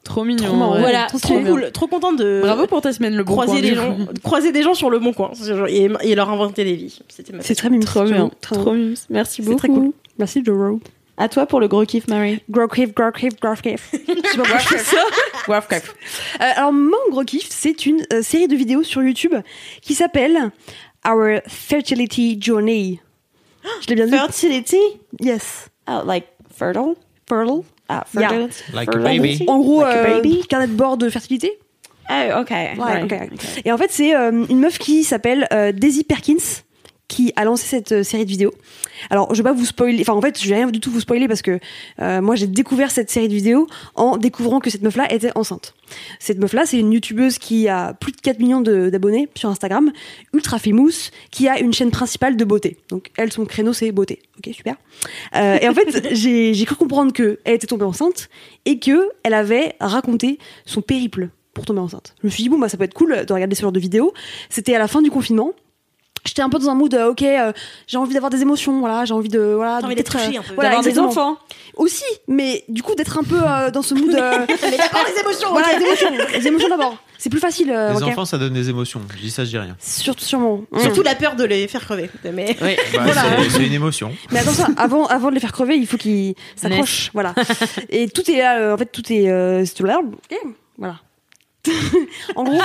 Speaker 3: Trop mignon.
Speaker 2: marrant.
Speaker 3: ouais.
Speaker 5: Voilà,
Speaker 2: trop
Speaker 5: trop
Speaker 2: bien.
Speaker 5: cool, trop contente de
Speaker 3: Bravo pour ta semaine, le bon
Speaker 5: croiser
Speaker 3: coin,
Speaker 5: des
Speaker 3: du
Speaker 5: gens,
Speaker 3: coup.
Speaker 5: croiser des gens sur le bon coin et, et leur inventer des vies. C'était ma
Speaker 2: C'est très mignon.
Speaker 3: Trop bien.
Speaker 2: Trop
Speaker 3: Trop mignon.
Speaker 2: C'est
Speaker 3: Merci beaucoup.
Speaker 2: très cool. Merci, Doro.
Speaker 3: À toi pour le gros kiff, Marie.
Speaker 2: Gros kiff, gros kiff, gros kiff. Je sais pas pourquoi je fais ça.
Speaker 3: Grave kiff.
Speaker 2: Euh, alors, mon gros kiff, c'est une euh, série de vidéos sur YouTube qui s'appelle Our Fertility Journey. Je l'ai bien dit.
Speaker 3: Fertility.
Speaker 2: Yes.
Speaker 5: Ah.
Speaker 3: Oh, like fertile.
Speaker 2: Fertile.
Speaker 3: Ah,
Speaker 2: Yeah.
Speaker 3: fertile.
Speaker 4: Like a baby.
Speaker 2: En gros,
Speaker 3: Like a
Speaker 2: euh,
Speaker 3: baby.
Speaker 2: carnet de bord de fertilité.
Speaker 3: Oh, ok.
Speaker 2: Ouais, ok. Et en fait, c'est euh, une meuf qui s'appelle euh, Daisy Perkins qui a lancé cette euh, série de vidéos. Alors, je vais pas vous spoiler, enfin, en fait, je vais rien du tout vous spoiler parce que euh, moi, j'ai découvert cette série de vidéos en découvrant que cette meuf-là était enceinte. Cette meuf-là, c'est une youtubeuse qui a plus de 4 millions de- d'abonnés sur Instagram, ultra famous, qui a une chaîne principale de beauté. Donc, elle, son créneau, c'est beauté. Ok, super. Euh, et en fait, j'ai j'ai cru comprendre qu'elle était tombée enceinte et qu'elle avait raconté son périple pour tomber enceinte. Je me suis dit, bon, bah, ça peut être cool de regarder ce genre de vidéo. C'était à la fin du confinement j'étais un peu dans un mood euh, ok euh, j'ai envie d'avoir des émotions voilà j'ai envie de voilà
Speaker 5: T'as envie
Speaker 2: de-
Speaker 5: d'être touchée un peu.
Speaker 2: voilà,
Speaker 3: D'avoir des
Speaker 2: exactement.
Speaker 3: enfants.
Speaker 2: aussi mais du coup d'être un peu euh, dans ce mood euh,
Speaker 5: Mais d'accord, les émotions.
Speaker 2: voilà
Speaker 5: ok.
Speaker 2: des émotions des émotions d'abord c'est plus facile euh,
Speaker 4: Les
Speaker 2: ok.
Speaker 4: enfants, ça donne des émotions. Je dis ça, je dis rien.
Speaker 2: Surtout, sûrement. Mm.
Speaker 5: Surtout la peur de les faire crever. Mais
Speaker 3: Oui.
Speaker 4: Bah,
Speaker 2: Voilà.
Speaker 4: c'est- C'est une émotion.
Speaker 2: Mais attends ça, avant, avant de les faire crever, il faut qu'ils s'accrochent. Voilà. Et tout est là, euh, en fait, tout est. euh, c'est tout là. Ok, Voilà. en gros,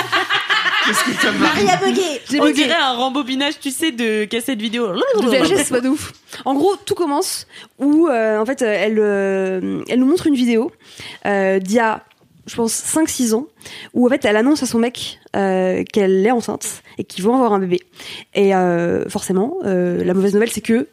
Speaker 4: Qu'est-ce que ça
Speaker 5: Marie a bugué.
Speaker 3: On dirait un rembobinage, tu sais, de cassette vidéo.
Speaker 2: de VHS, c'est pas de ouf. En gros, tout commence où, euh, en fait, euh, elle, euh, elle nous montre une vidéo euh, d'il y a, je pense, 5-6 ans, où, en fait, elle annonce à son mec euh, qu'elle est enceinte et qu'ils vont avoir un bébé. Et euh, forcément, euh, la mauvaise nouvelle, c'est que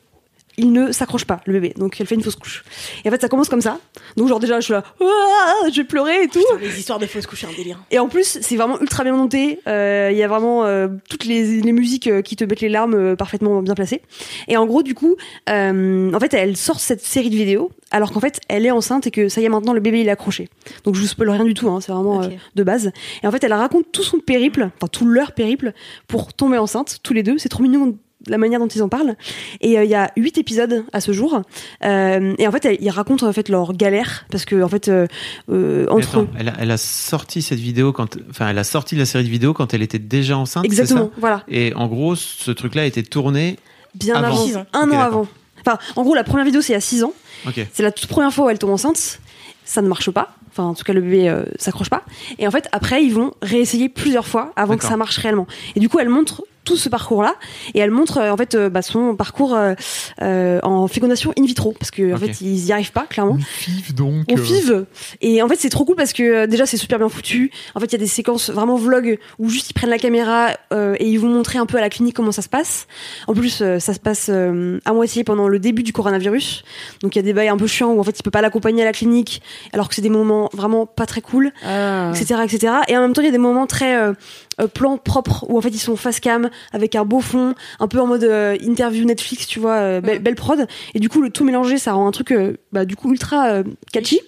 Speaker 2: il ne s'accroche pas, le bébé. Donc, elle fait une fausse couche. Et en fait, ça commence comme ça. Donc, genre, déjà, je suis là, Ah, je vais pleurer et tout.
Speaker 5: Les histoires de fausses couches, c'est un délire.
Speaker 2: Et en plus, c'est vraiment ultra bien monté. Euh, Il y a vraiment euh, toutes les, les musiques euh, qui te mettent les larmes euh, parfaitement bien placées. Et en gros, du coup, euh, en fait, elle sort cette série de vidéos alors qu'en fait, elle est enceinte et que ça y est, maintenant le bébé il est accroché. Donc je vous spoil rien du tout, hein, c'est vraiment
Speaker 5: Ok.
Speaker 2: euh, de base. Et en fait, elle raconte tout son périple, enfin tout leur périple pour tomber enceinte, tous les deux. C'est trop mignon la manière dont ils en parlent. Et euh, il y a huit épisodes à ce jour. Euh, et en fait, elle- ils racontent en fait leur galère parce que en fait, euh, euh, entre
Speaker 4: Attends, elle, a, elle a sorti cette vidéo quand, enfin, elle a sorti la série de vidéos quand elle était déjà enceinte. c'est
Speaker 2: Exactement,
Speaker 4: ça
Speaker 2: voilà.
Speaker 4: Et en gros, ce truc-là a été tourné.
Speaker 2: Bien
Speaker 4: Avant.
Speaker 2: avant.
Speaker 5: Six ans.
Speaker 2: Un
Speaker 4: Ok,
Speaker 2: an
Speaker 4: d'accord.
Speaker 2: avant. Enfin, en gros, la première vidéo, c'est il y a 6 ans.
Speaker 4: Ok.
Speaker 2: C'est la toute première fois où elle tombe enceinte. Ça ne marche pas. Enfin, en tout cas, le bébé euh, s'accroche pas. Et en fait, après, ils vont réessayer plusieurs fois avant que
Speaker 4: D'accord.
Speaker 2: ça marche réellement. Et du coup, elle montre tout ce parcours-là. Et elle montre, euh, en fait, euh, bah, son parcours euh, euh, en fécondation in vitro. Parce que, en
Speaker 4: Ok. Mm.
Speaker 2: fait, ils n'y arrivent pas, clairement.
Speaker 4: Five donc. euh,
Speaker 2: On five et en fait c'est trop cool parce que euh, déjà c'est super bien foutu. En fait il y a des séquences vraiment vlog où juste ils prennent la caméra euh, et ils vont montrer un peu à la clinique comment ça se passe. En plus euh, ça se passe euh, à moitié pendant le début du coronavirus, donc il y a des bails un peu chiants où en fait il peut pas l'accompagner à la clinique alors que c'est des moments vraiment pas très cool, etc etc. Et en même temps il y a des moments très euh, euh, plans propres où en fait ils sont face cam avec un beau fond, un peu en mode euh, interview Netflix tu vois, euh, belle, belle prod. Et du coup le tout mélangé ça rend un truc euh, bah, du coup ultra euh, catchy.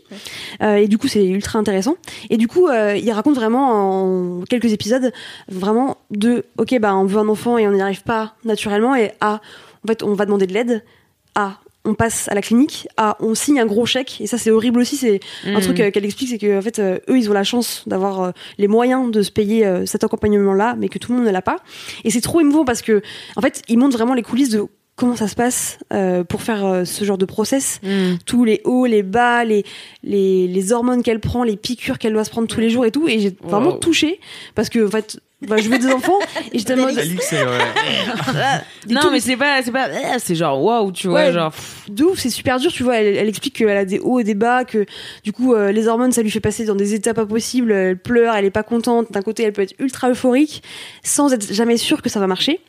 Speaker 2: Euh, et du coup, c'est ultra intéressant. Et du coup, euh, il raconte vraiment en quelques épisodes, vraiment de ok, bah on veut un enfant et on n'y arrive pas naturellement, et ah, en fait, on va demander de l'aide, ah, on passe à la clinique, ah, on signe un gros chèque, et ça, c'est horrible aussi. C'est un truc euh, qu'elle explique, c'est que en fait, euh, eux, ils ont la chance d'avoir euh, les moyens de se payer euh, cet accompagnement-là, mais que tout le monde ne l'a pas. Et c'est trop émouvant parce que, en fait, ils montrent vraiment les coulisses de comment ça se passe euh, pour faire euh, ce genre de process
Speaker 3: Mm.
Speaker 2: tous les hauts, les bas, les, les, les hormones qu'elle prend, les piqûres qu'elle doit se prendre tous les jours et tout. Et j'ai vraiment
Speaker 3: Wow.
Speaker 2: touchée parce que, en fait, bah, je veux des enfants et j'étais en mode.
Speaker 3: Non, mais c'est pas, euh, c'est pas, c'est genre waouh, tu vois,
Speaker 2: Ouais.
Speaker 3: genre. pff,
Speaker 2: de ouf, c'est super dur, tu vois. Elle, elle explique qu'elle a des hauts et des bas, que du coup, euh, les hormones, ça lui fait passer dans des états pas possibles. Elle pleure, elle est pas contente. D'un côté, elle peut être ultra euphorique, sans être jamais sûre que ça va marcher.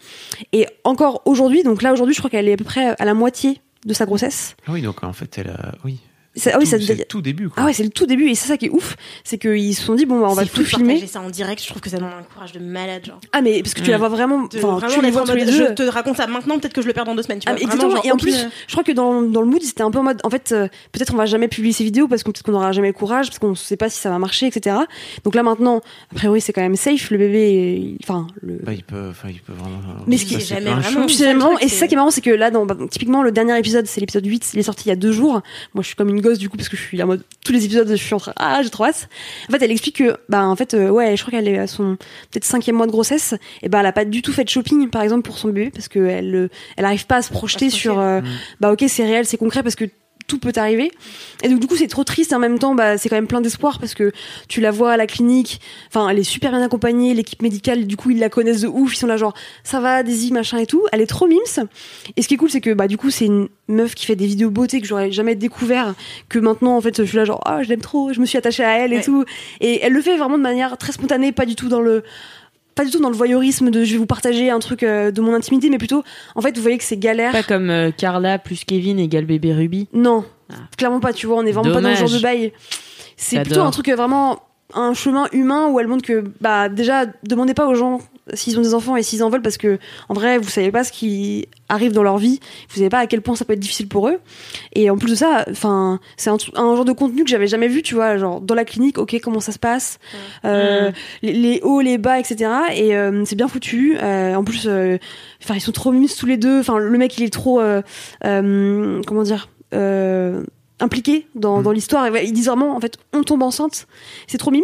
Speaker 2: Et encore aujourd'hui, donc là, aujourd'hui, je crois qu'elle est à peu près à la moitié de sa grossesse.
Speaker 4: Ah oui, donc en fait, elle a. Oui.
Speaker 2: Ça- ah oui,
Speaker 4: Tout-
Speaker 2: ça,
Speaker 4: c'est tout début. Quoi.
Speaker 2: ah ouais, c'est le tout début. Et c'est ça qui est ouf, c'est qu'ils se sont dit, bon, bah, on va
Speaker 5: C'est fou
Speaker 2: tout
Speaker 5: de
Speaker 2: filmer.
Speaker 5: partager ça en direct, je trouve que ça demande un courage de malade. Genre. Mm.
Speaker 2: Ah mais parce que tu
Speaker 4: Mm.
Speaker 2: la vois vraiment,
Speaker 5: De
Speaker 2: enfin
Speaker 5: vraiment
Speaker 2: tu les
Speaker 5: d'être
Speaker 2: vois
Speaker 5: en
Speaker 2: tous les
Speaker 5: mode,
Speaker 2: deux.
Speaker 5: Je te raconte ça maintenant, peut-être que je le perds dans deux semaines. Tu
Speaker 2: Ah,
Speaker 5: vois.
Speaker 2: mais
Speaker 5: Vraiment,
Speaker 2: exactement.
Speaker 5: genre,
Speaker 2: et en
Speaker 5: aucune-
Speaker 2: plus, je crois que dans, dans le mood, c'était un peu en mode, en fait, euh, peut-être on va jamais publier ces vidéos parce qu'on peut-être qu'on n'aura jamais le courage, parce qu'on ne sait pas si ça va marcher, etc. Donc là maintenant, a priori, c'est quand même safe. Le bébé, il- enfin le.
Speaker 4: Bah, il peut, enfin, il peut vraiment.
Speaker 2: Mais
Speaker 4: ça,
Speaker 2: ce qui est
Speaker 4: c'est
Speaker 5: jamais
Speaker 4: plein de
Speaker 5: vraiment-
Speaker 4: choses.
Speaker 2: Tu
Speaker 5: c'est
Speaker 2: sais,
Speaker 5: ça le
Speaker 2: vraiment-
Speaker 5: truc,
Speaker 2: et c'est ça
Speaker 5: c'est-
Speaker 2: qui est marrant, c'est que là, dans, bah, typiquement, le dernier épisode, c'est l'épisode 8, il est sorti il y a deux jours. Moi, je suis comme une gosse, du coup, parce que je suis en mode, tous les épisodes, je suis en train, ah, j'ai trop hâte. En fait, elle explique que, bah, en fait, euh, ouais, je crois qu'elle est à son, peut-être cinquième mois de grossesse, et bah, elle a pas du tout fait de shopping, par exemple, pour son bébé, parce que elle, euh, elle arrive pas à se projeter
Speaker 5: se
Speaker 2: sur, euh,
Speaker 4: Mm.
Speaker 2: bah, ok, c'est réel, c'est concret, parce que tout peut arriver. Et donc, du coup, c'est trop triste, et en même temps, bah, c'est quand même plein d'espoir, parce que tu la vois à la clinique, enfin, elle est super bien accompagnée, l'équipe médicale, du coup, ils la connaissent de ouf, ils sont là, genre, ça va, Daisy, machin et tout. Elle est trop mims. Et ce qui est cool, c'est que, bah, du coup, c'est une meuf qui fait des vidéos beauté que j'aurais jamais découvert, que maintenant, en fait, je suis là, genre, ah, je l'aime trop, je me suis attachée à elle et
Speaker 5: Ouais.
Speaker 2: tout. Et elle le fait vraiment de manière très spontanée, pas du tout dans le, pas du tout dans le voyeurisme de je vais vous partager un truc euh, de mon intimité, mais plutôt en fait vous voyez que c'est galère.
Speaker 3: Pas comme euh, Carla plus Kevin égale bébé Ruby. Ah.
Speaker 2: Non, clairement pas. Tu vois, on est vraiment pas dans le genre
Speaker 3: Dommage.
Speaker 2: de bail. C'est
Speaker 3: J'adore.
Speaker 2: plutôt un truc euh, vraiment un chemin humain où elle montre que bah déjà demandez pas aux gens s'ils ont des enfants et s'ils en veulent parce que en vrai vous savez pas ce qui arrive dans leur vie vous savez pas à quel point ça peut être difficile pour eux et en plus de ça enfin c'est un, tru- un genre de contenu que j'avais jamais vu tu vois genre dans la clinique ok comment ça se passe euh, les, les hauts les bas etc et euh, c'est bien foutu Euh, en plus euh, enfin ils sont trop mimes tous les deux enfin le mec il est trop euh, euh, comment dire euh, impliqué dans,
Speaker 4: Mm.
Speaker 2: dans l'histoire Et ouais, ils disent vraiment en fait on tombe enceinte c'est trop mimes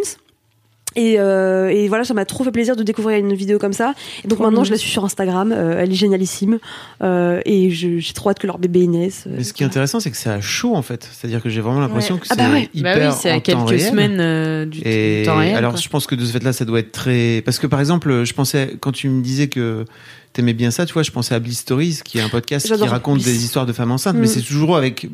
Speaker 2: et, euh, et voilà, ça m'a trop fait plaisir de découvrir une vidéo comme ça. Et donc maintenant, je la suis sur Instagram. euh, elle est génialissime. Euh, et je- j'ai trop hâte que leur bébé naisse. euh.
Speaker 4: Mais ce qui est intéressant, c'est que c'est à chaud en fait. C'est-à-dire que j'ai vraiment l'impression
Speaker 5: Ouais.
Speaker 4: que c'est
Speaker 2: Ah bah ouais.
Speaker 4: hyper
Speaker 3: bah oui, c'est à
Speaker 4: en temps
Speaker 3: quelques
Speaker 4: réel.
Speaker 3: semaines euh, du
Speaker 4: Et
Speaker 3: temps réel.
Speaker 4: alors,
Speaker 3: quoi.
Speaker 4: je pense que de ce fait-là, ça doit être très. Parce que par exemple, je pensais quand tu me disais que t'aimais bien ça, tu vois, je pensais à Bliss Stories, qui est un podcast qui
Speaker 2: J'adore
Speaker 4: raconte
Speaker 2: Bliss.
Speaker 4: des histoires de femmes enceintes,
Speaker 2: Mm.
Speaker 4: mais c'est toujours avec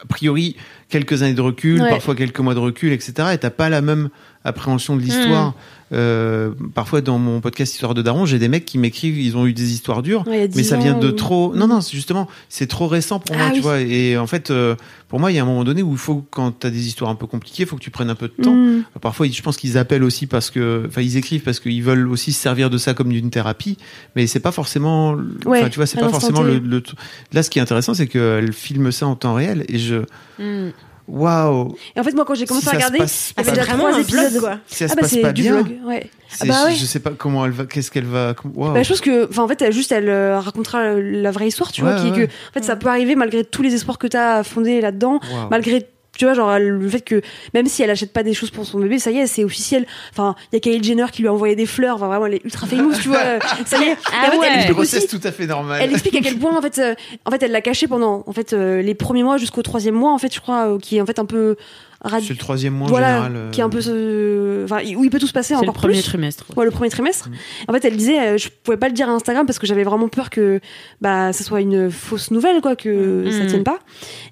Speaker 4: a priori quelques années de recul,
Speaker 2: Ouais.
Speaker 4: parfois quelques mois de recul, etc. Et t'as pas la même appréhension de
Speaker 2: Mm.
Speaker 4: l'histoire. Euh, parfois, dans mon podcast Histoire de Daron, j'ai des mecs qui m'écrivent, ils ont eu des histoires dures.
Speaker 2: Ouais, il y
Speaker 4: Mais
Speaker 2: a 10
Speaker 4: ça vient
Speaker 2: ans,
Speaker 4: de
Speaker 2: ou-
Speaker 4: trop. Non, non, c'est justement, c'est trop récent pour moi,
Speaker 2: Ah
Speaker 4: tu
Speaker 2: oui.
Speaker 4: vois. Et en fait, euh, pour moi, il y a un moment donné où il faut, quand t'as des histoires un peu compliquées, il faut que tu prennes un peu de temps. Euh,
Speaker 2: Mm.
Speaker 4: Parfois, ils- je pense qu'ils appellent aussi parce que, enfin, ils écrivent parce qu'ils veulent aussi se servir de ça comme d'une thérapie, mais c'est pas forcément, l-
Speaker 2: Ouais,
Speaker 4: enfin, tu vois, c'est
Speaker 2: à
Speaker 4: pas
Speaker 2: l'instant
Speaker 4: forcément
Speaker 2: T.
Speaker 4: le, le t- Là, ce qui est intéressant, c'est qu'elle filme ça en temps réel et je,
Speaker 3: Mm.
Speaker 4: waouh,
Speaker 2: Et en fait, moi, quand j'ai commencé
Speaker 4: Si ça
Speaker 2: à
Speaker 4: se
Speaker 2: regarder,
Speaker 4: passe
Speaker 2: il y
Speaker 4: pas
Speaker 2: avait déjà
Speaker 4: bien.
Speaker 5: vraiment
Speaker 2: trois
Speaker 5: un
Speaker 2: épisodes.
Speaker 5: vlog, quoi.
Speaker 4: si ça
Speaker 2: ah
Speaker 4: se
Speaker 2: bah,
Speaker 4: passe
Speaker 2: c'est
Speaker 4: pas
Speaker 2: du
Speaker 4: bien,
Speaker 2: vlog. Ouais.
Speaker 4: c'est-
Speaker 2: bah ouais.
Speaker 4: je, je sais pas comment elle va, qu'est-ce qu'elle va, com- waouh.
Speaker 2: Bah, je pense que, enfin, en fait, elle, juste, elle euh, racontera la vraie histoire, tu
Speaker 4: Ouais,
Speaker 2: vois, qui
Speaker 4: ouais.
Speaker 2: est que, en fait, ça peut arriver malgré tous les espoirs que t'as fondés là-dedans,
Speaker 4: Waouh.
Speaker 2: malgré tu vois genre le fait que même si elle achète pas des choses pour son bébé ça y est c'est officiel enfin il y a Kylie Jenner qui lui a envoyé des fleurs enfin vraiment elle est ultra famous tu vois euh, ça y est Et
Speaker 5: Ah
Speaker 2: en fait, elle
Speaker 4: Une
Speaker 2: explique aussi-
Speaker 4: grossesse tout à fait normale.
Speaker 2: elle explique à quel point en fait, euh, en fait elle l'a caché pendant en fait euh, les premiers mois jusqu'au troisième mois en fait je crois euh, qui est en fait un peu rad-
Speaker 4: C'est le troisième mois
Speaker 2: voilà
Speaker 4: en général. euh,
Speaker 2: qui est un peu euh, enfin où il peut tout se passer
Speaker 3: c'est le
Speaker 2: encore
Speaker 3: premier
Speaker 2: plus
Speaker 3: trimestre. Mm.
Speaker 2: Ouais, le premier trimestre. En fait, elle disait, euh, je pouvais pas le dire à Instagram parce que j'avais vraiment peur que bah ce soit une fausse nouvelle, quoi, que
Speaker 3: Mm.
Speaker 2: ça tienne pas.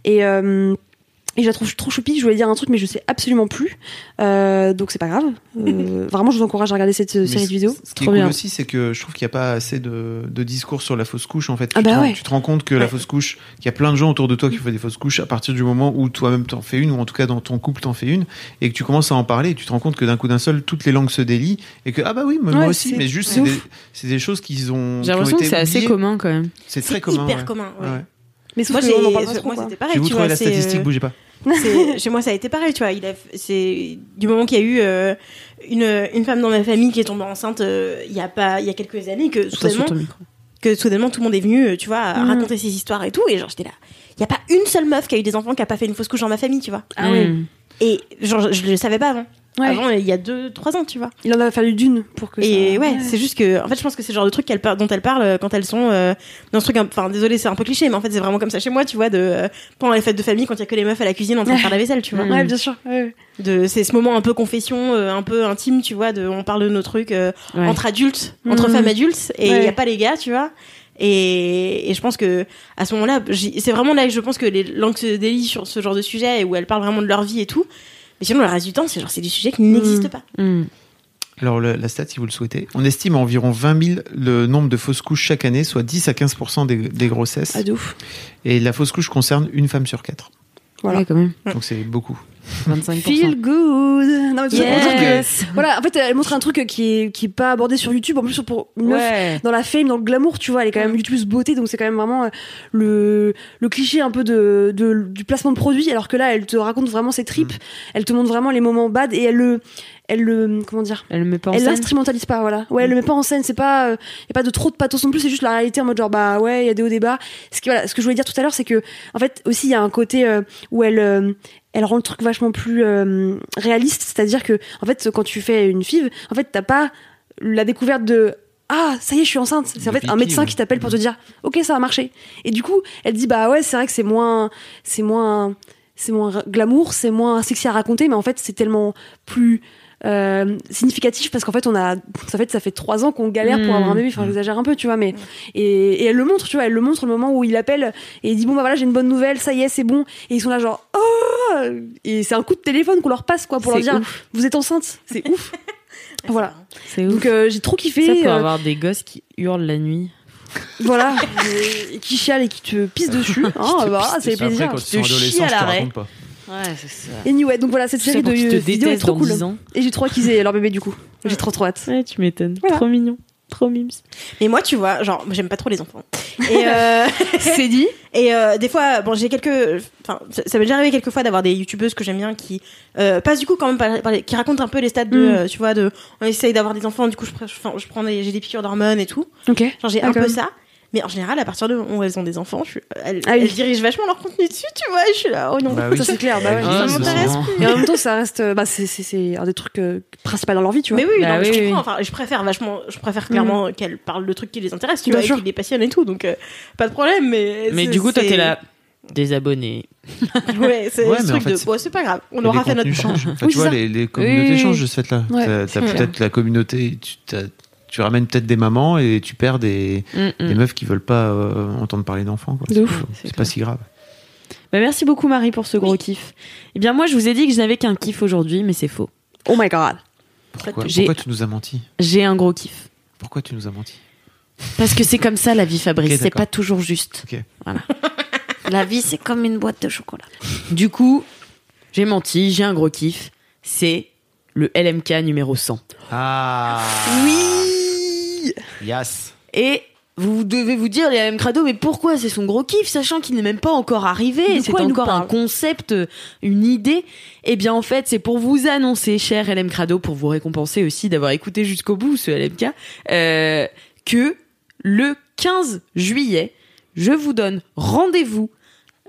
Speaker 2: Et euh, et je la trouve trop choupie, je voulais dire un truc, mais je sais absolument plus. Euh, donc c'est pas grave. Euh, vraiment, je vous encourage à regarder cette euh,
Speaker 4: mais
Speaker 2: série
Speaker 4: c-
Speaker 2: de vidéos.
Speaker 4: Ce qui est
Speaker 3: Trop
Speaker 4: cool
Speaker 3: bien.
Speaker 4: aussi, c'est que je trouve qu'il n'y a pas assez de, de discours sur la fausse couche. En fait,
Speaker 2: Ah
Speaker 4: tu,
Speaker 2: bah
Speaker 4: te, rends-
Speaker 2: ouais.
Speaker 4: tu te rends compte que la
Speaker 2: Ouais.
Speaker 4: fausse couche, qu'il y a plein de gens autour de toi qui font des fausses couches à partir du moment où toi-même t'en fais une, ou en tout cas dans ton couple t'en fais une, et que tu commences à en parler, et tu te rends compte que d'un coup d'un seul, toutes les langues se délient, et que ah bah oui, moi, moi
Speaker 2: Ouais,
Speaker 4: aussi,
Speaker 2: c'est-
Speaker 4: mais juste
Speaker 2: c'est
Speaker 4: c'est
Speaker 2: ouf.
Speaker 4: des, c'est des choses qu'ils ont. qui
Speaker 3: J'ai
Speaker 4: ont
Speaker 3: l'impression que
Speaker 4: été
Speaker 3: c'est assez
Speaker 4: oubliées.
Speaker 3: commun quand même.
Speaker 4: C'est
Speaker 5: C'est
Speaker 4: très commun.
Speaker 5: hyper
Speaker 4: ouais.
Speaker 5: commun. ouais.
Speaker 4: Ouais.
Speaker 2: Mais
Speaker 5: Moi,
Speaker 2: sauf
Speaker 5: j'ai-
Speaker 2: qu'on en parle pas trop,
Speaker 5: moi, c'était
Speaker 2: quoi.
Speaker 4: Je vais
Speaker 5: pareil.
Speaker 4: vous
Speaker 5: Tu vois,
Speaker 4: trouver la
Speaker 5: c'est, euh,
Speaker 4: statistique, bougez pas.
Speaker 5: c'est- chez moi, ça a été pareil. Tu vois, il a, c'est du moment qu'il y a eu euh, une, une femme dans ma famille qui est tombée enceinte euh, il y a pas, il y a quelques années, que
Speaker 3: Attention,
Speaker 5: soudainement,
Speaker 3: ton micro.
Speaker 5: que soudainement tout le monde est venu, euh, tu vois, à
Speaker 2: Mm.
Speaker 5: raconter ses histoires et tout. Et genre, j'étais là. Il y a pas une seule meuf qui a eu des enfants qui a pas fait une fausse couche dans ma famille, tu vois.
Speaker 2: Ah ouais.
Speaker 3: Mm.
Speaker 5: Et genre, je, je le savais pas avant.
Speaker 2: Ouais.
Speaker 5: Avant, il y a deux, trois ans, tu vois.
Speaker 2: Il en a fallu d'une pour que.
Speaker 5: Et
Speaker 2: ça...
Speaker 5: ouais, c'est juste que, en fait, je pense que c'est le genre de truc qu'elle par- dont elle parle euh, quand elles sont euh, dans ce truc. un- Enfin, désolé, c'est un peu cliché, mais en fait, c'est vraiment comme ça chez moi, tu vois, de euh, pendant les fêtes de famille, quand il y a que les meufs à la cuisine en train de faire la vaisselle, tu vois.
Speaker 2: Ouais, bien sûr. ouais.
Speaker 5: De, c'est ce moment un peu confession, euh, un peu intime, tu vois, de on parle de nos trucs euh,
Speaker 3: Ouais.
Speaker 5: entre adultes, entre
Speaker 2: Mhm.
Speaker 5: femmes adultes, et il
Speaker 2: Ouais.
Speaker 5: y a pas les gars, tu vois. Et, et je pense que à ce moment-là, j'y- c'est vraiment là que je pense que les langues se délient sur ce genre de sujet et où elles parlent vraiment de leur vie et tout. Mais sinon, le reste du temps, c'est genre c'est du sujet
Speaker 2: Mmh.
Speaker 5: qui n'existe pas.
Speaker 3: Mm.
Speaker 4: Alors le- la stat, si vous le souhaitez, on estime à environ 20 000 le nombre de fausses couches chaque année, soit 10 à 15 des, des grossesses,
Speaker 2: Ah, de ouf.
Speaker 4: et la fausse couche concerne une femme sur quatre.
Speaker 2: Voilà.
Speaker 3: Ouais, quand même.
Speaker 4: Donc c'est beaucoup.
Speaker 3: 25%.
Speaker 2: Feel good. Non, mais tout ça pour dire que-
Speaker 3: Yes.
Speaker 2: Voilà, en fait, elle montre un truc qui est, qui est pas abordé sur YouTube. En plus, pour une meuf
Speaker 3: Ouais. Mm.
Speaker 2: dans la fame, dans le glamour, tu vois, elle est quand même youtubeuse beauté, donc c'est quand même vraiment euh, le, le cliché un peu de, de- du placement de produit, alors que là, elle te raconte vraiment ses tripes,
Speaker 3: Mm.
Speaker 2: elle te montre vraiment les moments bad et elle le, elle le, comment dire,
Speaker 3: Elle le met pas en
Speaker 2: elle
Speaker 3: scène.
Speaker 2: l'instrumentalise pas, voilà. Ouais, elle le met pas en scène, c'est pas, euh, y a pas de trop de pathos non plus, c'est juste la réalité en mode genre, bah ouais, il y a des hauts débats. Ce que, voilà, ce que je voulais dire tout à l'heure, c'est que, en fait, aussi, il y a un côté euh, où elle, euh, elle rend le truc vachement plus euh, réaliste, c'est-à-dire que, en fait, quand tu fais une FIV, en fait, t'as pas la découverte de, ah, ça y est, je suis enceinte. C'est en
Speaker 4: Le
Speaker 2: fait un
Speaker 4: pipi,
Speaker 2: médecin
Speaker 4: ouais.
Speaker 2: qui t'appelle pour te dire, ok, ça a marché. Et du coup, elle dit, bah ouais, c'est vrai que c'est moins, c'est moins, c'est moins ra- glamour, c'est moins sexy à raconter, mais en fait, c'est tellement plus euh, significatif parce qu'en fait on a ça fait ça fait trois ans qu'on galère
Speaker 3: Mm.
Speaker 2: pour avoir un bébé enfin j'exagère un peu tu vois mais et, et elle le montre tu vois elle le montre le moment où il appelle et il dit bon bah voilà j'ai une bonne nouvelle ça y est c'est bon et ils sont là genre oh et c'est un coup de téléphone qu'on leur passe quoi pour leur
Speaker 3: C'est
Speaker 2: dire vous êtes enceinte c'est ouf Voilà.
Speaker 3: C'est ouf.
Speaker 2: Donc euh, j'ai trop kiffé.
Speaker 3: ça peut
Speaker 2: euh,
Speaker 3: avoir des gosses qui hurlent la nuit.
Speaker 2: voilà, et qui chiale et qui te pisse dessus. Ah, bah,
Speaker 4: Après,
Speaker 2: c'est plaisir.
Speaker 4: quand
Speaker 3: Te
Speaker 4: tu seras adolescent,
Speaker 3: chie à
Speaker 4: je te
Speaker 3: l'arrêt.
Speaker 4: raconte pas.
Speaker 3: Ouais, c'est ça.
Speaker 2: Anyway, donc voilà, cette
Speaker 3: Tout ça
Speaker 2: série de
Speaker 3: pour qu'ils te
Speaker 2: euh, vidéos est
Speaker 3: détestent
Speaker 2: trop
Speaker 3: dans
Speaker 2: cool.
Speaker 3: 10 ans.
Speaker 2: Et j'ai trop qu'ils aient leur bébé du coup. J'ai trop trop hâte.
Speaker 3: Ouais, tu m'étonnes.
Speaker 2: Voilà.
Speaker 3: Trop mignon. Trop mimes.
Speaker 5: Mais moi, tu vois, genre, j'aime pas trop les enfants. Et, euh,
Speaker 2: C'est dit.
Speaker 5: et euh, des fois, bon, j'ai quelques. Enfin, ça, ça m'est déjà arrivé quelques fois d'avoir des youtubeuses que j'aime bien qui euh, passent du coup quand même par, par les- qui racontent un peu les stades de.
Speaker 2: Mm.
Speaker 5: euh, tu vois, de. On essaye d'avoir des enfants, du coup, je, pr- je, enfin, je prends des, j'ai des piqûres d'hormones et tout.
Speaker 2: Ok.
Speaker 5: Genre, j'ai un
Speaker 2: D'accord.
Speaker 5: peu ça. Mais en général, à partir de où elles ont des enfants, je suis- elles,
Speaker 2: Ah oui.
Speaker 5: elles dirigent vachement leur contenu dessus, tu vois. Je suis là, oh non,
Speaker 4: Bah oui.
Speaker 2: Ça c'est clair. Bah ouais.
Speaker 4: Ah,
Speaker 5: ça
Speaker 4: c'est
Speaker 5: m'intéresse
Speaker 3: hein.
Speaker 4: marrant.
Speaker 2: Et en même temps, ça reste. euh, Bah, c'est- c'est c'est un des trucs euh, principaux dans leur vie, tu vois.
Speaker 5: Mais oui,
Speaker 3: Bah
Speaker 5: non, mais
Speaker 3: oui,
Speaker 5: je
Speaker 3: oui.
Speaker 5: comprends. Enfin, je préfère vachement, je préfère
Speaker 4: Mm.
Speaker 5: clairement qu'elle parle de trucs qui les intéressent, tu
Speaker 2: Bien
Speaker 5: vois, et
Speaker 2: sûr.
Speaker 5: qui les passionnent et tout. Donc, euh, pas de problème. Mais,
Speaker 3: Mais
Speaker 5: c'est-
Speaker 3: du coup, toi,
Speaker 5: c'est-
Speaker 3: t'es là. Désabonné.
Speaker 5: Ouais, c'est
Speaker 4: Ouais,
Speaker 5: ce
Speaker 4: mais en
Speaker 5: truc
Speaker 4: fait,
Speaker 5: de.
Speaker 4: c'est-
Speaker 5: Bon, c'est pas grave. On
Speaker 4: Et
Speaker 5: aura
Speaker 4: les
Speaker 5: fait notre
Speaker 4: contenus changent. Enfin,
Speaker 2: Oui,
Speaker 4: tu
Speaker 2: c'est
Speaker 4: vois,
Speaker 2: ça.
Speaker 4: les, les communautés
Speaker 3: oui, Mm.
Speaker 4: changent
Speaker 3: oui.
Speaker 4: de ce fait-là.
Speaker 2: Ouais,
Speaker 4: T'as-
Speaker 2: c'est
Speaker 4: t'as
Speaker 2: clair.
Speaker 4: peut-être la communauté, tu, t'as- tu ramènes peut-être des mamans et tu perds des, des meufs qui veulent pas euh, entendre parler d'enfants. quoi.
Speaker 2: Mm, De
Speaker 4: C'est
Speaker 2: ouf.
Speaker 4: pas-
Speaker 3: C'est
Speaker 4: C'est pas si grave.
Speaker 3: Bah, merci beaucoup, Marie, pour ce gros kiff. Eh bien, moi, je vous ai dit que je n'avais qu'un kiff aujourd'hui, mais c'est faux.
Speaker 2: Oh my god.
Speaker 4: Pourquoi,
Speaker 3: j'ai-
Speaker 4: pourquoi tu nous as menti
Speaker 3: J'ai un gros kiff.
Speaker 4: Pourquoi tu nous as menti
Speaker 3: Parce que c'est comme ça, la vie, Fabrice.
Speaker 4: Ok,
Speaker 3: c'est
Speaker 4: d'accord.
Speaker 3: pas toujours juste.
Speaker 4: Ok.
Speaker 3: Voilà. la vie, c'est comme une boîte de chocolat. Du coup, j'ai menti, j'ai un gros kiff. C'est le LMK numéro 100.
Speaker 4: Ah
Speaker 2: Oui.
Speaker 4: Yes
Speaker 3: Et vous devez vous dire, les AM Crado, mais pourquoi c'est son gros kiff, sachant qu'il n'est même pas encore arrivé,
Speaker 5: De
Speaker 3: et c'est
Speaker 5: quoi il nous
Speaker 3: encore un
Speaker 5: parle
Speaker 3: concept, euh, une idée Eh bien, en fait, c'est pour vous annoncer, cher LM Crado, pour vous récompenser aussi d'avoir écouté jusqu'au bout ce LMK, euh, que le 15 juillet, je vous donne rendez-vous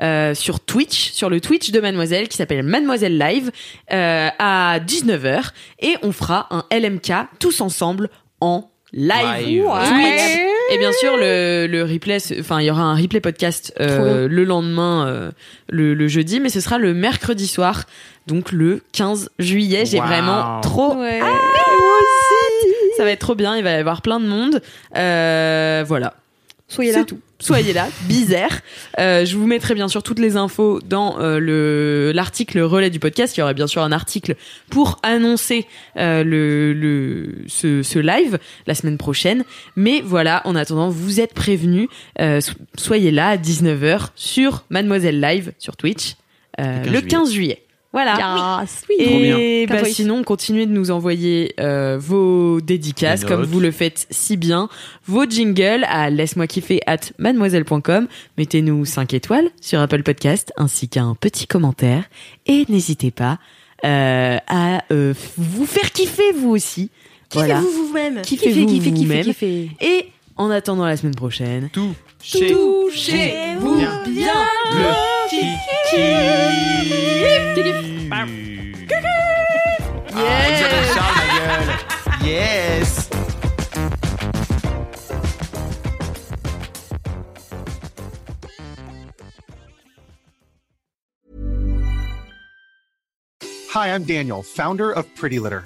Speaker 3: euh, sur Twitch, sur le Twitch de Mademoiselle qui s'appelle Mademoiselle Live euh, à 19h et on fera un LMK tous ensemble en live.
Speaker 4: Live.
Speaker 3: Twitch. Et bien sûr le, le replay, se- enfin il y aura un replay podcast euh, le lendemain, euh, le, le jeudi, mais ce sera le mercredi soir, donc le 15 juillet. J'ai
Speaker 4: Wow.
Speaker 3: vraiment trop
Speaker 2: Ouais.
Speaker 3: ça va être trop bien, il va y avoir plein de monde. Euh, voilà.
Speaker 2: Soyez
Speaker 3: C'est
Speaker 2: là.
Speaker 3: tout. Soyez là, bizarre. Euh, je vous mettrai bien sûr toutes les infos dans euh, le l'article relais du podcast. Il y aura bien sûr un article pour annoncer euh, le, le ce, ce live la semaine prochaine. Mais voilà, en attendant, vous êtes prévenus. Euh, so- soyez là à 19h sur Mademoiselle Live sur Twitch euh, le 15
Speaker 4: Le 15
Speaker 3: juillet. Voilà.
Speaker 2: Yes. Oui.
Speaker 4: Trop
Speaker 3: Et
Speaker 2: bien.
Speaker 3: bah,
Speaker 2: Cowboys.
Speaker 3: sinon, continuez de nous envoyer euh, vos dédicaces,
Speaker 4: Les
Speaker 3: comme
Speaker 4: notes.
Speaker 3: vous le faites si bien, vos jingles à laisse-moi kiffer at mademoiselle.com. Mettez-nous 5 étoiles sur Apple Podcast, ainsi qu'un petit commentaire. Et n'hésitez pas euh, à euh, f- vous faire kiffer vous aussi. Voilà.
Speaker 5: Kiffez-vous vous-même.
Speaker 3: Kiffez-vous
Speaker 2: kiffez, kiffez,
Speaker 3: vous-même.
Speaker 2: kiffez.
Speaker 3: Et en attendant la semaine prochaine,
Speaker 4: Tout chez
Speaker 3: touchez-vous
Speaker 4: Bien.
Speaker 3: bien.
Speaker 4: le kiki. Ah, Isabelle Charles, ma gueule. Yes
Speaker 9: Hi, I'm Daniel, founder of Pretty Litter.